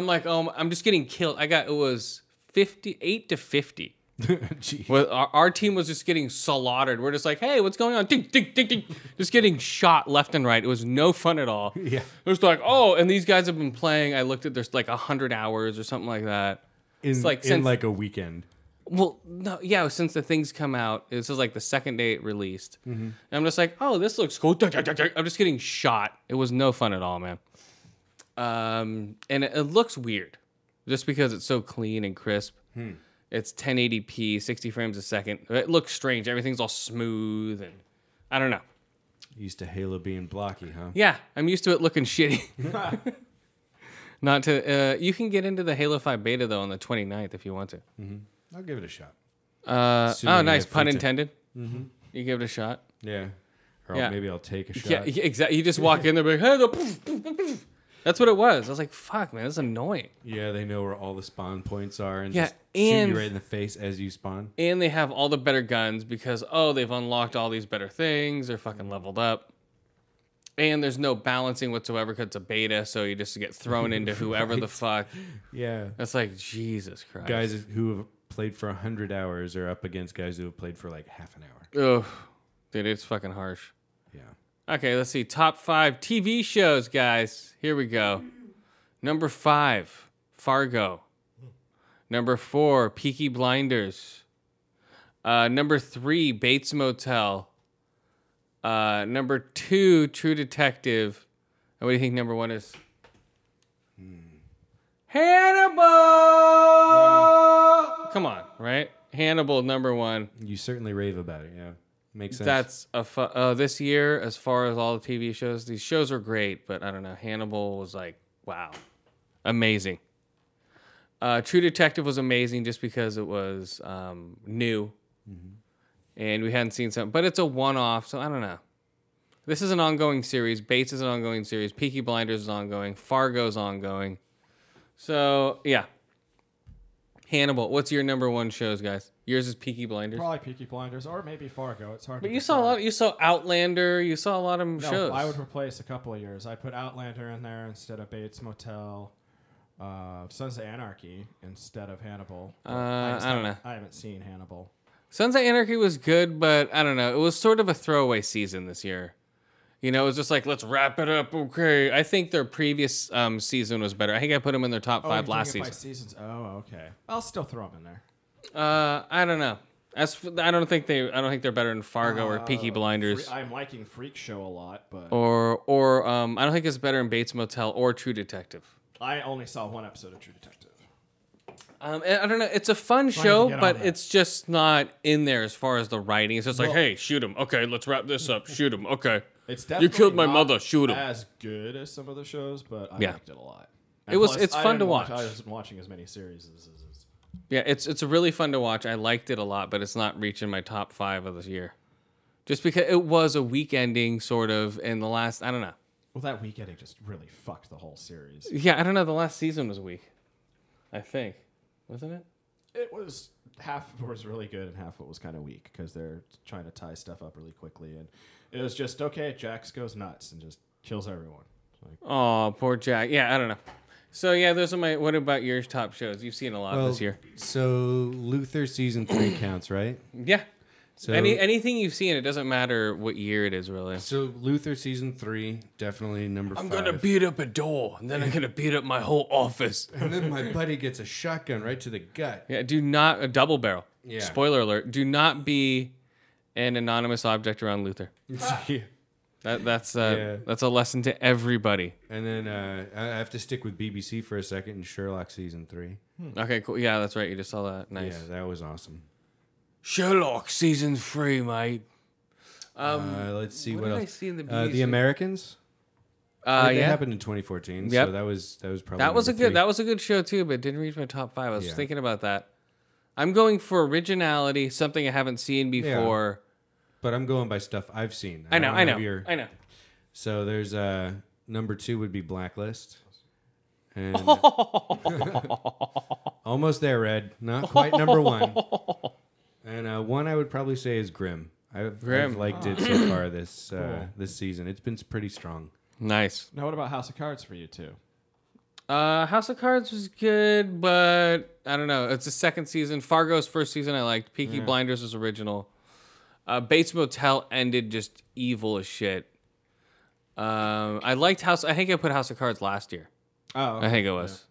F: like um i'm just getting killed i got it was 58 to 50
D: Gee.
F: well, our, our team was just getting slaughtered. We're just like, hey, what's going on? Ding, ding, ding, ding. Just getting shot left and right. It was no fun at all. Yeah. It was like, oh, and these guys have been playing. I looked at there's like 100 hours or something like that.
D: In,
F: like
D: in
F: since-
D: like a weekend.
F: Well, no, yeah, since the things come out, this is like the second day it released. And I'm just like, oh, this looks cool. Dun, dun, dun, dun. I'm just getting shot. It was no fun at all, man. Um, and it, it looks weird just because it's so clean and crisp. It's 1080p, 60 frames a second. It looks strange. Everything's all smooth and I don't know.
D: Used to Halo being blocky, huh?
F: Yeah, I'm used to it looking shitty. Not to, uh, you can get into the Halo 5 beta though on the 29th if you want to.
D: I'll give it a shot.
F: Uh, oh,
D: Assuming
F: nice
D: I
F: pun
D: fit it.
F: intended. You give it a shot.
D: Yeah. Or
F: Yeah.
D: maybe I'll take a shot.
F: Yeah, yeah exactly. You just walk in there, be like, hey, the poof, poof, poof, poof." That's what it was. I was like, fuck, man, that's annoying.
D: Yeah, they know where all the spawn points are and
F: Yeah,
D: just shoot
F: and-
D: you right in the face as you spawn.
F: And they have all the better guns because, oh, they've unlocked all these better things. They're fucking leveled up. And there's no balancing whatsoever because it's a beta, so you just get thrown into whoever the fuck.
D: Yeah.
F: That's like, Jesus Christ.
D: Guys who have played for 100 hours are up against guys who have played for like half an hour.
F: Ugh. Dude, it's fucking harsh.
D: Yeah.
F: Okay, let's see. Top five TV shows, guys. Here we go. Number five, Fargo. Number four, Peaky Blinders. Uh, number three, Bates Motel. Uh, number two, True Detective. And what do you think number one is? Hannibal! Come on, right? Hannibal, number one.
D: You certainly rave about it. Yeah. Makes sense.
F: That's a fu- uh, this year as far as all the TV shows. These shows are great, but I don't know. Hannibal was like, wow, amazing. Uh, True Detective was amazing just because it was um, new, and we hadn't seen something. But it's a one-off, so I don't know. This is an ongoing series. Bates is an ongoing series. Peaky Blinders is ongoing. Fargo's ongoing. So yeah, Hannibal. What's your number one shows, guys? Yours is Peaky Blinders.
B: Probably Peaky Blinders or maybe Fargo. It's hard.
F: But
B: to
F: you saw a
B: decide.
F: lot. You saw Outlander. You saw a lot of
B: No,
F: shows. Uh,
B: I would replace a couple of years. I put Outlander in there instead of Bates Motel, uh, Sons of Anarchy instead of Hannibal.
F: Uh, I don't know.
B: I haven't seen Hannibal.
F: Sons of Anarchy was good, but I don't know. It was sort of a throwaway season this year. You know, it was just like let's wrap it up. Okay, I think their previous um, season was better. I think I put them in their top
B: Oh,
F: five
B: you're
F: last
B: doing it by
F: season.
B: seasons. Oh, okay. I'll still throw him in there.
F: Uh, I don't know. As f- I don't think they, I don't think they're better than Fargo or
B: Uh,
F: Peaky Blinders.
B: Fre- I'm liking Freak Show a lot, but
F: or, or um, I don't think it's better in Bates Motel or True Detective.
B: I only saw one episode of True Detective.
F: Um, I I don't know. It's a fun
B: to
F: show,
B: get on
F: but
B: that.
F: it's just not in there as far as the writing. It's just like, hey, shoot him. Okay, let's wrap this up. Shoot him. Okay.
B: It's
F: You
B: definitely
F: killed my
B: not
F: mother, shoot 'em.
B: As good as some of the shows, but I
F: Yeah.
B: liked it a lot.
F: It was- it's
B: I
F: fun to
B: didn't watch-
F: watch.
B: I wasn't watching as many series as, as, as
F: Yeah, it's it's really fun to watch. I liked it a lot, but it's not reaching my top five of the year, just because it was a week ending sort of. And the last, I don't know.
B: well. That weekend, it just really fucked the whole series.
F: Yeah, I don't know. The last season was a week, I think, wasn't it?
B: it was half of it was really good and half of it was kind of weak because they're trying to tie stuff up really quickly and it was just okay jax goes nuts and just kills everyone like
F: Oh, poor Jack. Yeah, I don't know. So yeah, those are my. What about your top shows? You've seen a lot this year.
D: So Luther season three counts, right?
F: Yeah.
D: So
F: Any anything you've seen, it doesn't matter what year it is, really.
D: so Luther season three definitely number.
F: I'm
D: five.
F: gonna beat up a door, and then I'm gonna beat up my whole office.
D: And then my buddy gets a shotgun right to the gut.
F: Yeah, do not a double barrel.
D: Yeah.
F: Spoiler alert: Do not be an anonymous object around Luther. That, that's uh,
D: Yeah.
F: that's a lesson to everybody.
D: And then uh, I I have to stick with BBC for a second in Sherlock season three.
F: Okay, cool. Yeah, that's right. You just saw that. Nice.
D: Yeah, that was awesome.
F: Sherlock season three, mate.
D: uh, let's see
F: Um, what
D: what,
F: did I
D: else.
F: see in the
D: uh,
F: BBC?
D: the Americans.
F: Uh,
D: that
F: yeah,
D: happened in 2014.
F: Yep.
D: So that was that was probably
F: that was a
D: number
F: good
D: three.
F: that was a good show too, but it didn't reach my top five. I was
D: Yeah.
F: thinking about that. I'm going for originality, something I haven't seen before.
D: But I'm going by stuff I've seen.
F: I know,
D: don't
F: I know,
D: if you're-
F: I know.
D: So there's uh number two would be Blacklist. And almost there, Red. Not quite number one. And uh, one I would probably say is Grim. I've,
F: Grimm. Ah.
D: I've liked it so far this uh, this season. It's been pretty strong.
F: Nice.
B: now what about house of cards for you too
F: Uh, House of Cards was good, but I don't know. It's the second season. Fargo's first season I liked. Peaky Blinders was original. Uh, Bates Motel ended just evil as shit. Um, I liked House. I think I put House of Cards last year.
B: oh
F: I think it was.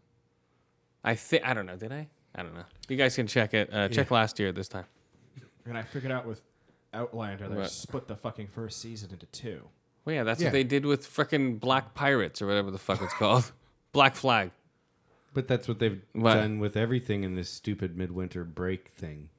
F: I think I don't know. Did I? I don't know. You guys can check it. Uh, check last year this time.
B: and i figured out with outlander they
F: What?
B: split the fucking first season into two
F: Well, yeah, that's
D: Yeah.
F: what they did with frickin' Black Pirates or whatever the fuck it's called. Black Flag.
D: But that's what they've
F: What?
D: done with everything in this stupid midwinter break thing.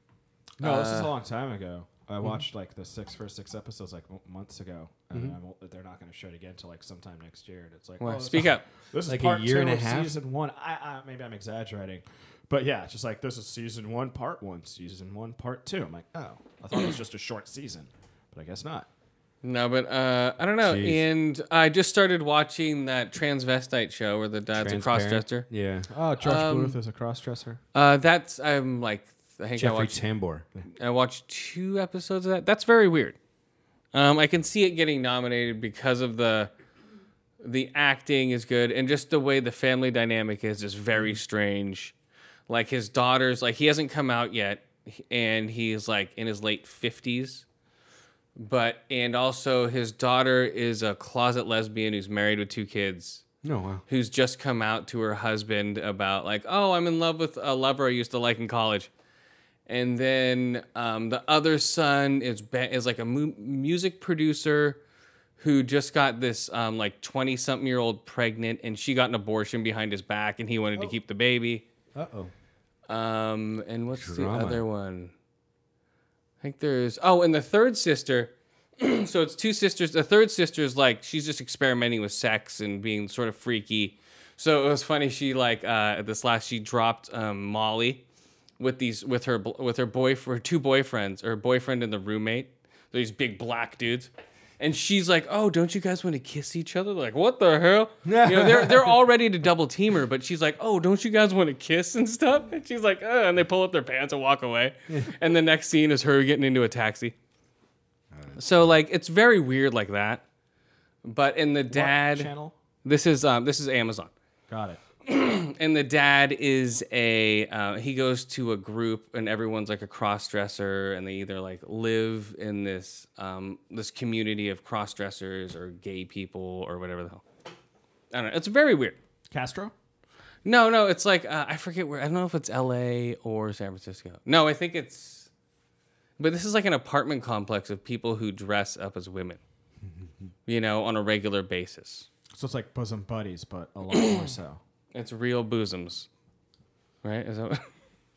B: no this
F: Uh,
B: is a long time ago i watched like the six first six episodes like m- months ago and I won't- they're not going to show it again until like sometime next year and it's like
F: Mm-hmm. Well,
B: oh,
F: speak
B: this-
F: up.
B: This
D: Like a
B: is part
D: year
B: two
D: and a
B: of
D: half?
B: season one. I, I maybe I'm exaggerating, but yeah, it's just like this is season one, part one, season one, part two. I'm like, oh, I thought it was just a short season, but I guess not.
F: No, but uh, I don't know. And I just started watching that transvestite show where the dad's a cross dresser.
D: Yeah.
B: Oh, Josh
F: Um,
B: Bluth is a cross-dresser.
F: Uh, that's I'm like I think I
D: Jeffrey
F: watched
D: Tambor.
F: I watched two episodes of that. That's very weird. Um, I can see it getting nominated because of the the acting is good and just the way the family dynamic is is very strange. Like his daughter's like he hasn't come out yet and he's like in his late 50s. But and also his daughter is a closet lesbian who's married with two kids
D: No, wow.
F: who's just come out to her husband about like, oh, I'm in love with a lover I used to like in college, and then um, the other son is ba- is like a mu- music producer who just got this um, like 20 something year old pregnant, and she got an abortion behind his back, and he wanted to keep the baby.
D: Uh oh.
F: Um, and what's
D: Drama.
F: the other one? I think there's oh, and the third sister. so it's two sisters. The third sister's like she's just experimenting with sex and being sort of freaky. So it was funny. She like uh, at this last she dropped um, Molly with these with her bl- with her boyfriend, her two boyfriends, her boyfriend and the roommate. They're these big black dudes. And she's like, "Oh, don't you guys want to kiss each other?" They're like, "What the hell?" you know, they're they're all ready to double team her, but she's like, "Oh, don't you guys want to kiss and stuff?" And she's like, Ugh, and they pull up their pants and walk away. and the next scene is her getting into a taxi. So like, it's very weird like that. But in the dad,
B: channel.
F: this is um, this is Amazon
B: Got it.
F: and the dad is a uh, he goes to a group and everyone's like a cross dresser and they either like live in this um, this community of cross dressers or gay people or whatever the hell i don't know it's very weird
B: Castro.
F: no no it's like uh, i forget where i don't know if it's la or san francisco no i think it's but this is like an apartment complex of people who dress up as women you know on a regular basis
B: So it's like bosom buddies, but a lot more so.
F: It's real bosoms, right? Is that?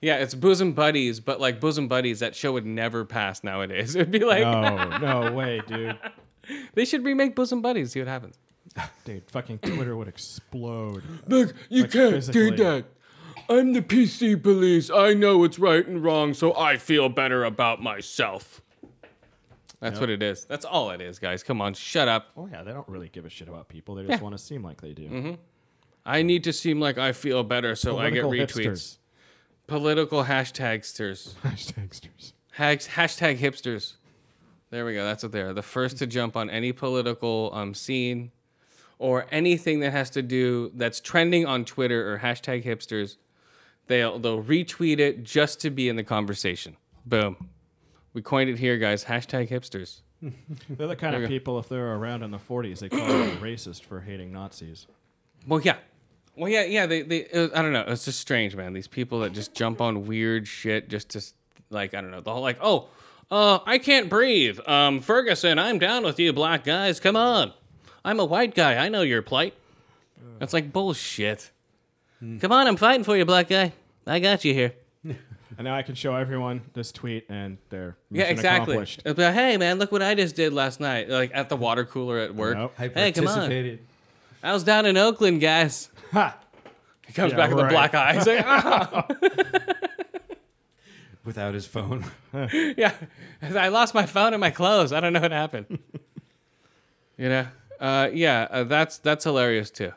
F: yeah, it's bosom buddies, but like bosom buddies, that show would never pass nowadays. It'd be like
B: No, Oh, no way, dude.
F: they should remake bosom buddies. See what happens.
B: Dude, fucking Twitter would explode.
C: Look, you
B: Like,
C: can't
B: physically.
C: do that. I'm the PC police. I know what's right and wrong, so I feel better about myself.
F: That's what it is. That's all it is, guys. Come on, shut up.
B: Oh yeah, they don't really give a shit about people. They just want to seem like they do.
F: Mm-hmm. I need to seem like I feel better, so I get retweets. Political hashtagsters,
B: Hashtagsters.
F: Hags, hashtag hipsters. There we go. That's what they are. The first to jump on any political um, scene or anything that has to do that's trending on Twitter or hashtag hipsters, they'll they'll retweet it just to be in the conversation. Boom. We coined it here, guys. Hashtag hipsters.
B: They're the kind of people if they're around in the 40s, they call them racist for hating Nazis.
F: Well, yeah. Well, yeah, yeah. They, they, it was- I don't know. It's just strange, man. These people that just jump on weird shit just to, s- like, I don't know. The whole, like, oh, uh, I can't breathe. Um, Ferguson, I'm down with you, black guys. Come on. I'm a white guy. I know your plight. That's like bullshit.
B: Hmm.
F: Come on, I'm fighting for you, black guy. I got you here.
B: And now I can show everyone this tweet and they're
F: Yeah, exactly.
B: accomplished.
F: It's like, hey, man, look what I just did last night. Like at the water cooler at work.
B: Nope.
D: I
F: Hey, come on.
D: participated.
F: I was down in Oakland, guys.
B: Ha!
F: He comes
B: Yeah,
F: back with a
B: right.
F: black eye. He's like, "Ah."
D: without his phone.
F: yeah, I lost my phone and my clothes. I don't know what happened. you know, uh, yeah, uh, that's that's hilarious too.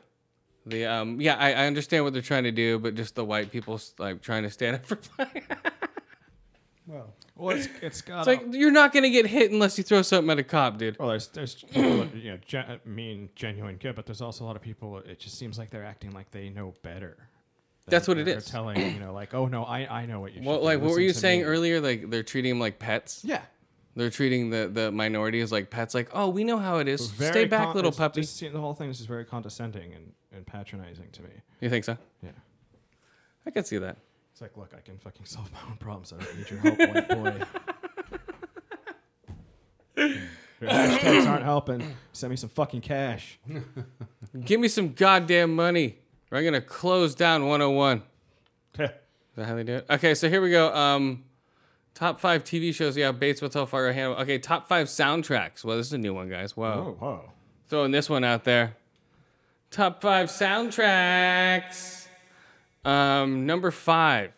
F: The um, yeah, I, I understand what they're trying to do, but just the white people like trying to stand up for black.
B: Well, it's, it's got
F: It's like you're not gonna get hit unless you throw something at a cop, dude.
B: Well, there's there's people that, you know gen- mean genuine good, but there's also a lot of people. It just seems like they're acting like they know better.
F: That's what
B: They're
F: it is.
B: Telling you know like oh no I I know what you. should
F: Well,
B: do.
F: like what were
B: Listen
F: you
B: to
F: saying
B: me."
F: earlier? Like they're treating them like pets.
B: Yeah.
F: They're treating the the minority as like pets. Like, oh, we know how it is.
B: Very
F: Stay back,
B: con-
F: little
B: it's
F: puppy.
B: just seem- the whole thing is just very condescending and, and patronizing to me.
F: You think so?
B: Yeah.
F: I could see that.
B: It's like look, I can fucking solve my own problems. I don't need your help, white boy. Your hashtags aren't helping. Send me some fucking cash.
F: Give me some goddamn money, or I'm gonna close down 101.
B: That's
F: Is that how they do it? Okay, so here we go. Um, top five TV shows. Yeah, Bates Motel, Fire Hannibal. Okay, top five soundtracks. Well, this is a new one, guys. Wow,
B: Oh whoa.
F: throwing this one out there. Top five soundtracks. Um, number five,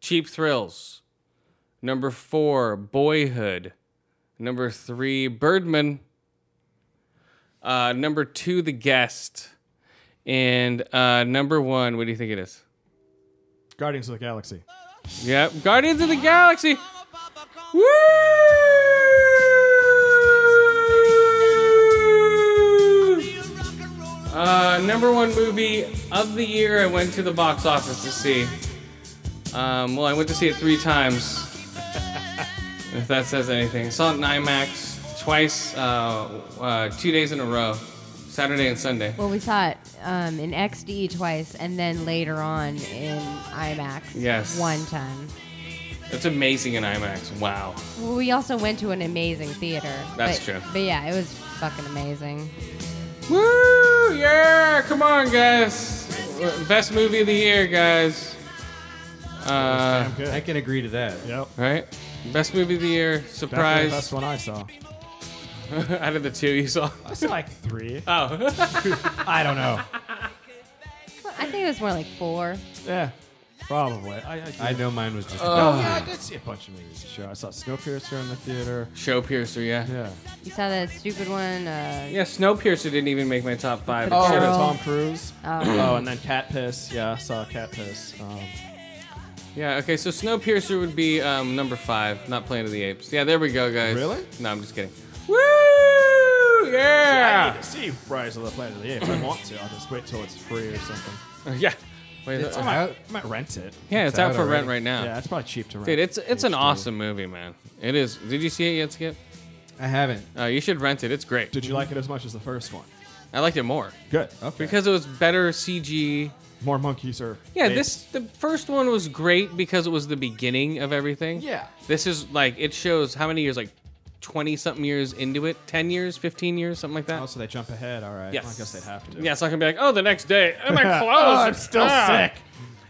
F: Cheap Thrills. Number four, Boyhood. Number three, Birdman. Uh, number two, The Guest. And uh, number one, what do you think it is?
B: Guardians of the Galaxy.
F: Yep, Guardians of the Galaxy. Woo! Uh, number one movie of the year I went to the box office to see. Um, well, I went to see it three times. if that says anything. Saw it in IMAX twice, uh, uh, two days in a row, Saturday and Sunday.
E: Well, we saw it um, in XD twice, and then later on in IMAX.
F: Yes.
E: One time.
F: It's amazing in IMAX. Wow.
E: Well, we also went to an amazing theater.
F: That's
E: but,
F: true.
E: But yeah, it was fucking amazing.
F: Woo! Yeah! Come on, guys. Best movie of the year, guys. Uh,
B: Damn good.
D: I can agree to that.
B: Yep.
F: right? Best movie of the year.
B: Definitely the
F: Surprise.
B: best one I saw.
F: Out of the two you saw.
B: I saw like three.
F: Oh.
B: I don't know.
E: I think it was more like four.
B: Yeah, probably. I, I, Oh,
D: I know mine was just.
B: yeah, I did see a bunch of movies. Sure, I saw Snowpiercer in the theater.
F: Showpiercer, yeah.
B: Yeah.
E: You saw that stupid one. Uh,
F: Yeah, Snowpiercer didn't even make my top five.
E: Oh.
B: Sure,
E: Girl.
B: Tom Cruise.
E: Oh.
B: Oh, and then Cat Piss. Yeah, I saw Cat Piss. Um,
F: Yeah, okay, so Snowpiercer would be um, number five, not Planet of the Apes. Yeah, there we go, guys.
B: Really?
F: No, I'm just kidding. Woo!
B: I
F: Yeah!
B: need to see Rise of the Planet of the Apes. I want to. I'll just wait till it's free or something.
F: Yeah. Wait,
B: It's, I,
F: uh,
B: might, I might rent it.
F: yeah, it's,
D: it's
F: out,
D: out
F: for rent
D: already.
F: right now.
B: Yeah, it's probably cheap to rent.
F: Dude, it's it's an
B: HD.
F: awesome movie, man. It is. Did you see it yet, Skip?
D: I haven't.
F: Uh, you should rent it. It's great.
B: Did you like it as much as the first one?
F: I liked it more
B: Good. Okay.
F: because it was better CG.
B: more monkeys are.
F: Yeah,
B: apes.
F: this the first one was great because it was the beginning of everything.
B: Yeah.
F: This is like it shows how many years, like twenty something years into it, ten years, fifteen years, something like that.
B: Also, Oh, they jump ahead. All right.
F: Yes.
B: Well, I guess they'd have to.
F: yeah, it's not gonna be like, oh, the next day, oh my clothes.
B: Oh, I'm still
F: Ah.
B: sick.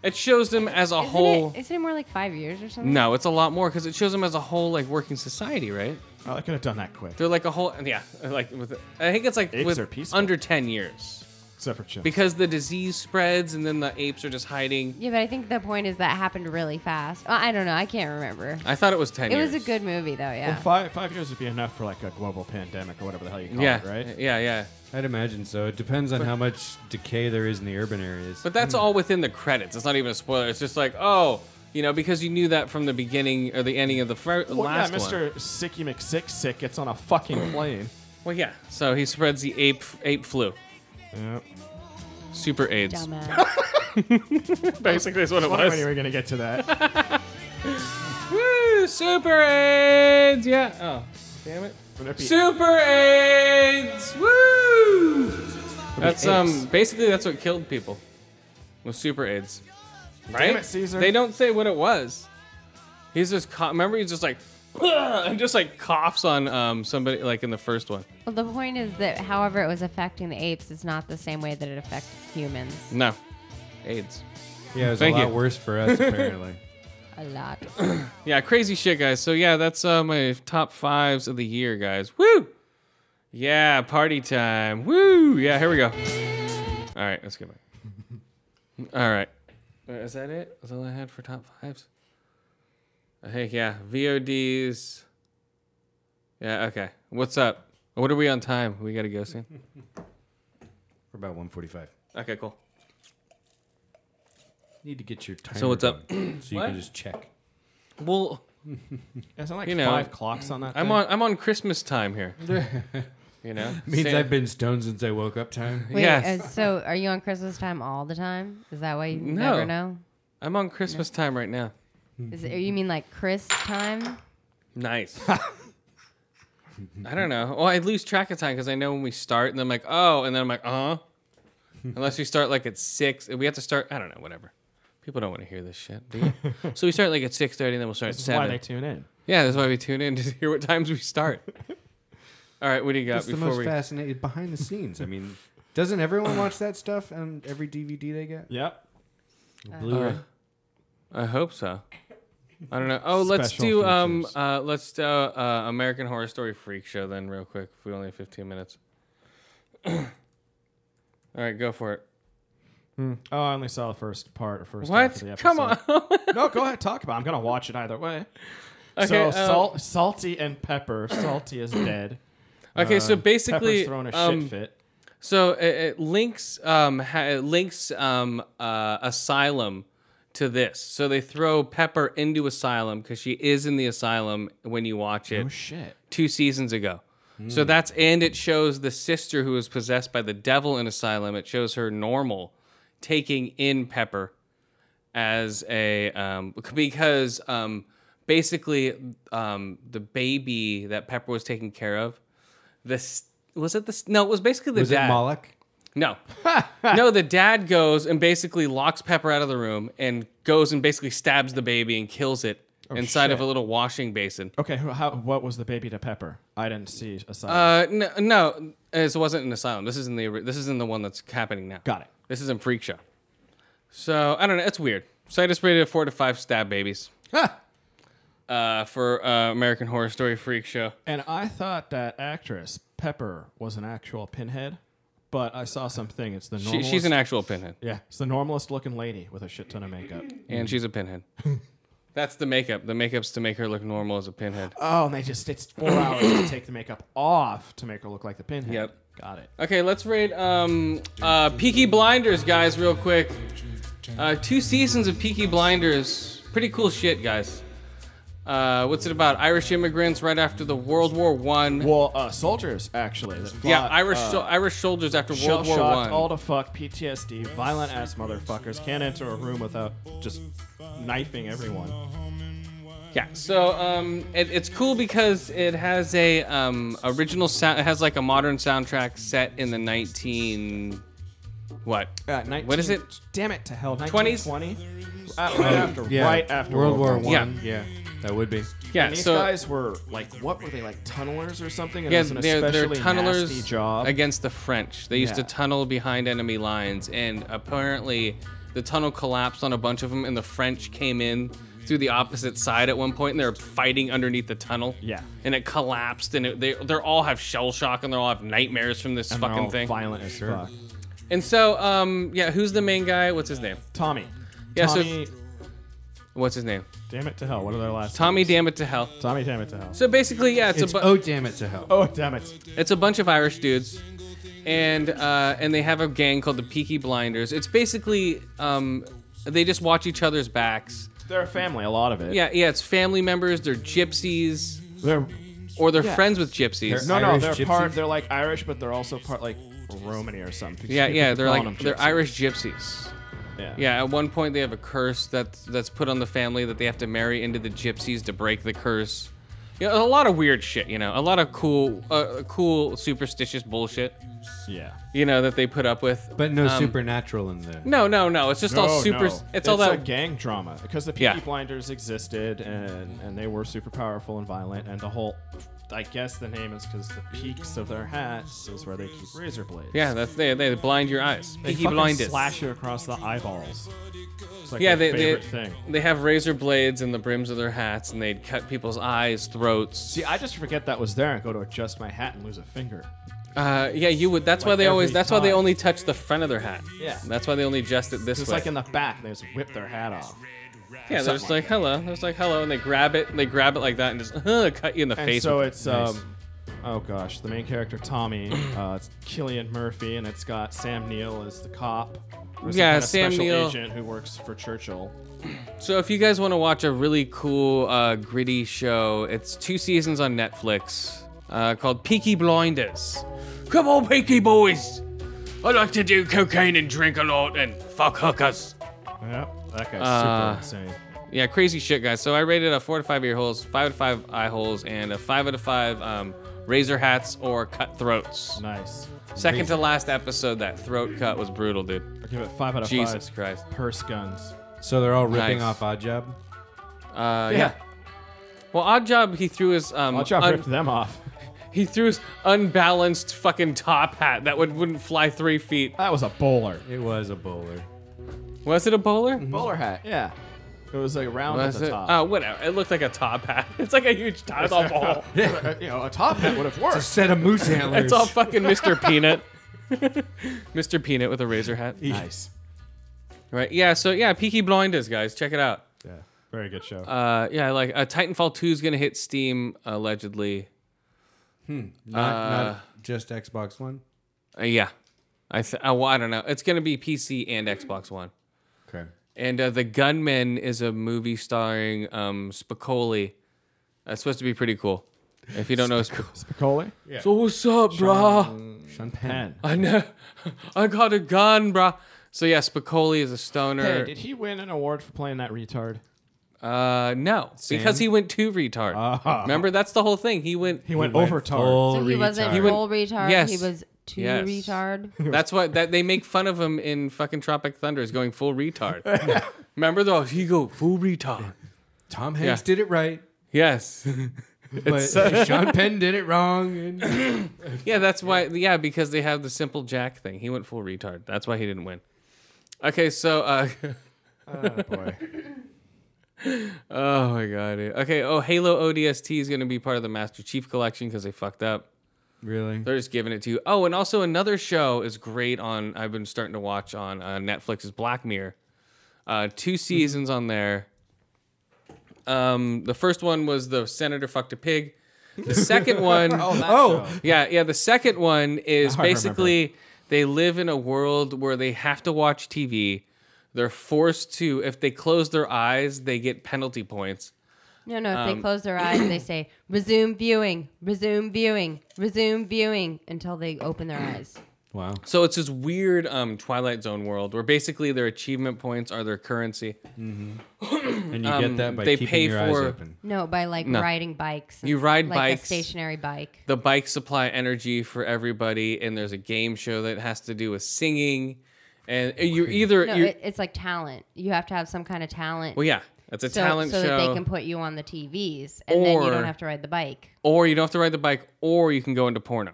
F: It shows them as a
E: isn't,
F: whole.
E: it, isn't it more like five years or something?
F: no, it's a lot more because it shows them as a whole, like working society, right?
B: Oh, I could have done that quick.
F: They're like a whole, yeah. Like with, I think it's like
B: Apes
F: with
B: are peaceful.
F: under ten years
B: Except for Chip.
F: because the disease spreads and then the apes are just hiding.
E: Yeah, but I think the point is that happened really fast. Well, I don't know. I can't remember.
F: I thought it was ten.
E: It
F: years.
E: was a good movie though.
B: Well,
E: Yeah.
B: five five years would be enough for like a global pandemic or whatever the hell you call
F: Yeah.
B: it, right?
F: Yeah. Yeah.
D: I'd imagine so. It depends on how much decay there is in the urban areas.
F: But that's all within the credits. It's not even a spoiler. It's just like, oh, you know, because you knew that from the beginning or the ending of the fir-
B: Well, yeah,
F: last one.
B: Mr. Sicky McSick Sick gets on a fucking plane.
F: Well, yeah. So he spreads the ape ape flu,
B: yeah.
F: super AIDS.
E: Dumbass.
F: Basically, is what it
B: When are we gonna get to that?
F: Woo! Super AIDS. Yeah. Oh, damn it.
B: Would it be-
F: Super AIDS. Woo! That's um
B: AIDS.
F: basically that's what killed people. Was super AIDS. Right?
B: it, Caesar.
F: They don't say what it was. He's just co- remember he's just like "Ugh," and just like coughs on um somebody like in the first one.
E: well, the point is that however it was affecting the apes is not the same way that it affected humans.
F: No. AIDS.
D: yeah, it was a
F: Thank
D: lot
F: you.
D: worse for us apparently.
E: A lot.
F: Yeah, crazy shit guys. So yeah, that's uh, my top 5s of the year guys. Woo! Yeah, party time. Woo! Yeah, here we go. All right, let's get back. All right. Uh, Is that it? That's all I had for top fives. I think yeah, VODs. Yeah, okay. What's up? What are we on time? We gotta go soon.
D: We're about 145.
F: Okay, cool.
D: Need to get your time.
F: what's up?
D: so you
F: What?
D: can just check.
F: Well,
B: It's not like
F: You know,
B: five clocks on that.
F: I'm
B: thing?
F: on I'm on Christmas time here. you know,
D: Means
F: Same-
D: I've been stoned since I woke up. Time.
E: Wait,
F: Yes.
E: uh, so are you on Christmas time all the time? Is that why you
F: No.
E: never know?
F: I'm on Christmas time right now.
E: Is it, you mean like Chris time?
F: Nice. I don't know. Well, I lose track of time because I know when we start, and then I'm like, oh, and then I'm like, uh huh. Unless we start like at six, we have to start. I don't know. Whatever. People don't want to hear this shit. Do you? so we start like at six thirty, and then we'll start
B: That's
F: at
B: why
F: seven.
B: they tune in.
F: yeah, that's why we tune in to hear what times we start. All right, what do you got
D: That's the
F: before
D: most
F: we?
D: fascinating behind the scenes. I mean, doesn't everyone watch that stuff on every DVD they get?
B: Yep.
F: Uh,
D: Blu-ray.
F: I hope so. I don't know. Oh, let's
B: Special
F: do um
B: features.
F: uh let's do uh, uh American Horror Story Freak Show then real quick. If we only have 15 minutes. All right, go for it.
B: Oh, I only saw the first part or first. half
F: What?
B: of the
F: Come
B: episode.
F: on.
B: no, go ahead. Talk about. it. I'm gonna watch it either way.
F: Okay,
B: so
F: uh,
B: salt, salty and pepper. Salty is dead.
F: Okay, so
B: Um,
F: basically,
B: Pepper's throwing a shit
F: um,
B: fit.
F: so it, it links um, ha- it links um, uh, asylum to this. So they throw Pepper into asylum because she is in the asylum when you watch it.
B: Oh shit!
F: two seasons ago.
D: Hmm.
F: So that's and it shows the sister who is possessed by the devil in Asylum. It shows her normal taking in Pepper as a um, because um, basically um, the baby that Pepper was taking care of. This was it. This no, it was basically the
D: Was it
F: dad.
D: Moloch?
F: No. no, the dad goes and basically locks Pepper out of the room and goes and basically stabs the baby and kills it inside of
B: Oh, shit.
F: a little washing basin.
B: Okay, who- how, what was the baby to Pepper? I didn't see aside.
F: Uh, no, no, this wasn't an asylum. This is in the ori- this is in the one that's happening now.
B: Got it.
F: This is in Freak Show. So I don't know. It's weird. So I just rated it four to five stab babies. Uh, for uh, American Horror Story Freak Show.
B: And I thought that actress Pepper was an actual pinhead, but I saw something. It's the
F: She,
B: normalest,
F: she's an actual pinhead,
B: yeah, it's the normalest looking lady with a shit ton of makeup.
F: and she's a pinhead. That's the makeup. The makeup's to make her look normal as a pinhead.
B: Oh, and they just it's four hours to take the makeup off to make her look like the pinhead.
F: Yep.
B: got it.
F: Okay, let's rate um, uh, Peaky Blinders, guys, real quick. Uh, two seasons of Peaky Blinders. Pretty cool shit, guys. Uh, what's it about? Irish immigrants right after the World War One.
B: Well, uh, soldiers actually. that fought,
F: Yeah, Irish
B: uh,
F: sol- Irish soldiers after World War
B: shell-shocked,
F: One.
B: all to fuck, PTSD, violent ass motherfuckers can't enter a room without just knifing everyone.
F: Yeah. So um, it, it's cool because it has a um, original sound. It has like a modern soundtrack set in the nineteen. What?
B: Uh, 19,
F: What is it?
B: Damn it to hell.
F: 20s?
B: 20? Uh,
F: Oh,
B: right after. Right after
D: World War
B: One.
F: Yeah.
D: One. Yeah. that would be.
F: Yeah.
B: And these
F: so
B: guys were like, what were they like, tunnelers or something? And it
F: Yeah,
B: was an
F: they're, they're
B: especially
F: tunnelers
B: nasty job.
F: against the French. They used
B: Yeah.
F: to tunnel behind enemy lines, and apparently the tunnel collapsed on a bunch of them, and the French came in through the opposite side at one point, and they were fighting underneath the tunnel.
B: Yeah.
F: And it collapsed, and it, they they all have shell shock, and they all have nightmares from this
B: And they're
F: fucking
B: all
F: thing.
B: Violent as fuck.
F: And so, um, yeah, who's the main guy? What's his name?
B: Tommy.
F: Yeah, so-
B: Tommy.
F: What's his name?
B: damn it to hell. What are their last
F: Tommy.
B: names?
F: Damn it to hell.
B: Tommy, damn it to hell.
F: So basically, yeah, it's,
D: It's
F: a bu-
D: oh damn it to hell.
B: Oh, damn it.
F: It's a bunch of Irish dudes, and uh, and they have a gang called the Peaky Blinders. It's basically um, they just watch each other's backs.
B: They're a family, a lot of it.
F: Yeah, yeah. It's family members. They're gypsies,
B: They're,
F: or they're
B: Yeah.
F: friends with gypsies.
B: no, no,
D: Irish
B: they're
D: gypsies?
B: part, they're like Irish, but they're also part like Romany or something.
F: yeah,
B: People
F: yeah.
B: keep
F: They're
B: calling
F: like
B: them
F: they're
B: gypsies.
F: Irish gypsies.
B: Yeah.
F: Yeah. At one point, they have a curse that's that's put on the family that they have to marry into the gypsies to break the curse. You know, a lot of weird shit. You know, a lot of cool, uh, cool superstitious bullshit.
B: Yeah.
F: You know that they put up with.
D: But no
F: Um,
D: supernatural in there.
F: No, no, no. It's just all
B: No,
F: super.
B: no.
F: It's, all that
B: a gang drama because the Peaky
F: Yeah.
B: Blinders existed and and they were super powerful and violent and the whole. I guess the name is because the peaks of their hats is where they keep razor blades.
F: Yeah, that's they. They blind your eyes.
B: they
F: Peaky
B: fucking
F: blinders.
B: slash you across the eyeballs. It's like
F: Yeah,
B: their
F: they they,
B: favorite thing.
F: they have razor blades in the brims of their hats, and they'd cut people's eyes, throats.
B: See, I just forget that was there and go to adjust my hat and lose a finger.
F: Uh, yeah, you would. That's why
B: Like
F: they always.
B: every
F: That's why they
B: time.
F: only touch the front of their hat.
B: Yeah.
F: That's why they only adjust it this
B: It's
F: way.
B: like in the back, and they just whip their hat off.
F: yeah, they're just like hello. They're just like hello, and they grab it. They grab it like that, and just uh, cut you in the
B: And
F: face.
B: so
F: with it.
B: it's um, oh gosh, the main character Tommy, uh, it's Killian Murphy, and it's got Sam Neill as the cop. or some
F: Yeah,
B: kind of
F: Sam
B: special
F: Neill.
B: agent who works for Churchill.
F: So if you guys want to watch a really cool, uh, gritty show, it's two seasons on Netflix uh, called Peaky Blinders.
C: Come on, Peaky Boys. I like to do cocaine and drink a lot and fuck hookers.
B: Yep, that guy's
F: Uh,
B: super insane.
F: Yeah, crazy shit, guys. So I rated a four to five ear holes, five out of five eye holes, and a five out of five um, razor hats or cut throats.
B: Nice.
F: Second to last episode, that throat cut was brutal, dude.
B: I give it five out of
F: Jesus
B: five.
F: Christ.
B: Purse guns.
D: So they're all ripping
F: Nice.
D: off Odd Job.
F: Uh, yeah. Well, Odd Job, he threw his um,
B: Watch out,
F: un-
B: ripped them off.
F: he threw his unbalanced fucking top hat that would wouldn't fly three feet.
B: That was a bowler.
D: It was a bowler.
F: Was it a bowler?
B: Bowler hat. Yeah. It was like round
F: Was
B: at the
F: it?
B: top.
F: Oh, whatever. It looked like a top hat. It's like a huge top
B: all
F: ball. Oh.
B: you know, a top hat would have
D: A
B: worked.
D: set of moose antlers.
F: It's all fucking Mr. Peanut. Mr. Peanut with a razor hat.
B: Nice.
F: Right. Yeah. So yeah, Peaky Blinders, guys, check it out.
D: Yeah.
B: Very good show.
F: Uh, yeah, like uh, Titanfall Two is gonna hit Steam allegedly.
D: Not, not just Xbox One.
F: Uh, yeah, I th- oh, well, I don't know. It's gonna be PC and Xbox One.
D: Okay.
F: And uh, the Gunman is a movie starring um, Spicoli. That's supposed to be pretty cool. If you don't know, Spic-
B: Spicoli? Yeah.
F: so what's up, brah?
D: Sean Penn.
B: Penn.
F: I know. I got a gun, brah. So yeah, Spicoli is
B: Hey,
F: a stoner.
B: did he win an award for playing that retard?
F: uh, no, because he went too retard. Remember, that's the whole thing. He went.
B: Ah. He went
D: went
B: over
E: So he wasn't
F: went-
E: full retard.
F: Yes.
E: He was too
F: Yes.
E: retard.
F: That's what that they make fun of him in fucking Tropic Thunder is going full retard. Remember though, he go full retard.
D: Tom Hanks
F: Yeah.
D: did it right,
F: Yes.
D: but Sean Penn did it wrong. And
F: Yeah, that's why. Yeah, because they have the simple Jack thing. He went full retard. That's why he didn't win. Okay, so. Uh,
B: boy.
F: oh my god. dude. Okay. Oh, Halo ODST is going to be part of the Master Chief Collection because they fucked up.
D: really,
F: They're just giving it to you. Oh, and also another show is great on. I've been starting to watch on uh, Netflix is Black Mirror. Uh,
B: Mm-hmm.
F: two seasons on there. Um, the first one was the senator fucked a pig. The second one
B: Oh,
F: Yeah, yeah. The second one is
B: Now I remember.
F: basically they live in a world where they have to watch TV. They're forced to. If they close their eyes, they get penalty points.
E: No, no. If
F: Um,
E: they close their eyes, they say resume viewing, resume viewing, resume viewing until they open their eyes.
D: wow.
F: So it's this weird um, Twilight Zone world where basically their achievement points are their currency.
D: And you
F: Um,
D: get that by
F: they
D: keeping
F: pay
D: your eyes
F: for-
D: open.
E: No, by like riding bikes. and
F: You ride
E: like
F: bikes.
E: a stationary bike.
F: The bike supply energy for everybody, and there's a game show that has to do with singing. And you're either
E: No,
F: you're,
E: it, it's like talent. You have to have some kind of talent.
F: well, yeah, that's a
E: so,
F: talent
E: so
F: show.
E: that they can put you on the TVs, and then you
F: Or-
E: don't have to ride the bike.
F: or you don't have to ride the bike, or you can go into porno.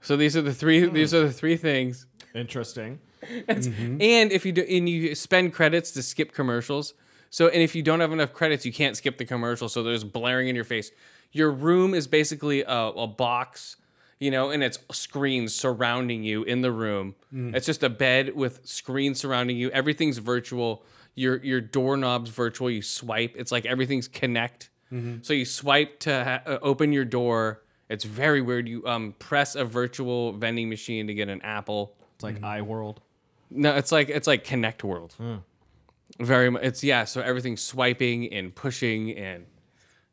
F: So these are the three. These
E: Hmm.
F: are the three things.
B: interesting.
F: And if you do, and you spend credits to skip commercials. So and if you don't have enough credits, you can't skip the commercial. So there's blaring in your face. Your room is basically a, a box, you know, and it's screens surrounding you in the room. It's just a bed with screens surrounding you. Everything's virtual. Your your doorknob's virtual. You swipe. It's like everything's connect. So you swipe to ha- uh, open your door. It's very weird. You um, press a virtual vending machine to get an apple.
B: It's like iWorld.
F: No, it's like it's like Connect World.
B: Hmm.
F: Very much. It's yeah. So everything's swiping and pushing and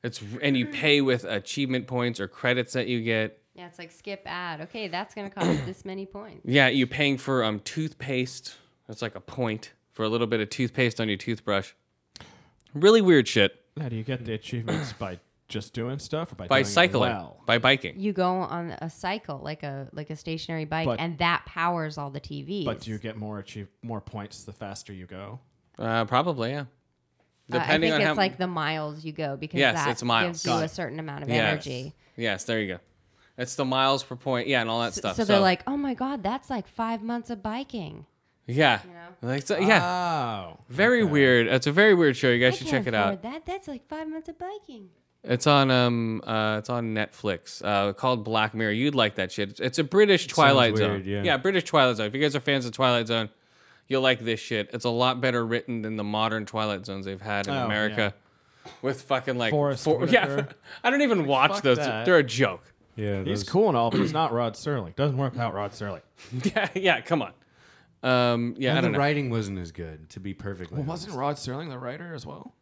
F: it's and you pay with achievement points or credits that you get.
E: Yeah, it's like skip ad. Okay, that's gonna cost this many points.
F: Yeah, you're paying for um toothpaste. That's like a point for a little bit of toothpaste on your toothbrush. Really weird shit.
B: Now, do you get the achievements by just doing stuff or by,
F: By
B: doing it
F: cycling,
B: well?
F: by biking.
E: You go on a cycle, like a like a stationary bike,
B: But-
E: and that powers all the TVs.
B: But do you get more achieve more points the faster you go?
F: Uh, probably yeah.
E: Uh, I think it's
F: how-
E: like the miles you go because
F: Yes,
E: that
F: it's miles.
E: gives
F: Got
E: you
F: it.
E: a certain amount of
F: Yes.
E: energy.
F: Yes, there you go. It's the miles per point, yeah, and all that
E: So,
F: stuff.
E: so they're like, oh my god, that's like five months of biking.
F: yeah, like so, yeah,
B: Oh,
F: Very weird. It's a very weird show. You guys
E: I
F: should
E: can't
F: check it
E: afford
F: out.
E: That that's like five months of biking.
F: It's on um uh it's on Netflix. Uh called Black Mirror. You'd like that shit. It's, it's a British Twilight Zone.
D: weird, yeah.
F: British Twilight Zone. If you guys are fans of Twilight Zone, you'll like this shit. It's a lot better written than the modern Twilight Zones they've had in
B: Oh,
F: America. With fucking like
B: Forrest
F: yeah,
B: Whitaker.
F: I don't even watch
B: fuck
F: those.
B: that.
F: They're a joke.
D: Yeah,
B: he's
D: those-
B: cool and all, but he's not Rod Serling. Doesn't work without Rod Serling.
F: yeah, yeah, come on. Um yeah, I
D: And
F: don't
D: the
F: know.
D: writing wasn't as good, to be perfectly. honest.
B: Rod Serling the writer as well?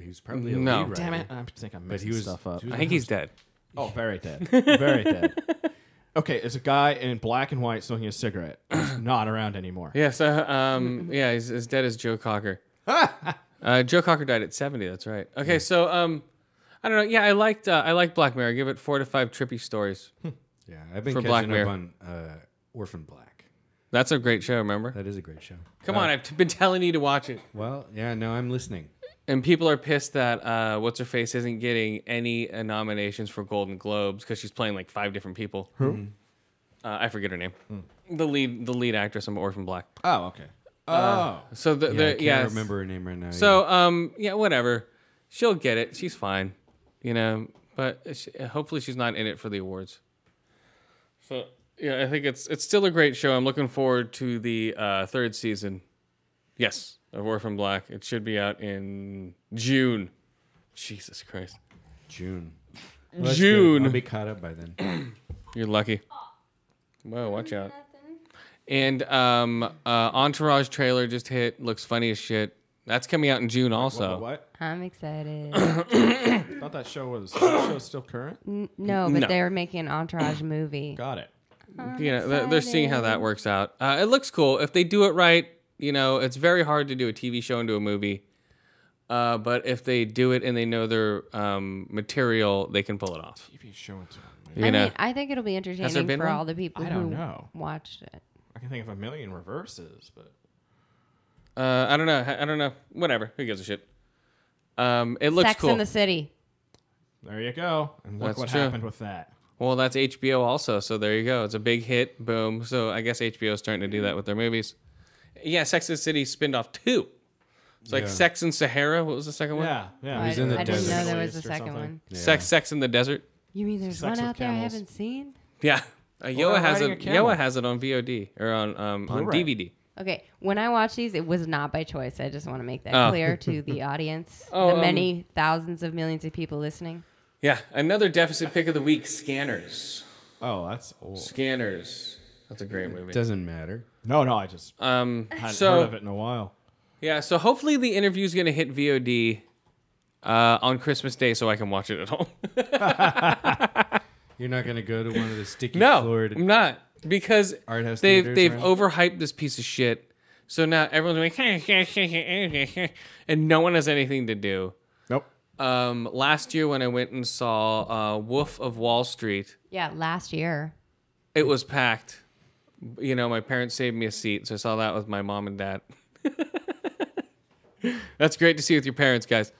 D: He was probably a
F: No.
D: lead
B: Damn
D: writer.
B: it! I think I'm
D: But
B: mixing
D: he was
B: stuff up.
D: he was
F: I think he's dead.
B: Oh, very dead. Very dead. Okay, there's a guy in black and white smoking a cigarette. He's not around anymore.
F: Yeah, so um, yeah, he's as dead as Joe Cocker. uh, Joe Cocker died at seventy. That's right. Okay, so um, I don't know. Yeah, I liked uh, I liked Black Mirror. I give it four to five trippy stories.
D: Yeah, I've been
F: For
D: catching
F: Black
D: up
F: Mirror.
D: on uh, Orphan Black.
F: That's a great show. Remember?
D: That is a great show.
F: Come on, I've t- been telling you to watch it.
D: Well, yeah, no, I'm listening.
F: And people are pissed that uh, what's her face isn't getting any uh, nominations for Golden Globes because she's playing like five different people. Who? Hmm. Uh, I forget her name. The lead the lead actress from Orphan Black.
B: Oh, okay. Oh,
F: So the
D: Yeah,
F: yeah, the,
D: I can't
F: yes.
D: remember her name right now.
F: So um yeah, whatever. She'll get it. She's fine. You know, but she, hopefully she's not in it for the awards. So yeah, I think it's it's still a great show. I'm looking forward to the uh, third season. Yes, A War from Black. It should be out in June. Jesus Christ.
D: June.
F: June.
D: I'll be caught up by then.
F: You're lucky. Whoa, watch out. And um, uh, Entourage trailer just hit. Looks funny as shit. That's coming out in June also.
B: What?
E: I'm excited.
B: I thought that show was that show's still current.
E: No, but
F: No.
E: they're making an entourage movie.
B: Got it.
F: You know, they're, they're seeing how that works out. Uh, it looks cool. If they do it right, you know, it's very hard to do a TV show into a movie. Uh, but if they do it and they know their um, material, they can pull it off.
B: TV show. into a movie.
F: You
E: I
F: know,
E: mean, I think it'll be entertaining
F: been
E: for
F: one?
E: all the people
B: I don't
E: who
B: know.
E: watched it.
B: I can think of a million reverses, but
F: uh, I don't know. I don't know. Whatever. Who gives a shit? Um, it looks
E: Sex
F: cool.
E: in the City.
B: there you go. And look
F: That's
B: what
F: true.
B: happened with that.
F: Well, that's HBO also, so there you go. It's a big hit, boom. So I guess HBO's starting to do that with their movies. Yeah, Sex and the City spin-off 2. It's like
D: Yeah.
F: Sex in Sahara, what was the second one?
B: Yeah, yeah.
E: I,
D: in the
E: I didn't know
D: desert.
E: there was a
B: Or
E: second
B: something.
E: one.
D: Yeah.
F: Sex Sex in the Desert.
E: You mean there's
B: Sex
E: one
B: with
E: out there I
B: camels.
E: haven't seen?
F: Yeah. Uh, Yoa
B: about
F: has
B: riding
F: it
B: a camel?
F: Yoa has it on VOD or on um, on
B: Blu-ray.
F: DVD.
E: Okay, when I watch these, it was not by choice. I just want to make that
F: Oh.
E: clear to the audience,
F: Oh,
E: the
F: um,
E: many thousands of millions of people listening.
F: Yeah, another deficit pick of the week, Scanners.
B: Oh, that's old.
F: Scanners. That's a great movie.
D: Doesn't matter.
B: No, no, I just
F: Um
B: hadn't
F: so
B: heard of it in a while.
F: Yeah, so hopefully the interview's gonna hit VOD uh, on Christmas Day so I can watch it at home.
D: You're not gonna go to one of the sticky
F: No,
D: floored.
F: I'm not because
D: Art house
F: they've
D: theaters
F: they've
D: around?
F: overhyped this piece of shit. So now everyone's like, and no one has anything to do.
B: Nope.
F: Um, last year when I went and saw uh, Wolf of Wall Street,
E: Yeah, last year.
F: it was packed. You know, my parents saved me a seat, so I saw that with my mom and dad. That's great to see with your parents, guys.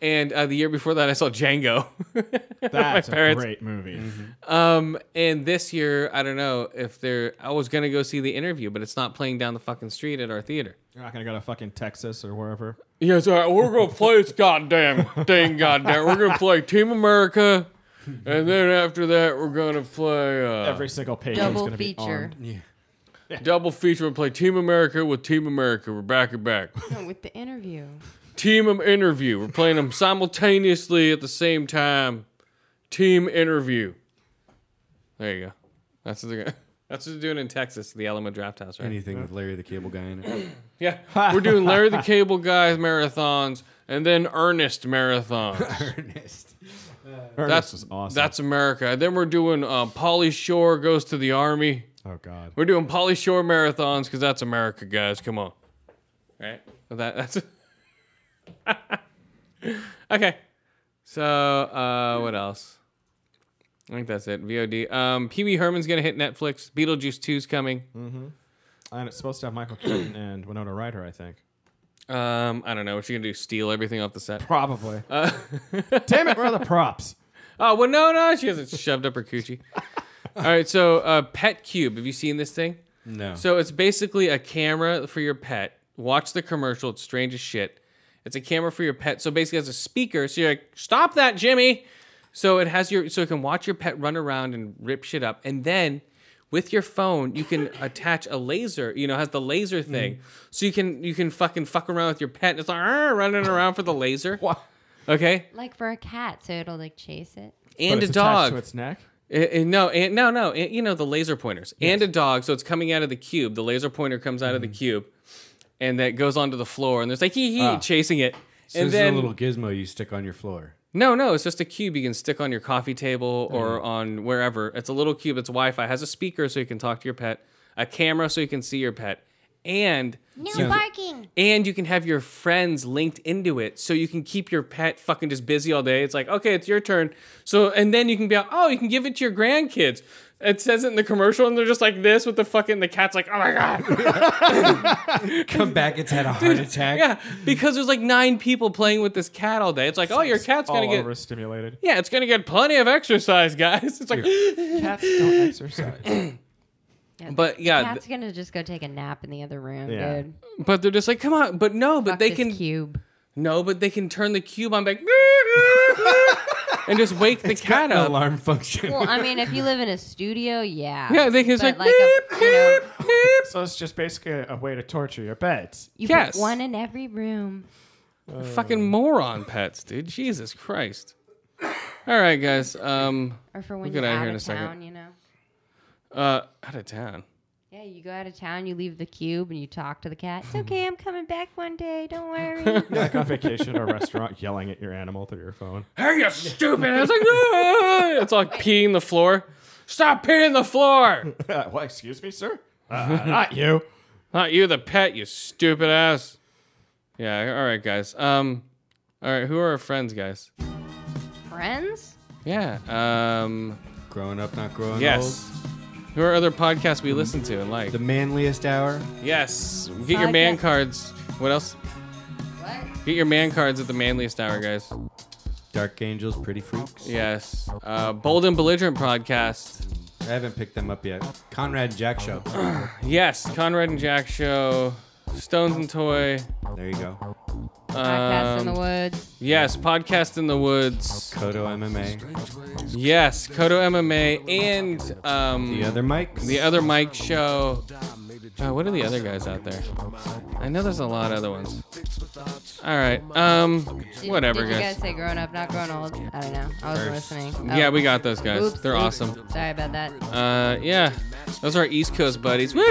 F: And uh, the year before that, I saw Django.
B: That's a
F: parents-
B: great movie.
F: Um, and this year, I don't know if they're. I was gonna go see the interview, but it's not playing down the fucking street at our theater.
B: You're not gonna go to fucking Texas or wherever.
F: Yes, uh, we're gonna play this goddamn thing, goddamn. We're gonna play Team America, and then after that, we're gonna play uh,
B: Every single patron's
E: Double
B: gonna be
E: feature.
B: armed.
F: double feature and play Team America with Team America. We're back and back.
E: No, with the interview.
F: Team um, interview. We're playing them simultaneously at the same time. Team interview. There you go. That's what they're gonna- that's what they're doing in Texas, the Alamo Draft House, right?
D: Anything with Larry the Cable Guy in it.
F: Yeah. We're doing Larry the Cable Guy marathons and then Ernest marathons.
D: Ernest.
B: Ernest
F: That's
B: was awesome.
F: That's America. And then we're doing uh, Polly Shore goes to the Army.
B: oh god.
F: We're doing Polly Shore marathons because that's America, guys. Come on. Right? That, that's. okay. So, uh, what else? I think that's it. VOD. Um, Pee Wee Herman's going to hit Netflix. Beetlejuice 2's coming.
B: And it's supposed to have Michael Keaton and Winona Ryder, I think.
F: Um, I don't know. What you going to do? Steal everything off the set?
B: Probably.
F: Uh,
B: Damn it, where are the props?
F: Oh well, no, no, she hasn't shoved up her coochie. All right, so uh, Pet Cube. Have you seen this thing?
D: No.
F: So it's basically a camera for your pet. Watch the commercial. It's strange as shit. It's a camera for your pet. So basically, it has a speaker. So you're like, stop that, Jimmy. So it has your so you can watch your pet run around and rip shit up, and then with your phone you can attach a laser. You know, it has the laser
B: Mm.
F: thing, so you can you can fucking fuck around with your pet. And it's like "Arr," running around for the laser.
B: What?
F: Okay,
E: Like for a cat, so it'll like chase it.
F: and
B: but it's
F: a
B: attached
F: dog.
B: to its neck.
F: Uh, uh, no, and no, no. And, you know the laser pointers and a dog. So it's coming out of the cube. The laser pointer comes out of
D: Mm-hmm.
F: the cube, and that goes onto the floor. And there's like hee hee chasing it.
D: Ah. So
F: and
D: this
F: then
D: is a little gizmo you stick on your floor.
F: no, no, it's just a cube you can stick on your coffee table
D: Mm-hmm.
F: or on wherever. It's a little cube. It's Wi-Fi. Has a speaker so you can talk to your pet. A camera so you can see your pet. And
E: No barking.
F: and you can have your friends linked into it so you can keep your pet fucking just busy all day it's like okay it's your turn so and then you can be like oh you can give it to your grandkids it says it in the commercial and they're just like this with the fucking the cat's like oh my god
D: Come back, it's had a heart attack.
F: yeah because there's like nine people playing with this cat all day it's like oh your cat's gonna
B: all
F: get
B: overstimulated.
F: yeah it's gonna get plenty of exercise guys it's like
B: Cats don't exercise.
F: but yeah
E: Cat's gonna just go take a nap in the other room,
B: Yeah.
E: dude. Fuck
F: but they're just like come on but no but they
E: this
F: can
E: cube.
F: no but they can turn the cube on back and just wake the cat up.
D: alarm function.
E: Well, I mean, if you live in a studio, yeah.
F: Yeah, they can just like,
E: But,
F: beep,
E: a- you know,
F: beep, beep.
B: So it's just basically a, a way to torture your pets.
E: you
F: Yes.
E: put one in every room.
F: Fucking moron pets, dude. Jesus Christ. All right, guys. Um,
E: Or for
F: We'll
E: when
F: get
E: you're
F: outta
E: out,
F: here in a
E: of
F: second.
E: town, you know.
F: uh, out of town.
E: Yeah, you go out of town, you leave the cube, and you talk to the cat. It's okay, I'm coming back one day. Don't worry.
B: Like on vacation or a restaurant, yelling at your animal through your phone.
F: Hey, you stupid! I was like, "Ah!" it's like peeing the floor. Stop peeing the floor.
B: Uh, what? Excuse me, sir. Uh, not you.
F: Not you, the pet. You stupid ass. Yeah. All right, guys. Um, all right. Who are our friends, guys?
E: Friends?
F: Yeah. Um.
D: growing up, not growing
F: Yes. Who are other podcasts we listen to and like?
D: old. The manliest hour.
F: Yes. Get your man
E: Podcast.
F: cards. What else?
E: What?
F: Get your man cards at the manliest hour, guys.
D: Dark Angels, Pretty Freaks.
F: Yes. Uh, Bold and Belligerent podcast.
D: I haven't picked them up yet. Conrad and Jack Show.
F: Yes. Conrad and Jack show. Stones and Toy.
D: There you go.
E: Podcast in
F: Um,
E: the woods.
F: Yes. Podcast in the Woods.
D: Kodo MMA.
F: Yes. Kodo MMA and um,
D: The other mic.
F: the other Mike show. Oh, what are the other guys out there? I know there's a lot of other ones. All right. Um,
E: Did-
F: whatever,
E: Did you guys
F: guys.
E: say grown up, not grown old? I don't know. I wasn't listening. Oh.
F: Yeah, we got those guys.
E: Oops,
F: They're
E: oops.
F: awesome.
E: Sorry about that.
F: Uh, yeah. Those are our East Coast buddies. Woo!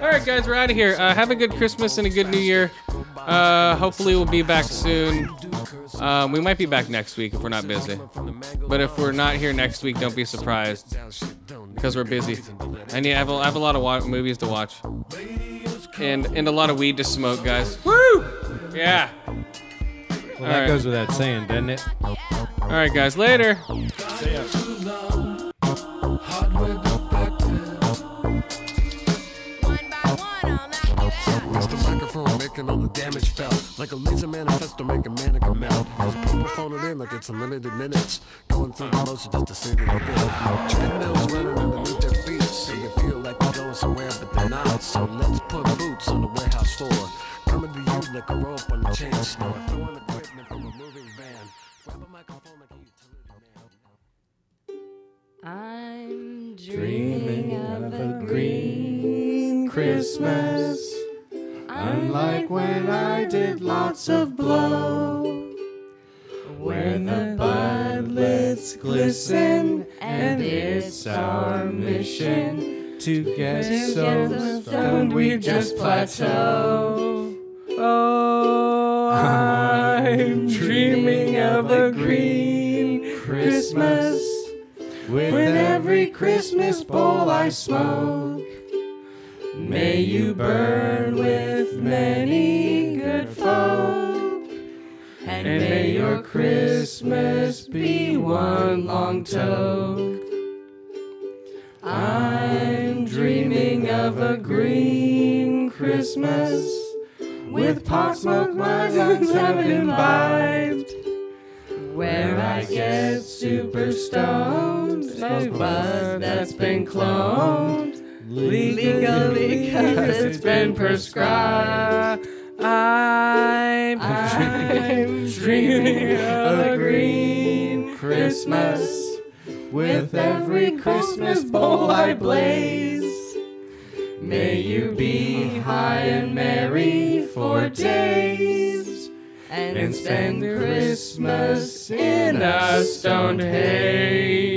F: All right, guys, we're out of here. Uh, have a good Christmas and a good New Year. Uh, hopefully, we'll be back soon. Um, we might be back next week if we're not busy. But if we're not here next week, don't be surprised because we're busy. I need. I have a, I have a lot of wa- movies to watch and and a lot of weed to smoke, guys. Woo! Yeah.
D: Well, that
F: All right.
D: goes without saying, doesn't it?
F: All right, guys. Later.
I: It's the microphone making all the damage felt. Like a laser manifesto making mannequin melt. Just phone it in like it's unlimited minutes. Going through the motions just to see that it is. Treadmills running underneath their feet. So you feel like you're going somewhere, but they're not. So let's put boots on the warehouse floor. Coming to you like a rope on a chain store. Throwing equipment from a moving van. Grab a microphone like a utility man.
E: I'm dreaming of a
D: green Christmas. Unlike when I did lots of blow. Where the budlets glisten, and it's our mission to get so
E: so
D: stoned we just plateau. Oh, I'm dreaming of a green Christmas. With every Christmas bowl I smoke, may you burn with many good folk.
E: and
D: And may your Christmas be one long toke. I'm dreaming of a green Christmas with pot smoke muslins have imbibed,
E: where
D: where I get super stoned. No buzz that's been cloned legally because it's been prescribed.
F: I'm
D: I'm dreaming of a green Christmas with every Christmas bowl I blaze. May you be high and merry for days
E: and
D: and spend Christmas in a stoned haze.